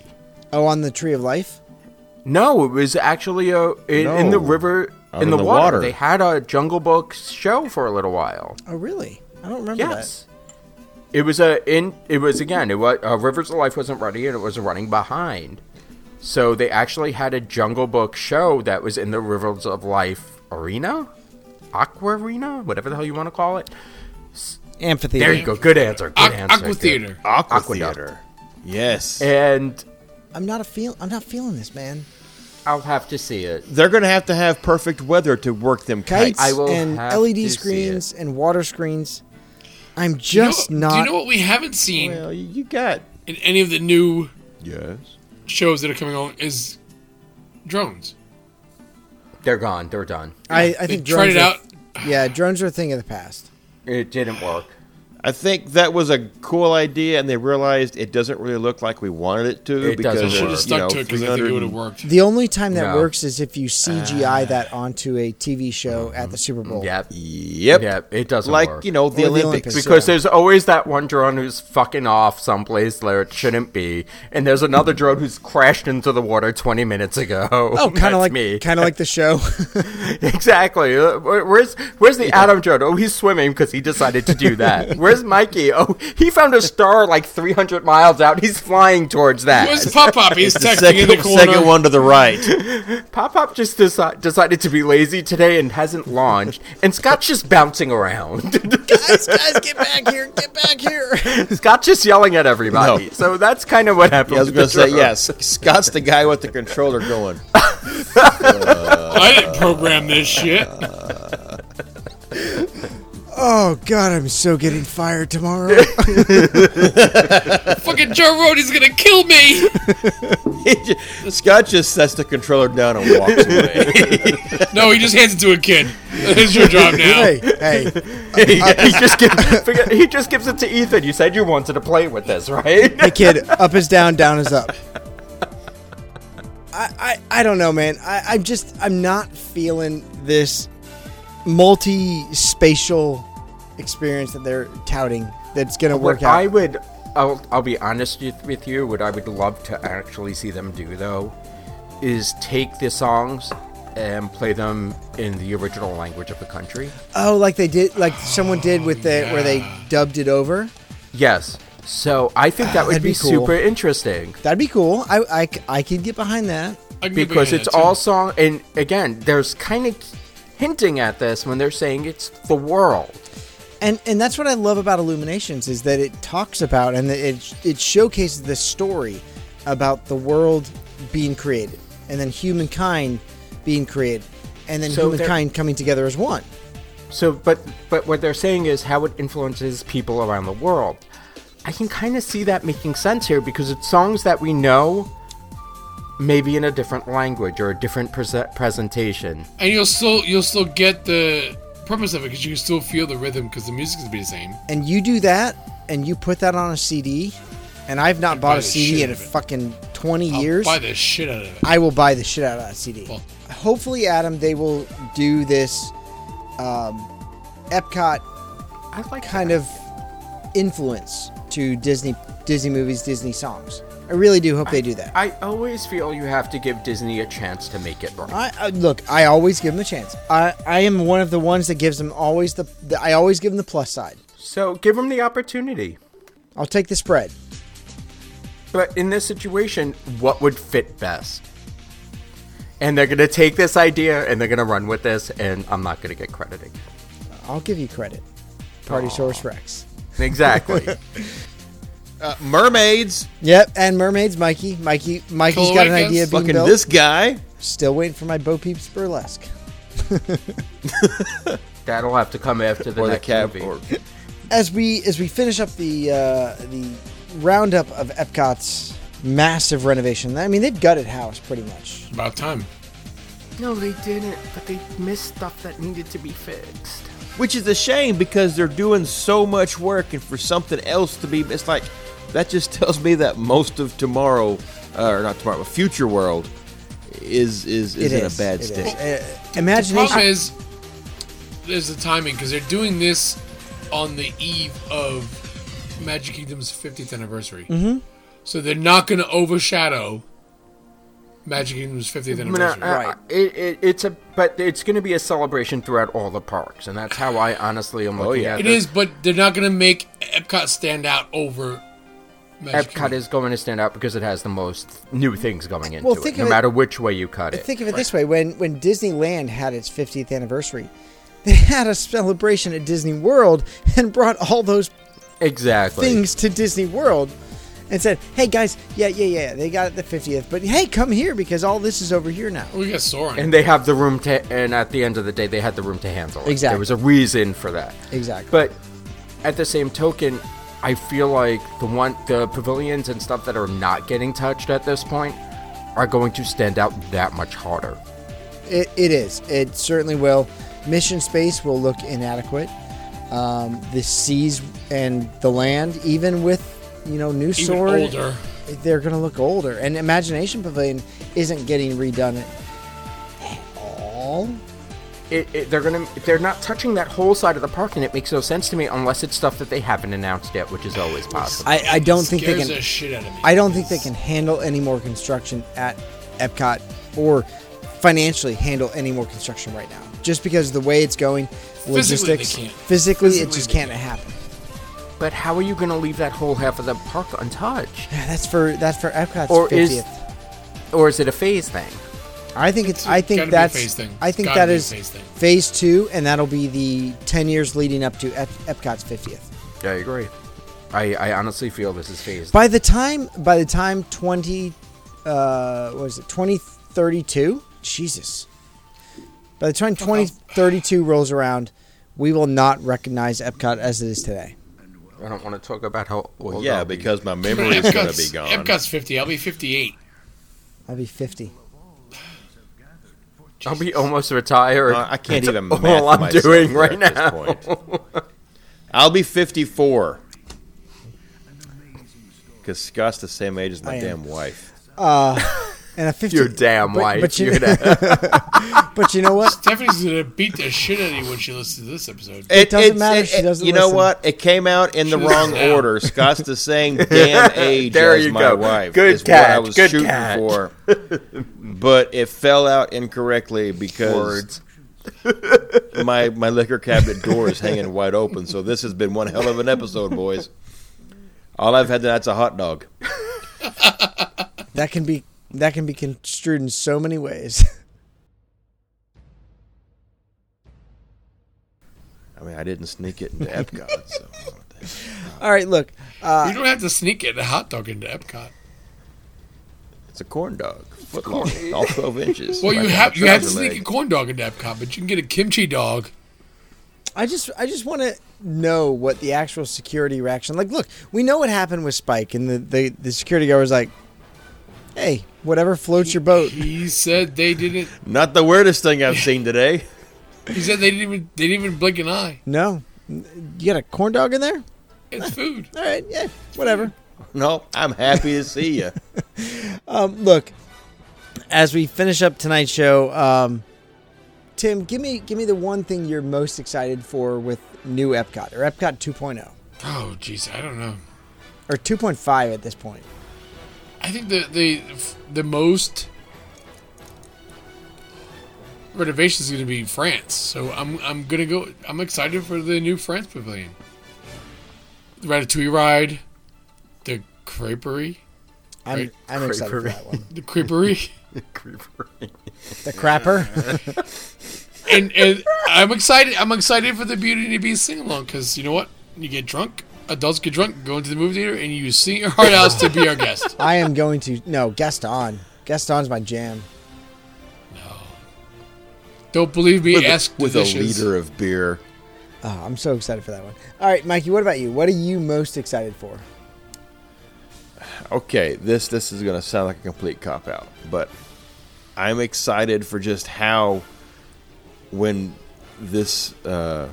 Oh, on the Tree of Life. No, it was actually a in, in No. the river Out in in the, the water. water. They had a Jungle Book show for a little while. Oh, really? I don't remember Yes. It was a in it was again it was uh, Rivers of Life wasn't ready and it was running behind. So they actually had a Jungle Book show that was in the Rivers of Life arena, Aqua Arena, whatever the hell you want to call it. that. Amphitheater. There you go. Good answer. Good Aqu- answer. Aqua good. Theater. Aqua Aqueduct. Theater. Yes. And I'm not a feel. I'm not feeling this, man. I'll have to see it. They're gonna have to have perfect weather to work them kites. Kites I will and have to see LED it. screens and water screens. I'm You know- just Do not. you know what we haven't seen well, you got. in any of the new Yes. shows that are coming on is drones. They're gone. They're done. I, I They think tried drones it are- out. Yeah, drones are a thing of the past. It didn't work. I think that was a cool idea, and they realized it doesn't really look like we wanted it to. It because doesn't of, work. Should have you stuck know, to it because I think it 300 would have worked. The only time that No. Ah. works is if you CGI that onto a TV show at the Super Bowl. Yep. Yep. Yep. It doesn't Like work. you know the Or the Olympics. Olympics. Because So- there's always that one drone who's fucking off someplace where it shouldn't be, and there's another drone who's crashed into the water 20 minutes ago. Oh, kind That's of like me. kind of like the show. exactly. Uh, where- Where's where's the Adam drone? Oh, he's swimming because he decided to do that. where's Mikey? Oh, he found a star like 300 miles out. He's flying towards that. Where's Pop Pop? He's The texting in the second, corner. second one to the right. Pop Pop just deci- decided to be lazy today and hasn't launched, and Scott's just bouncing around. guys, guys, get back here! Get back here! Scott's just yelling at everybody. No. So that's kind of what happened. Yeah, I was with gonna the say drone. yes. Scott's the guy with the controller going. I didn't program this shit. Oh God, I'm so getting fired tomorrow. Fucking Joe Rogan's gonna kill me. He ju- Scott just sets the controller down and walks away. No, he just hands it to a kid. It's your job now. hey, hey, he, just gives, forget- he just gives it to Ethan. You said you wanted to play with this, right? hey, kid! Up is down, down is up. I, I, I don't know, man. I, I'm just, I'm not feeling this multi-spatial experience that they're touting. That's gonna work What out. I would, I'll, I'll be honest with- with you. What I would love to actually see them do, though, is take the songs and play them in the original language of the country. Oh, like they did, like someone did with the where they dubbed it over. Yes. So I think that would That'd be, be cool. super interesting That'd be cool. I, I, c- I could get behind that. I can get because behind it's that, too. all song. And again, there's kind of hinting at this when they're saying it's the world. And and that's what I love about Illuminations is that it talks about and it it showcases the story about the world being created and then humankind being created and then So they're- humankind coming together as one. So, but but what they're saying is how it influences people around the world. I can kind of see that making sense here because it's songs that we know, maybe in a different language or a different prese- presentation. and you'll still you'll still get the purpose of it because you can still feel the rhythm because the music's gonna be the same. And you do that and you put that on a CD, and I've not I'd buy bought a the CD shit in out of it. fucking 20 I'll years, buy the shit out of it. I will buy the shit out of that CD. Well- Hopefully, Adam, they will do this um, Epcot I like kind of influence to Disney Disney movies, Disney songs. I really do hope they do that. I always feel you have to give Disney a chance to make it right. I, I look. I always give them a chance. I, I am one of the ones that gives them always the, the. I always give them the plus side. So give them the opportunity. I'll take the spread. But in this situation, what would fit best? And they're going to take this idea and they're going to run with this, and I'm not going to get credited. I'll give you credit. Party Source Rex. Exactly. Uh, mermaids. Yep, and mermaids, Mikey. Mikey, Mikey's got an Cloacas? idea. Being Fucking built. this guy. Still waiting for my Bo Peeps burlesque. That'll have to come after the or the next cab. movie. Or, As we as we finish up the uh, the roundup of Epcot's massive renovation. I mean, they've gutted house pretty much. About time. No, they didn't, but they missed stuff that needed to be fixed. which is a shame because they're doing so much work and for something else to be it's like that just tells me that most of tomorrow uh, or not tomorrow but future world is is is It in is, a bad it state is. Uh, The problem imagination. is, there's the timing because they're doing this on the eve of Magic Kingdom's 50th anniversary. Mm-hmm. So they're not going to overshadow Magic Kingdom's 50th anniversary. right. uh, It, it, it's a, but it's going to be a celebration throughout all the parks, and that's how I honestly am looking yeah. at It this. is, but they're not going to make Epcot stand out over Magic Epcot Kingdom. is going to stand out because it has the most new things going into Well, it, think no of it- matter which way you cut it. Think of it this way: when when Disneyland had its 50th anniversary, they had a celebration at Disney World and brought all those exactly. things to Disney World and said, "Hey guys, yeah, yeah, yeah, they got it the 50th, but hey, come here because all this is over here now." we got Soren. And they have the room to, and at the end of the day, they had the room to handle it. Exactly. There was a reason for that. Exactly. But at the same token, I feel like the one, the pavilions and stuff that are not getting touched at this point are going to stand out that much harder. It, it is. It certainly will. Mission space will look inadequate. Um, the seas and the land, even with you know new Even sword, older. they're going to look older. And Imagination Pavilion isn't getting redone at all. It, it, they're gonna, they're not touching that whole side of the park, and it makes no sense to me unless it's stuff that they haven't announced yet, which is always possible. I, I don't think they scares can. the shit out of me. I don't think they can handle any more construction at Epcot or financially handle any more construction right now. Just because of the way it's going, Physically, they logistics, can't. physically, it Physically, just they can't can't. happen. But how are you going to leave that whole half of the park untouched? Yeah, that's for that's for Epcot's Or 50th. is- Or is it a phase thing? I think it's. I think gotta be a that's. phase thing. I think Gotta that be a is phase thing. phase two, and that'll be the ten years leading up to Ep- Epcot's fiftieth. I agree. I, I honestly feel this is phased. By the time, by the time twenty, uh, what is it twenty thirty two? Jesus. By the time twenty thirty two rolls around, we will not recognize Epcot as it is today. I don't want to talk about how. Well, yeah because my memory is going to be Epcot's, gone Epcot's 50. I'll be 58. I'll be fifty. I'll be almost retired. Uh, i can't That's even all math I'm myself doing there right at this point. i'll be 54 because scott's the same age as I my am. damn wife Uh, And a fifty. You're damn but- wife. But you, You're gonna- but you know what? Stephanie's going to beat the shit out of you when she listens to this episode. It doesn't it's- matter, she doesn't You know listen. what? It came out in the She wrong doesn't know. order. Scott's the same damn age There as you my go. wife. Good is what I catch, was good shooting catch. for, but it fell out incorrectly because Words. my my liquor cabinet door is hanging wide open. So this has been one hell of an episode, boys. All I've had tonight's a hot dog. That can be that can be construed in so many ways. I mean, I didn't sneak it into Epcot. So. All right, look. you don't have to sneak it a hot dog into Epcot. It's a corn dog, foot long, all twelve inches. Well, you like on have a you have to trouser sneak leg. a corn dog into Epcot, but you can get a kimchi dog. I just I just want to know what the actual security reaction. Like, look, we know what happened with Spike, and the the, the security guard was like, "Hey, whatever floats your boat." He said they didn't. Not the weirdest thing I've seen today. He said they didn't even they didn't even blink an eye. No, you got a corn dog in there? It's food. All right, yeah, whatever. No, I'm happy to see you. Um, look, as we finish up tonight's show, um, Tim, give me give me the one thing you're most excited for with new Epcot or Epcot 2.0 Oh, jeez, I don't know. or 2.5 at this point. I think the the the most renovation is going to be France. So I'm I'm gonna go. I'm excited for the new France pavilion. The Ratatouille ride, the creperie, I'm Right. I'm excited for that one. the creperie, The crapper. and and I'm excited. I'm excited for the Beauty and the Beast sing along because you know what? You get drunk. Adults get drunk, go into the movie theater, and you sing your heart out to be our guest. I am going to no Gaston. Gaston's my jam. Don't believe me? With, ask with a physicians. liter of beer. Oh, I'm so excited for that one. All right, Mikey, what about you? What are you most excited for? Okay, this this is gonna sound like a complete cop out, but I'm excited for just how when this uh,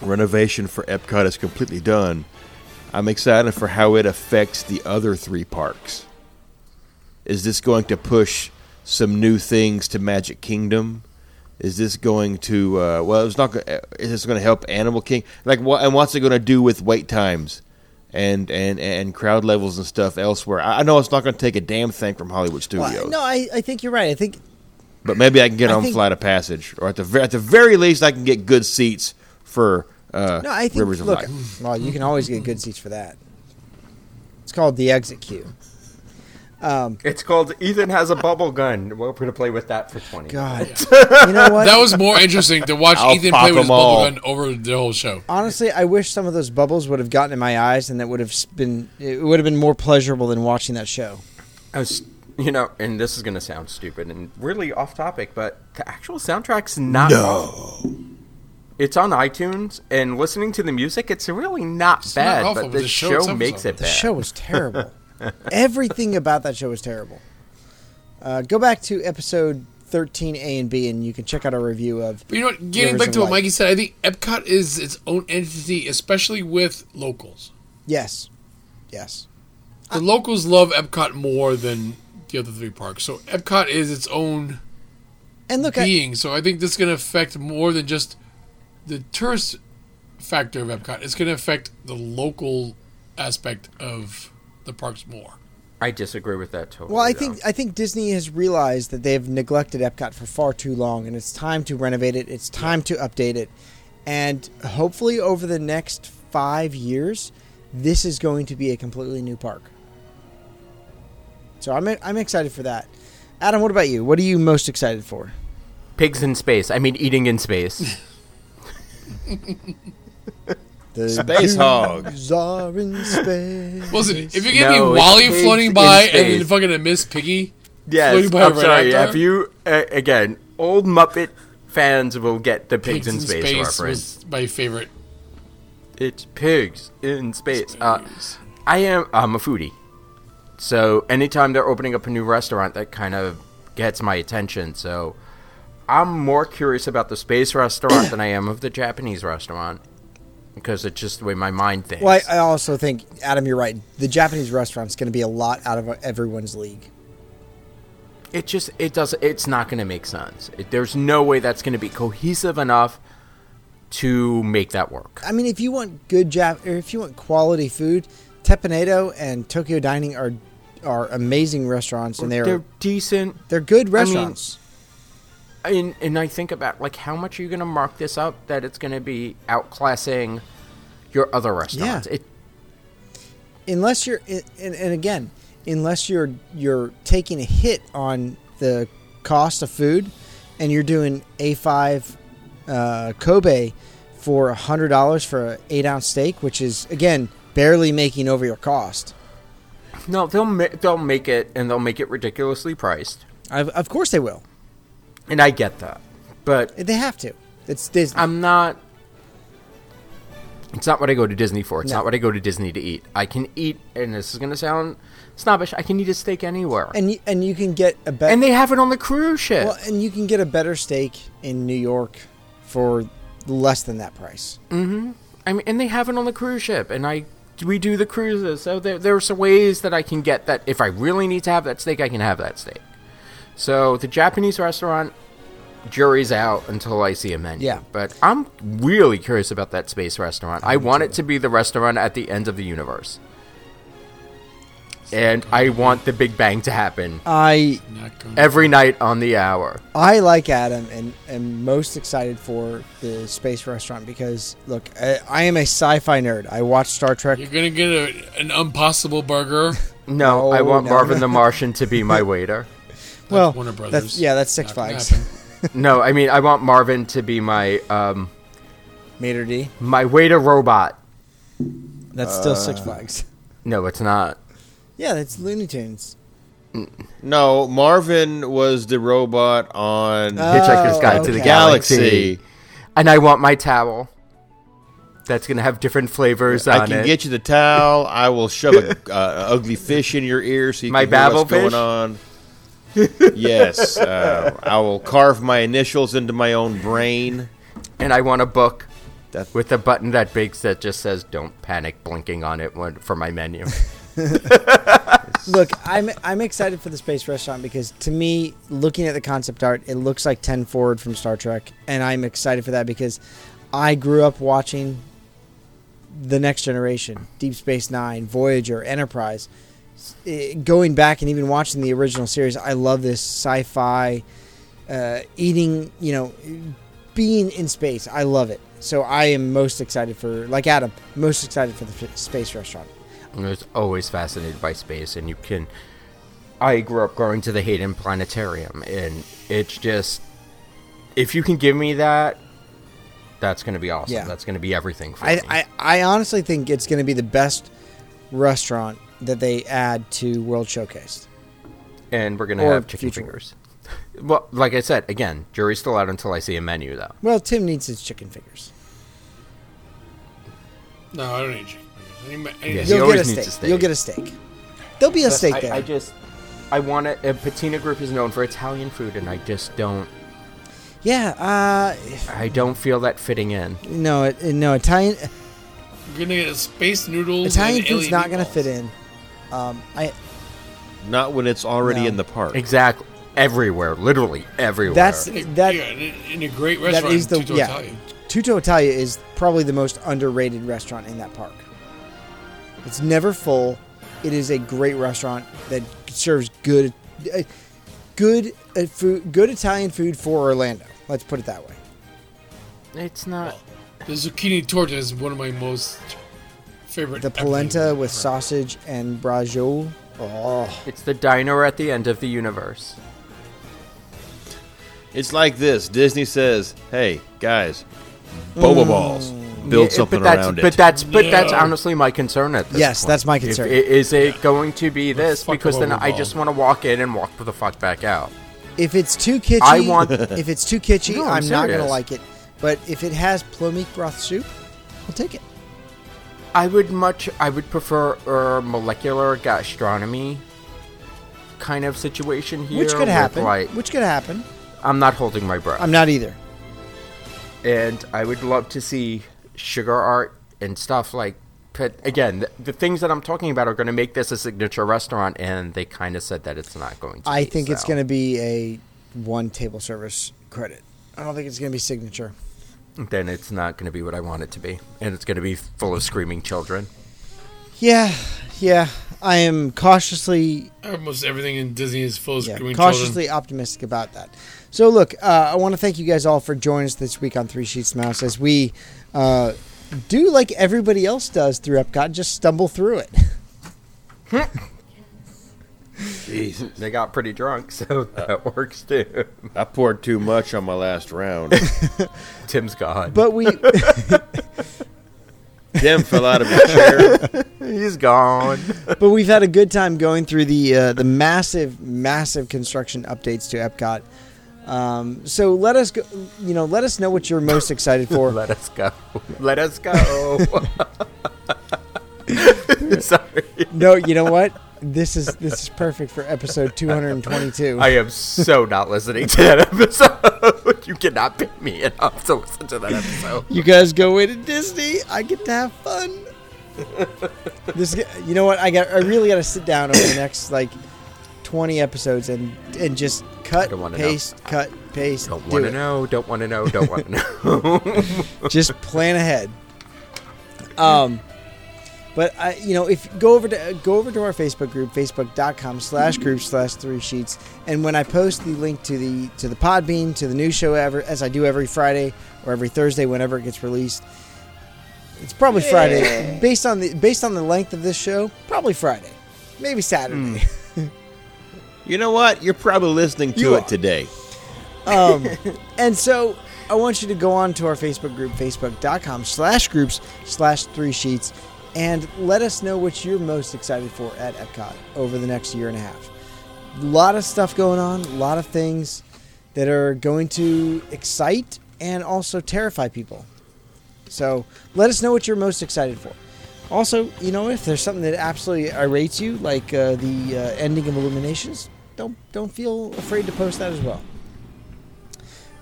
renovation for Epcot is completely done, I'm excited for how it affects the other three parks. Is this going to push some new things to Magic Kingdom? Is this going to uh, well? It's not. go- uh, Is this going to help Animal King? Like what? And what's it going to do with wait times and and and crowd levels and stuff elsewhere? I, I know it's not going to take a damn thing from Hollywood Well, Studios, no, I, I think you're right. I think but maybe I can get I on think- Flight of Passage, or at the ver- at the very least, I can get good seats for uh, no, I think Rivers of look. Light. Well, you can always get good seats for that. It's called the exit queue. Um, It's called Ethan has a bubble gun. We're going to play with that for 20 God, you know what? That was more interesting to watch I'll Ethan pop play with his them bubble all. gun over the whole show. Honestly, I wish some of those bubbles would have gotten in my eyes, and that would have s- been it would have been more pleasurable than watching that show. I was, you know, and this is going to sound stupid and really off topic, but the actual soundtrack's not. No. It's on iTunes, and listening to the music, it's really not not bad, awful, but the, show, itself is makes awful. it The bad. show was terrible. Everything about that show was terrible. Uh, go back to episode thirteen A and B, and you can check out a review of. But you know what? Getting Rivers back of to what Light. Mikey said, I think Epcot is its own entity, especially with locals. Yes, yes. The locals love Epcot more than the other three parks. So Epcot is its own And look, I, being. So I think this is going to affect more than just the tourist factor of Epcot. It's going to affect the local aspect of the parks more. I disagree with that totally. well, I though. think I think Disney has realized that they've neglected Epcot for far too long, and it's time to renovate it. It's time to update it, and hopefully over the next five years, this is going to be a completely new park. So I'm I'm excited for that. Adam, what about you? What are you most excited for? Pigs in space. I mean, eating in space. The Space Hog. are in space. Listen, if you give No, me it's Wally pigs floating in by and space. then fucking a Miss Piggy, yes. floating by I'm a red sorry. actor, If you, uh, again, old Muppet fans will get the pigs, in, space, reference. was my favorite. It's pigs in space. Uh, I am. I'm a foodie, so anytime they're opening up a new restaurant, that kind of gets my attention. So I'm more curious about the space restaurant than I am of the Japanese restaurant because it's just the way my mind thinks. Well, I, I also think Adam, you're right. The Japanese restaurant's going to be a lot out of everyone's league. it just it does. It's not going to make sense. It, there's no way that's going to be cohesive enough to make that work. I mean, if you want good Jap, or if you want quality food, Tepanedo and Tokyo Dining are are amazing restaurants, and they're They're they're, decent. good mean, restaurants. and and I think about like how much are you going to mark this up that it's going to be outclassing your other restaurants. Yeah. It, unless you're, and, and again, unless you're you're taking a hit on the cost of food, and you're doing a five uh, Kobe for a hundred dollars for an eight ounce steak, which is again barely making over your cost. no, they'll ma- they'll make it and they'll make it ridiculously priced. i of course they will. And I get that, but They have to. It's Disney. I'm not. It's not what I go to Disney for. It's No. not what I go to Disney to eat. I can eat, and this is going to sound snobbish. I can eat a steak anywhere, and, and you, and you can get a better they have it on the cruise ship. Well, and you can get a better steak in New York for less than that price. I mean, and they have it on the cruise ship, and I we do the cruises, so there there are some ways that I can get that. If I really need to have that steak, I can have that steak. So the Japanese restaurant jury's out until I see a menu. Yeah. but I'm really curious about that space restaurant. I want it to be the restaurant at the end of the universe. And I want the Big Bang to happen I Not going every night on the hour. I like Adam and am most excited for the space restaurant because look, I, I am a sci-fi nerd. I watch Star Trek. You're gonna get a, an impossible burger. No, No, I want no. Marvin the Martian to be my waiter. well, Warner Brothers. That's, yeah, that's Six Not gonna Flags. happen. No, I mean I want Marvin to be my um Mater D. my waiter robot. That's still Six Flags. No, it's not. Yeah, that's Looney Tunes. No, Marvin was the robot on Oh, Hitchhiker's Guide to the okay. Galaxy. Galaxy. And I want my towel. That's gonna have different flavors I on can it. get you the towel. I will shove a uh, ugly fish in your ear so you My can hear what's babble going fish? on. yes, uh, I will carve my initials into my own brain. and I want a book That- with a button that bakes that just says "Don't panic" blinking on it when, for my menu. Look, I'm I'm excited for the space restaurant because to me, looking at the concept art, it looks like Ten Forward from Star Trek, and I'm excited for that because I grew up watching the Next Generation, Deep Space Nine, Voyager, Enterprise. S- eh, Going back and even watching the original series, I love this sci-fi uh, eating. You know, being in space, I love it. So I am most excited for, like Adam, most excited for the f- space restaurant. I was always fascinated by space, and you can. I grew up going to the Hayden Planetarium, and it's just if you can give me that, that's going to be awesome. Yeah. That's going to be everything for I, me. I, I honestly think it's going to be the best restaurant that they add to World Showcase. and we're going to Or have chicken future. fingers. Well, like I said, again, jury's still out until I see a menu, though. Well, Tim needs his chicken fingers. No, I don't need chicken fingers. I need my- I need Yes. some- He You'll get a always needs steak. a steak. You'll get a steak. There'll be a steak I, there. I just, I want to. Uh, Patina Group is known for Italian food, and I just don't. yeah. Uh, I don't feel that fitting in. no. it- No Italian. You're gonna get space noodles. Italian and food's alien not going to meatballs. fit in. Um, I. Not when it's already No. in the park. Exactly. Everywhere, literally everywhere. That's that. yeah, in, in a great That restaurant. is the Tutto yeah. Italian. Tutto Italia is probably the most underrated restaurant in that park. It's never full. It is a great restaurant that serves good, uh, good uh, food, good Italian food for Orlando. Let's put it that way. It's not. The zucchini torta is one of my most favorite. The everything polenta I've with ever- sausage and braciole. Oh, It's the diner at the end of the universe. It's like this. Disney says, "Hey guys, Mm. boba balls, build Yeah, something but that's, around it." But that's but that's No. honestly my concern at this. Yes, point. that's my If concern. i- is it going to be this? fuck Because up then over I ball. just want to walk in and walk the fuck back out. if it's too kitschy, I want- if it's too kitschy, No, I'm I'm, not gonna serious. like it. But if it has plomeek broth soup, I'll take it. I would much. I would prefer uh, molecular gastronomy kind of situation here. Which could with, happen. Like, Which could happen. I'm not holding my breath. I'm not either. and I would love to see sugar art and stuff like. But again, the, the things that I'm talking about are going to make this a signature restaurant, and they kind of said that it's not going to. I be, think it's so. going to be a one table service credit. I don't think it's going to be signature. Then it's not going to be what I want it to be, and it's going to be full of screaming children. Yeah, yeah. I am cautiously, Almost everything in Disney is full of yeah, screaming cautiously optimistic about that. So, look, uh, I want to thank you guys all for joining us this week on Three Sheets Mouse as we uh, do like everybody else does through Epcot, just stumble through it. They got pretty drunk, so that works too. I poured too much on my last round. Tim's gone. But we, Tim fell out of his chair. He's gone. but we've had a good time going through the uh, the massive, massive construction updates to Epcot. Um, so let us, go, you know, let us know what you're most excited for. Let us go. Let us go. Sorry. No, you know what? This is this is perfect for episode 222. I am so not listening to that episode. you cannot pay me enough to listen to that episode. You guys go away to Disney. I get to have fun. this, you know what? I got. I really got to sit down over the next like twenty episodes and and just cut, Don't wanna know. paste, cut, paste. Don't do want to it. know. Don't want to know. Don't want to know. just plan ahead. Um, but I, you know, if go over to go over to our Facebook group, facebook.com slash group slash three sheets, and when I post the link to the to the Podbean to the new show ever as I do every Friday or every Thursday whenever it gets released, it's probably Friday based on the based on the length of this show, probably Friday, maybe Saturday. You know what? You're probably listening to You it are. today. um, and so I want you to go on to our Facebook group, facebook.com slash groups slash three sheets, and let us know what you're most excited for at Epcot over the next year and a half. A lot of stuff going on, a lot of things that are going to excite and also terrify people. So let us know what you're most excited for. Also, you know, if there's something that absolutely irrates you, like uh, the uh, ending of Illuminations, don't don't feel afraid to post that as well.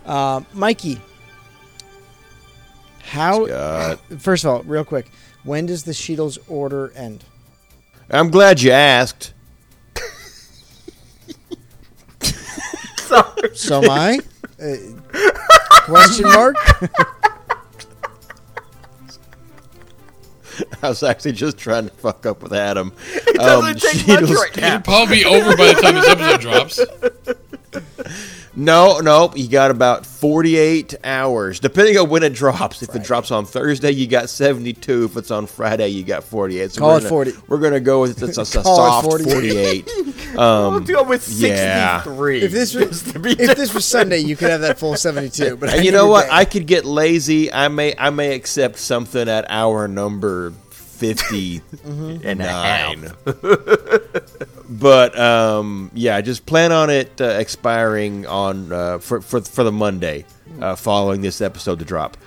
Uh, Mikey, how? Uh, First of all, real quick, when does the Sheetles order end? I'm glad you asked. So am I? Uh, question mark? I was actually just trying to fuck up with Adam. Um, It doesn't take much Sheetles- right now. It'll probably be over by the time this episode drops. No, nope. You got about 48 hours, depending on when it drops. If it drops on Thursday, you got 72. If it's on Friday, you got 48. So Call we're it gonna, 40. We're going to go with it's a, a Call it soft 48. 48. we'll deal with yeah. 63. If this was just to be if this was Sunday, you could have that full seventy-two. But I And you need know a what? day. I could get lazy. I may I may accept something at hour number 50 and a nine. half. but um, yeah, just plan on it uh, expiring on uh, for, for for the Monday uh, following this episode to drop.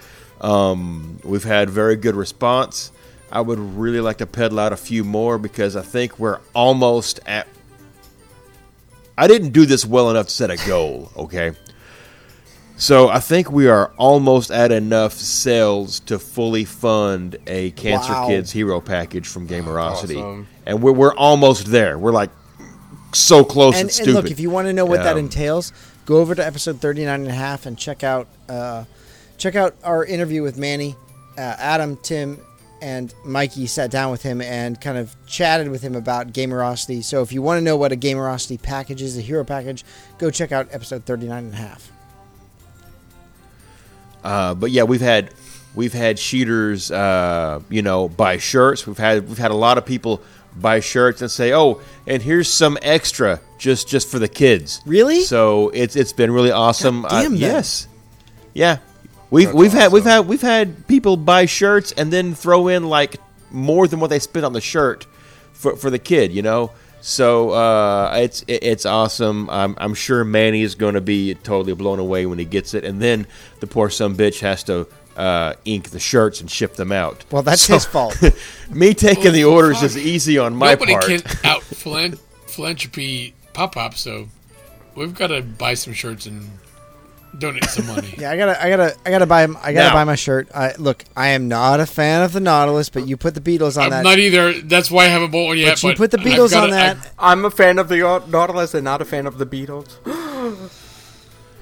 Um, we've had very good response. I would really like to peddle out a few more because I think we're almost at. I didn't do this well enough to set a goal. Okay. So I think we are almost at enough sales to fully fund a Cancer Wow. Kids hero package from Gamerosity, awesome. and we're, we're almost there. We're like so close. and, it's and stupid. look, if you want to know what that Um, entails, go over to episode 39 and a half and check out uh, check out our interview with Manny, uh, Adam, Tim, and Mikey. Sat down with him and kind of chatted with him about Gamerosity. So if you want to know what a Gamerosity package is, a hero package, go check out episode 39 and a half. Uh, but yeah, we've had we've had cheaters, uh, you know, buy shirts. We've had we've had a lot of people buy shirts and say, "Oh, and here's some extra just just for the kids." Really? So it's it's been really awesome. God damn uh, that. yes, yeah. We've we've had we've had we've had people buy shirts and then throw in like more than what they spent on the shirt for for the kid, you know. So uh, it's it- it's awesome. I'm, I'm sure Manny is going to be totally blown away when he gets it, and then the poor some bitch has to uh, ink the shirts and ship them out. Well, that's his fault. Me taking the orders is easy on my Nobody part. can out philan- philanthropy pop up, so we've got to buy some shirts and donate some money. Yeah, I gotta, I gotta, I gotta buy. I gotta Now- buy my shirt. I, look, I am not a fan of the Nautilus, but you put the Beatles on I'm that. not either. That's why I haven't bought one yet. but you put the I've Beatles gotta- on that. I- I'm a fan of the Au- Nautilus and not a fan of the Beatles.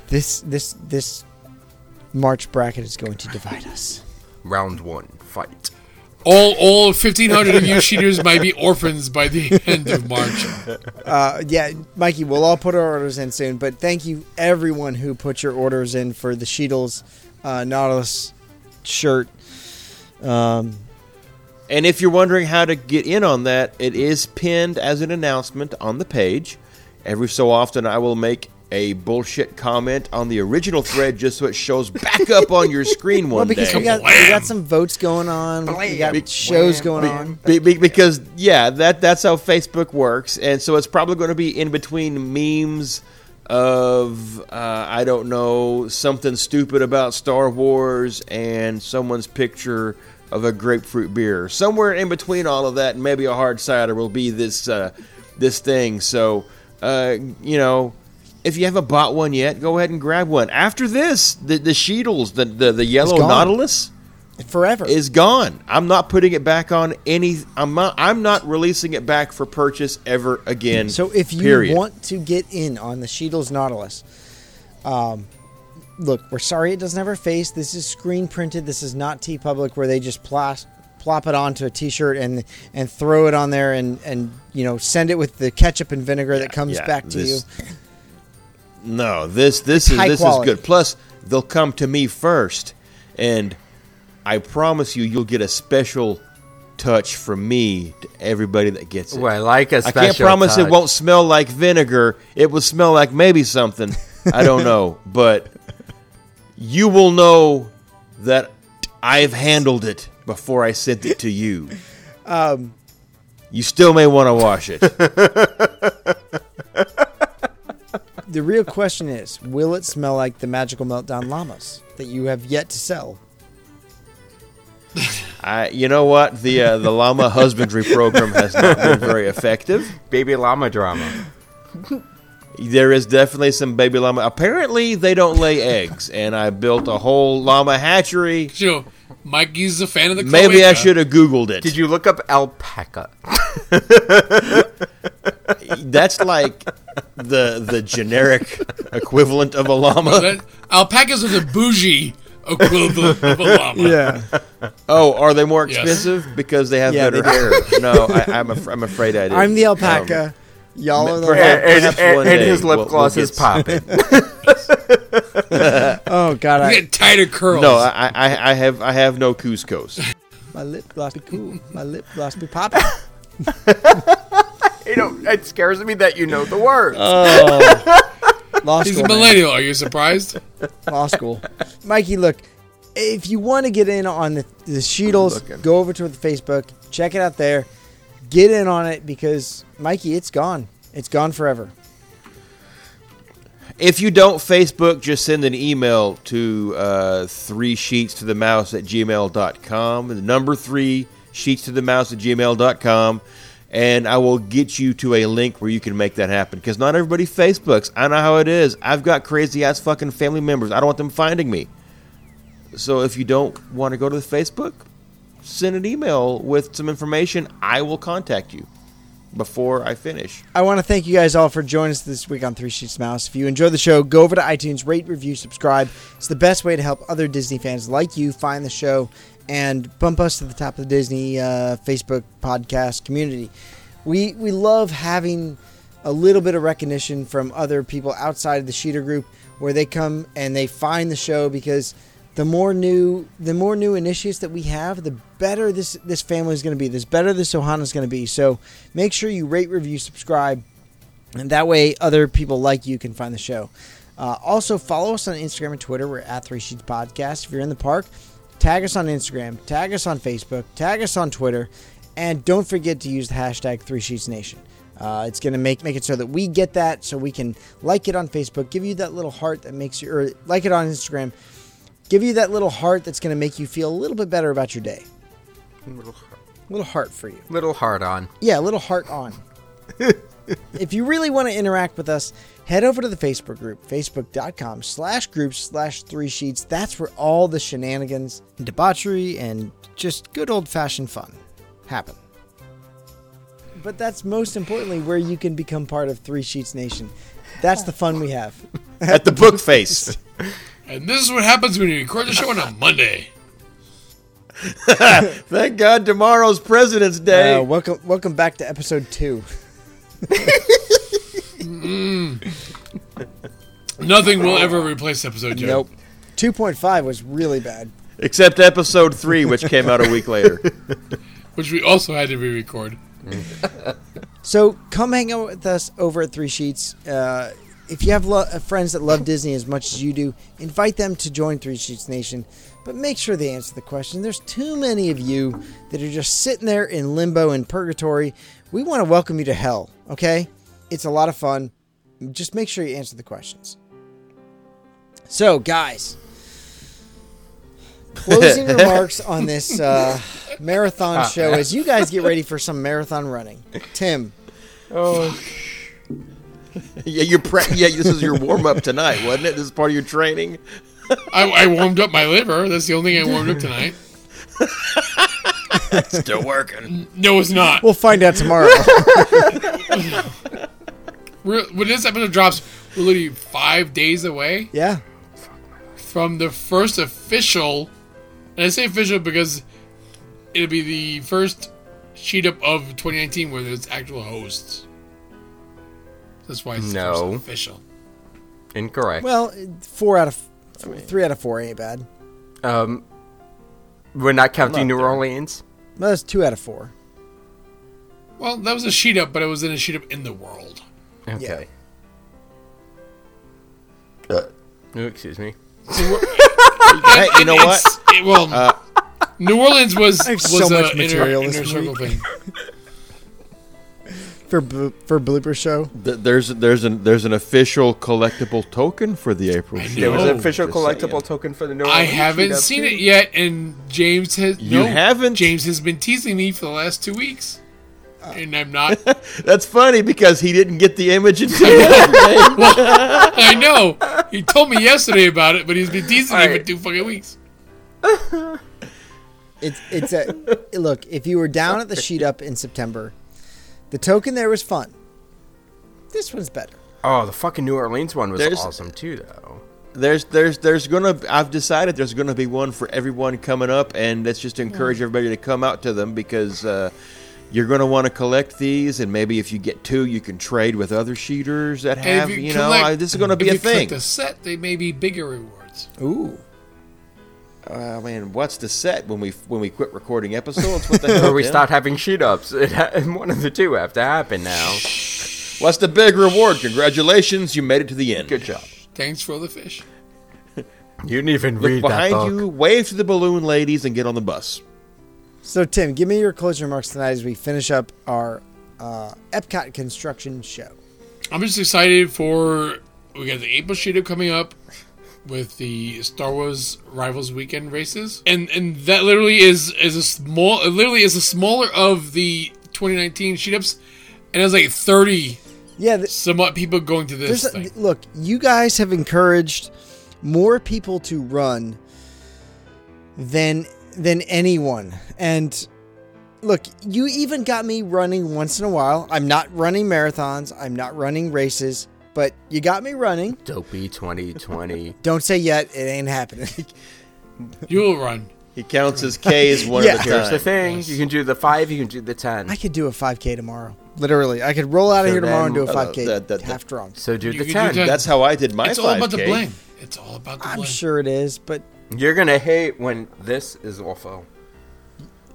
this, this, this March bracket is going to divide us. Round one, fight. all all 1,500 of you cheaters might be orphans by the end of March. Uh, yeah, Mikey, we'll all put our orders in soon. But thank you everyone who put your orders in for the Sheetles uh, Nautilus shirt. Um, And if you're wondering how to get in on that, it is pinned as an announcement on the page. Every so often, I will make a bullshit comment on the original thread just so it shows back up on your screen one well, because day. we got, we got some votes going on, we Blam. got shows going Blam. on. Be- be- because yeah, that that's how Facebook works, and so it's probably going to be in between memes of uh, I don't know something stupid about Star Wars and someone's picture of a grapefruit beer. Somewhere in between all of that, and maybe a hard cider will be this uh, this thing. So uh, you know, If you haven't bought one yet, go ahead and grab one. After this, the the Sheetles, the the, the yellow gone. Nautilus forever. is gone. I'm not putting it back on any. I'm not, I'm not releasing it back for purchase ever again. So if you period. want to get in on the Sheetles Nautilus, um, look, we're sorry it doesn't have our face. This is screen printed. This is not T Public where they just plas- plop it onto a T-shirt and and throw it on there and and you know send it with the ketchup and vinegar that comes yeah, back to this- you. No, this this is high this quality. is good. Plus, they'll come to me first, and I promise you, you'll get a special touch from me to everybody that gets it. Ooh, I like a I can't special promise touch. it won't smell like vinegar. It will smell like maybe something. I don't know, but you will know that I've handled it before I sent it to you. Um, you still may want to wash it. The real question is, will it smell like the magical meltdown llamas that you have yet to sell? I, you know what? The uh, the llama husbandry program has not been very effective. Baby llama drama. There is definitely some baby llama. Apparently, they don't lay eggs, and I built a whole llama hatchery. You know, Mikey's a fan of the Maybe I cloaca. should have Googled it. Did you look up alpaca? That's like the the generic equivalent of a llama. That, alpacas are the bougie equivalent of a llama. Yeah, Oh, are they more Yes. expensive because they have Yeah, better they hair? No, I, I'm af- I'm afraid I did. I'm the alpaca. Y'all are the Um, perhaps- llama. and, perhaps and- one and day his lip we'll- gloss we'll is get- popping. Oh God, You I, get tighter curls. No, I, I I have I have no couscous. my lip gloss be cool. My lip gloss be popping. you know, it scares me that you know the words. Law He's school, a man. millennial. Are you surprised? law school. Mikey, look, if you want to get in on the, the Sheetles, go over to the Facebook, check it out there, get in on it because Mikey, it's gone. It's gone forever. If you don't Facebook, just send an email to uh, three sheets to the mouse at gmail.com. The number three sheets to the mouse at gmail.com. And I will get you to a link where you can make that happen. Because not everybody Facebooks. I know how it is. I've got crazy ass fucking family members. I don't want them finding me. So if you don't want to go to the Facebook, send an email with some information. I will contact you before I finish. I want to thank you guys all for joining us this week on Three Sheets to Mouse. If you enjoy the show, go over to iTunes, rate, review, subscribe. It's the best way to help other Disney fans like you find the show and bump us to the top of the Disney uh, Facebook podcast community. We we love having a little bit of recognition from other people outside of the Sheeter group where they come and they find the show because the more new the more new initiatives that we have, the better this this family is going to be. The better this Ohana is going to be. So make sure you rate, review, subscribe, and that way other people like you can find the show. Uh, also follow us on Instagram and Twitter. We're at Three Sheets Podcast. If you're in the park, tag us on Instagram, tag us on Facebook, tag us on Twitter, and don't forget to use the hashtag Three Sheets Nation. Uh, it's going to make make it so that we get that, so we can like it on Facebook, give you that little heart that makes you, or like it on Instagram, give you that little heart that's going to make you feel a little bit better about your day. Little- Little heart for you. Little hard on. Yeah, a little heart on. if you really want to interact with us, head over to the Facebook group, facebook.com slash groups slash three sheets. That's where all the shenanigans, debauchery, and just good old fashioned fun happen. But that's most importantly where you can become part of Three Sheets Nation. That's the fun we have. At the book face. And this is what happens when you record the show on a Monday. Thank God tomorrow's President's Day. Uh, welcome, welcome back to episode two. Nothing will ever replace episode two. 2.5 was really bad. Except episode three, which came out a week later. Which we also had to re-record. So come hang out with us over at Three Sheets. Uh, if you have lo- uh, friends that love Disney as much as you do, invite them to join Three Sheets Nation. But make sure they answer the question. There's too many of you that are just sitting there in limbo and purgatory. We want to welcome you to hell, okay? It's a lot of fun. Just make sure you answer the questions. So, guys, closing remarks on this uh, marathon show as you guys get ready for some marathon running. Tim, yeah, you're pre- yeah. This is your warm up tonight, wasn't it? This is part of your training. I, I warmed up my liver. That's the only thing I warmed up tonight. Still working. No, it's not. We'll find out tomorrow. We're, when this episode drops, we're literally five days away yeah. from the first official. And I say official because it'll be the first sheet up of 2019 where there's actual hosts. That's why it's the No. first official. Incorrect. Well, four out of three out of four ain't bad. um, we're not counting I'm not New there. Orleans. Well, that's two out of four. Well, that was a sheet up, but it was in a sheet up in the world. Okay. Oh, excuse me. Hey, you know what? Uh, It's- it- well, New Orleans was have was so a much inner, material inner this circle thing. For blo- for blooper show, Th- There's there's an there's an official collectible token for the April. show. There was an Just saying. token for the New Oh, I haven't seen it yet, and James has You no, haven't? James has been teasing me for the last two weeks, Uh, and I'm not. That's funny because he didn't get the image until yesterday. I know he told me yesterday about it, but he's been teasing me for Alright. two fucking weeks. it's it's a look. If you were down at the sheet up in September, the token there was fun. This one's better. Oh, the fucking New Orleans one was There's- awesome too, though. there's there's there's gonna I've decided there's gonna be one for everyone coming up, and let's just encourage everybody to come out to them because. Uh, you're going to want to collect these, and maybe if you get two, you can trade with other sheeters that And if have, you, know, I, this is going to if be a you collect thing. The set they may be bigger rewards. Ooh, Uh, I mean, what's the set when we when we quit recording episodes? What the hell? Oh, Or we Tim? start having sheet ups. It ha- one of the two have to happen now. What's the big reward? Congratulations, you made it to the end. Good job. Thanks for the fish. You didn't even Look read that behind book. you, wave to the balloon ladies, and get on the bus. So, Tim, give me your closing remarks tonight as we finish up our uh, Epcot construction show. I'm just excited for we got the April Shootout coming up with the Star Wars Rivals weekend races, and and that literally is is a small it literally is a smaller of the 2019 shootups, and there's like 30 Yeah, th- some odd people going to this there's thing. a, look. You guys have encouraged more people to run than than anyone, and look, you even got me running once in a while. I'm not running marathons. I'm not running races, but you got me running. Dopey 2020. Don't say yet. It ain't happening. You'll run. He counts his K's one Yeah. at a Here's the time. thing you can do the five, you can do the ten. I could do a 5K tomorrow. Literally, I could roll out of So here tomorrow and do then- a 5K that- that- half drunk. so You do the can do ten. ten. That's how I did my it's all about the 5K. blame. It's all about the I'm blame. sure it is, but You're gonna hate when this is awful.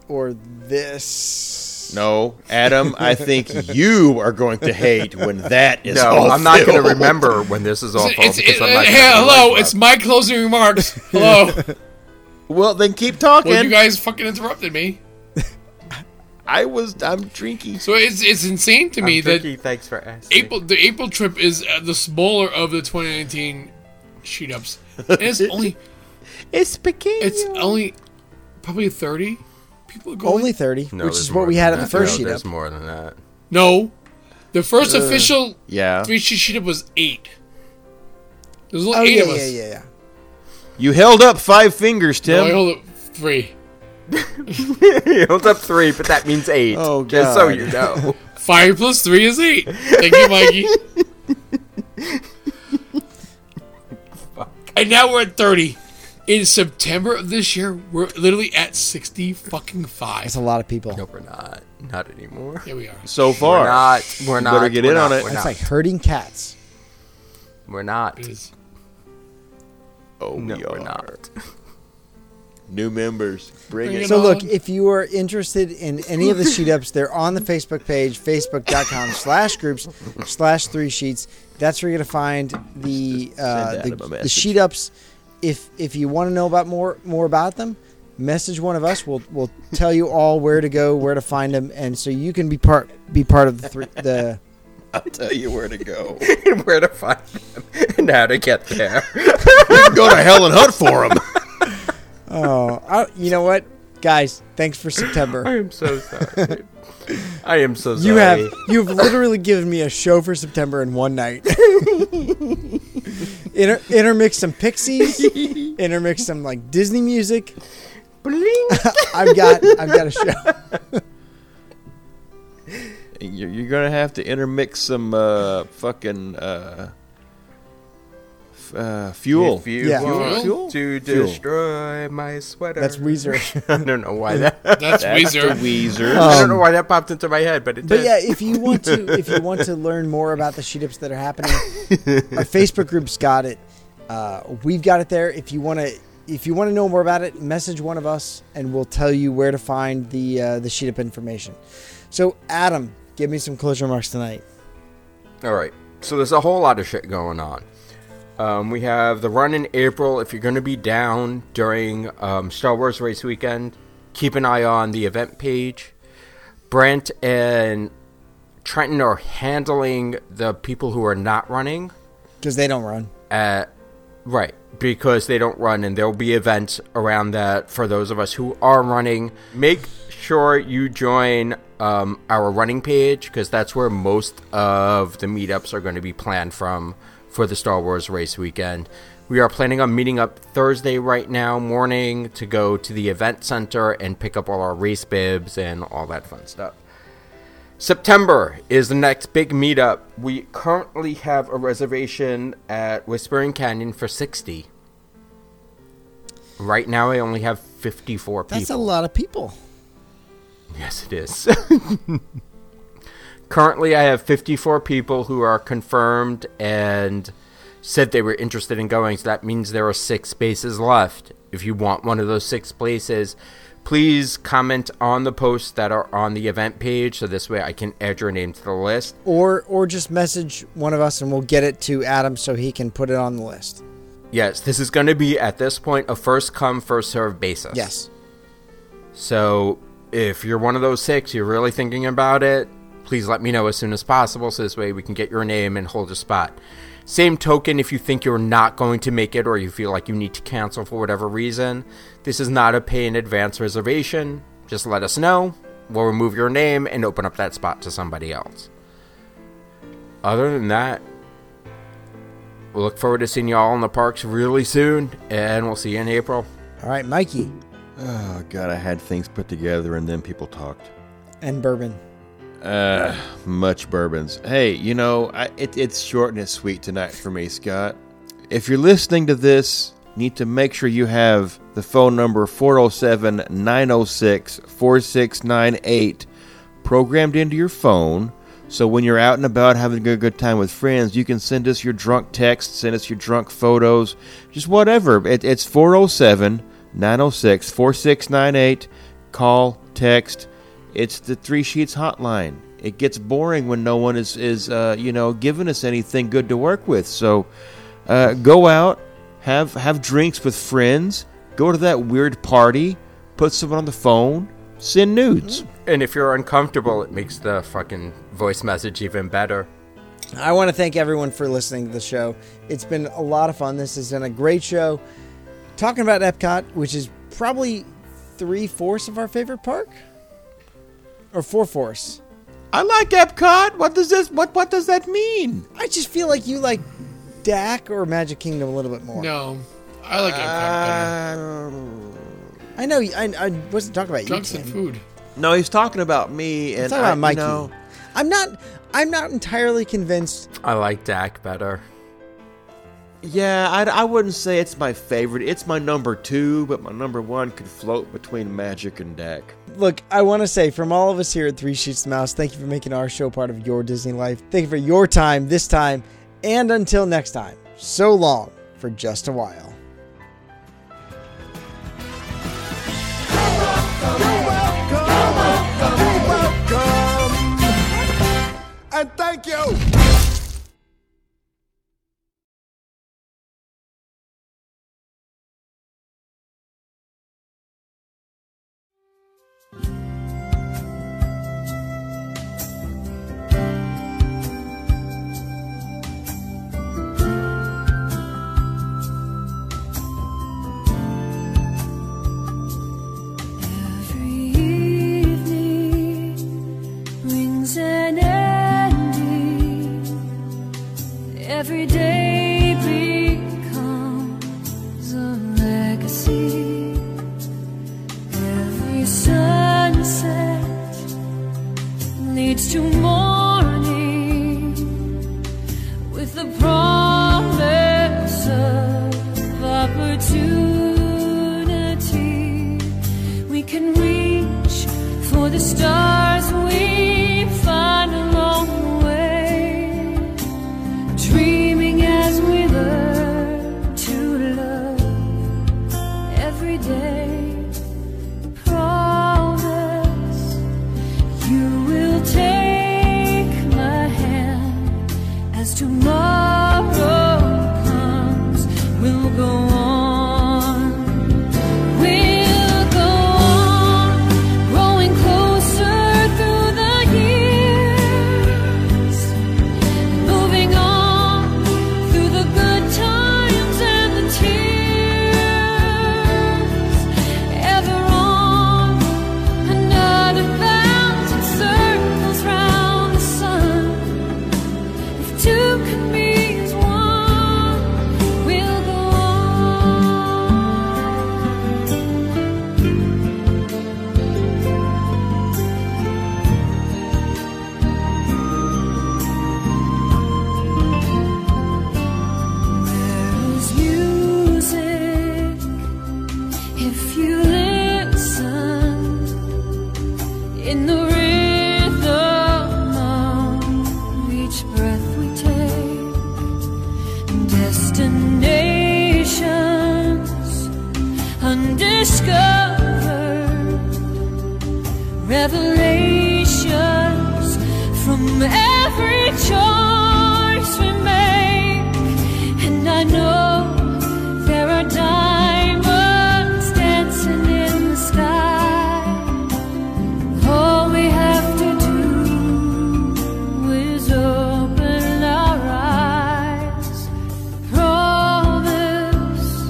or this. No, Adam, I think you are going to hate when that is. no, all I'm not filled. gonna remember when this is awful. It's, because it- I'm not hey, gonna have my hello, life it's left. my closing remarks. Hello. Well, then keep talking. well, you guys fucking interrupted me. I was. I'm drinking. So it's it's insane to I'm me that drinking, thanks for asking. April the April trip is uh, the smaller of the 2019 shoot ups. And it's only It's pequeño. it's only probably 30 people are going. Only 30, No, which there's is what more we than had at the that. first no, sheet There's up. more than that. no, the first official yeah. three sheet sheet up was eight. There's only Oh, eight yeah, of yeah, us. yeah, yeah. You held up five fingers, Tim. No, I hold up three, He holds up three, but that means eight. Oh, Just so God. you know. five plus three is eight. Thank you, Mikey. and now we're at 30. In September of this year, we're literally at 60 fucking five. That's a lot of people. no, we're not. Not anymore. Here we are. so far, We're not. We're not. better get we're in not, on it. We're That's not. like herding cats. we're not. It is. oh, No, we we're are. not. New members, bring, Bring it. it So look, on. if you are interested in any of the sheet ups, they're on the Facebook page, facebook.com slash groups slash three sheets. That's where you're gonna find the uh, the, Adam a the message. sheet ups. If if you want to know about more more about them, message one of us. We'll we'll tell you all where to go, where to find them, and so you can be part be part of the three, the I'll tell you where to go. Where to find them and how to get there. go to hell and hunt for them. uh, Oh, I, you know what, guys? Thanks for September. I'm so sorry. I am so sorry. You have you've literally given me a show for September in one night. Inter- intermix some Pixies, intermix some like Disney music. Bling. I've got I've got a show. You're, you're gonna have to intermix some uh, fucking uh, f- uh, fuel. If you Yeah. want Fuel? to Fuel. destroy my sweater. That's Weezer. I don't know why that. That's That's the Weezer. Weezer. I don't know why that popped into my head, but it Um, But did. yeah, if you want to if you want to learn more about the sheet ups that are happening, our Facebook group's got it. Uh, we've got it there. If you want to if you want to know more about it, message one of us and we'll tell you where to find the uh, the sheet up information. So Adam, give me some closing remarks tonight. All right. So there's a whole lot of shit going on. Um, we have the run in April. If you're going to be down during um, Star Wars Race Weekend, keep an eye on the event page. Brent and Trenton are handling the people who are not running. Because they don't run. at right because they don't run and there'll be events around that for those of us who are running make sure you join um, our running page because that's where most of the meetups are going to be planned from for the star wars race weekend we are planning on meeting up thursday right now morning to go to the event center and pick up all our race bibs and all that fun stuff September is the next big meetup. We currently have a reservation at Whispering Canyon for 60. Right now, I only have 54 people. That's a lot of people. Yes, it is. Currently, I have 54 people who are confirmed and said they were interested in going. So that means there are six spaces left. If you want one of those six places, please comment on the posts that are on the event page. So this way I can add your name to the list. Or or just message one of us and we'll get it to Adam so he can put it on the list. Yes, this is going to be at this point a first come, first serve basis. Yes. So if you're one of those six, you're really thinking about it, please let me know as soon as possible so this way we can get your name and hold a spot. Same token, if you think you're not going to make it or you feel like you need to cancel for whatever reason, this is not a pay in advance reservation. Just let us know. We'll remove your name and open up that spot to somebody else. Other than that, we look forward to seeing you all in the parks really soon, and we'll see you in April. All right, Mikey Oh god, I had things put together and then people talked. and Bourbon. Uh, much bourbons. Hey, you know, I, it, it's short and it's sweet tonight for me, Scott. If you're listening to this, need to make sure you have the phone number 407 906 4698 programmed into your phone. So when you're out and about having a good time with friends, you can send us your drunk texts, send us your drunk photos, just whatever. It, it's 407 906 4698. Call, text, it's the Three Sheets Hotline. It gets boring when no one is is uh, you know giving us anything good to work with. So uh, go out, have have drinks with friends, go to that weird party, put someone on the phone, send nudes. And if you're uncomfortable, it makes the fucking voice message even better. I want to thank everyone for listening to the show. It's been a lot of fun. This has been a great show. Talking about Epcot, which is probably three fourths of our favorite park, or four fourths. I like Epcot. What does this? What what does that mean? I just feel like you like DAC or Magic Kingdom a little bit more. No, I like Epcot Uh, I know. you- I, I wasn't talking about better. Drunks you. and Tim. food. no, he's talking about me and I'm talking about I, you Mikey. know- I'm not. I'm not entirely convinced. I like Dak better. Yeah, I, I wouldn't say it's my favorite. It's my number two, but my number one could float between Magic and Deck. Look, I want to say from all of us here at Three Sheets to the Mouse, thank you for making our show part of your Disney life. Thank you for your time this time, and until next time. So long for just a while. And thank you. Every evening every day becomes a legacy. Every sunset leads to morning with the promise of opportunity. We can reach for the stars we find along the way dreaming as we learn to love every day. Promise you will take my hand as tomorrow comes. We'll go on. We'll go on, growing closer through the years. Moving on through the good times and the tears, ever on another thousand circles round the sun. If two can be as one, we'll go on. There's music if you listen in the rhythm of each breath we take. Destinations undiscovered, revelations from every choice we make. And I know there are diamonds dancing in the sky. All we have to do is open our eyes. Promise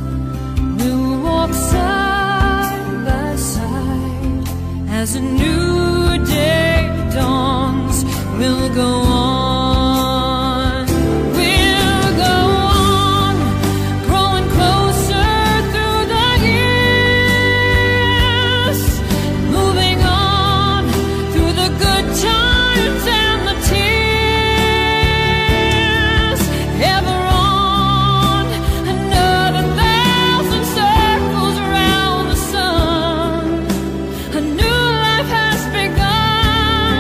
we'll walk side by side as a new day dawns. We'll go on. We'll go on, growing closer through the years, moving on through the good times and the tears. Ever on, another thousand circles around the sun. A new life has begun.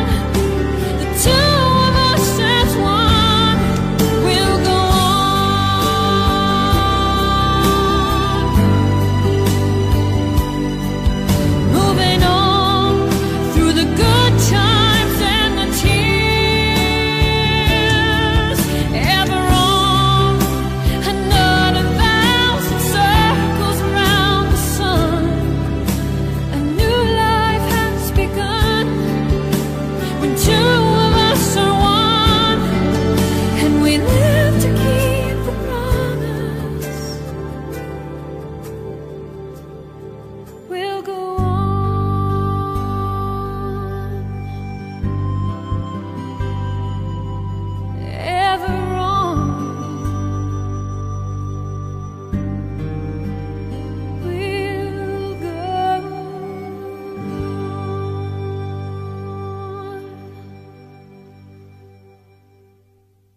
The two of us as one will go on. Moving on through the good times and the tears. Ever on another thousand circles around the sun. A new life has begun. When two of us are one, and we live to keep the promise. We'll go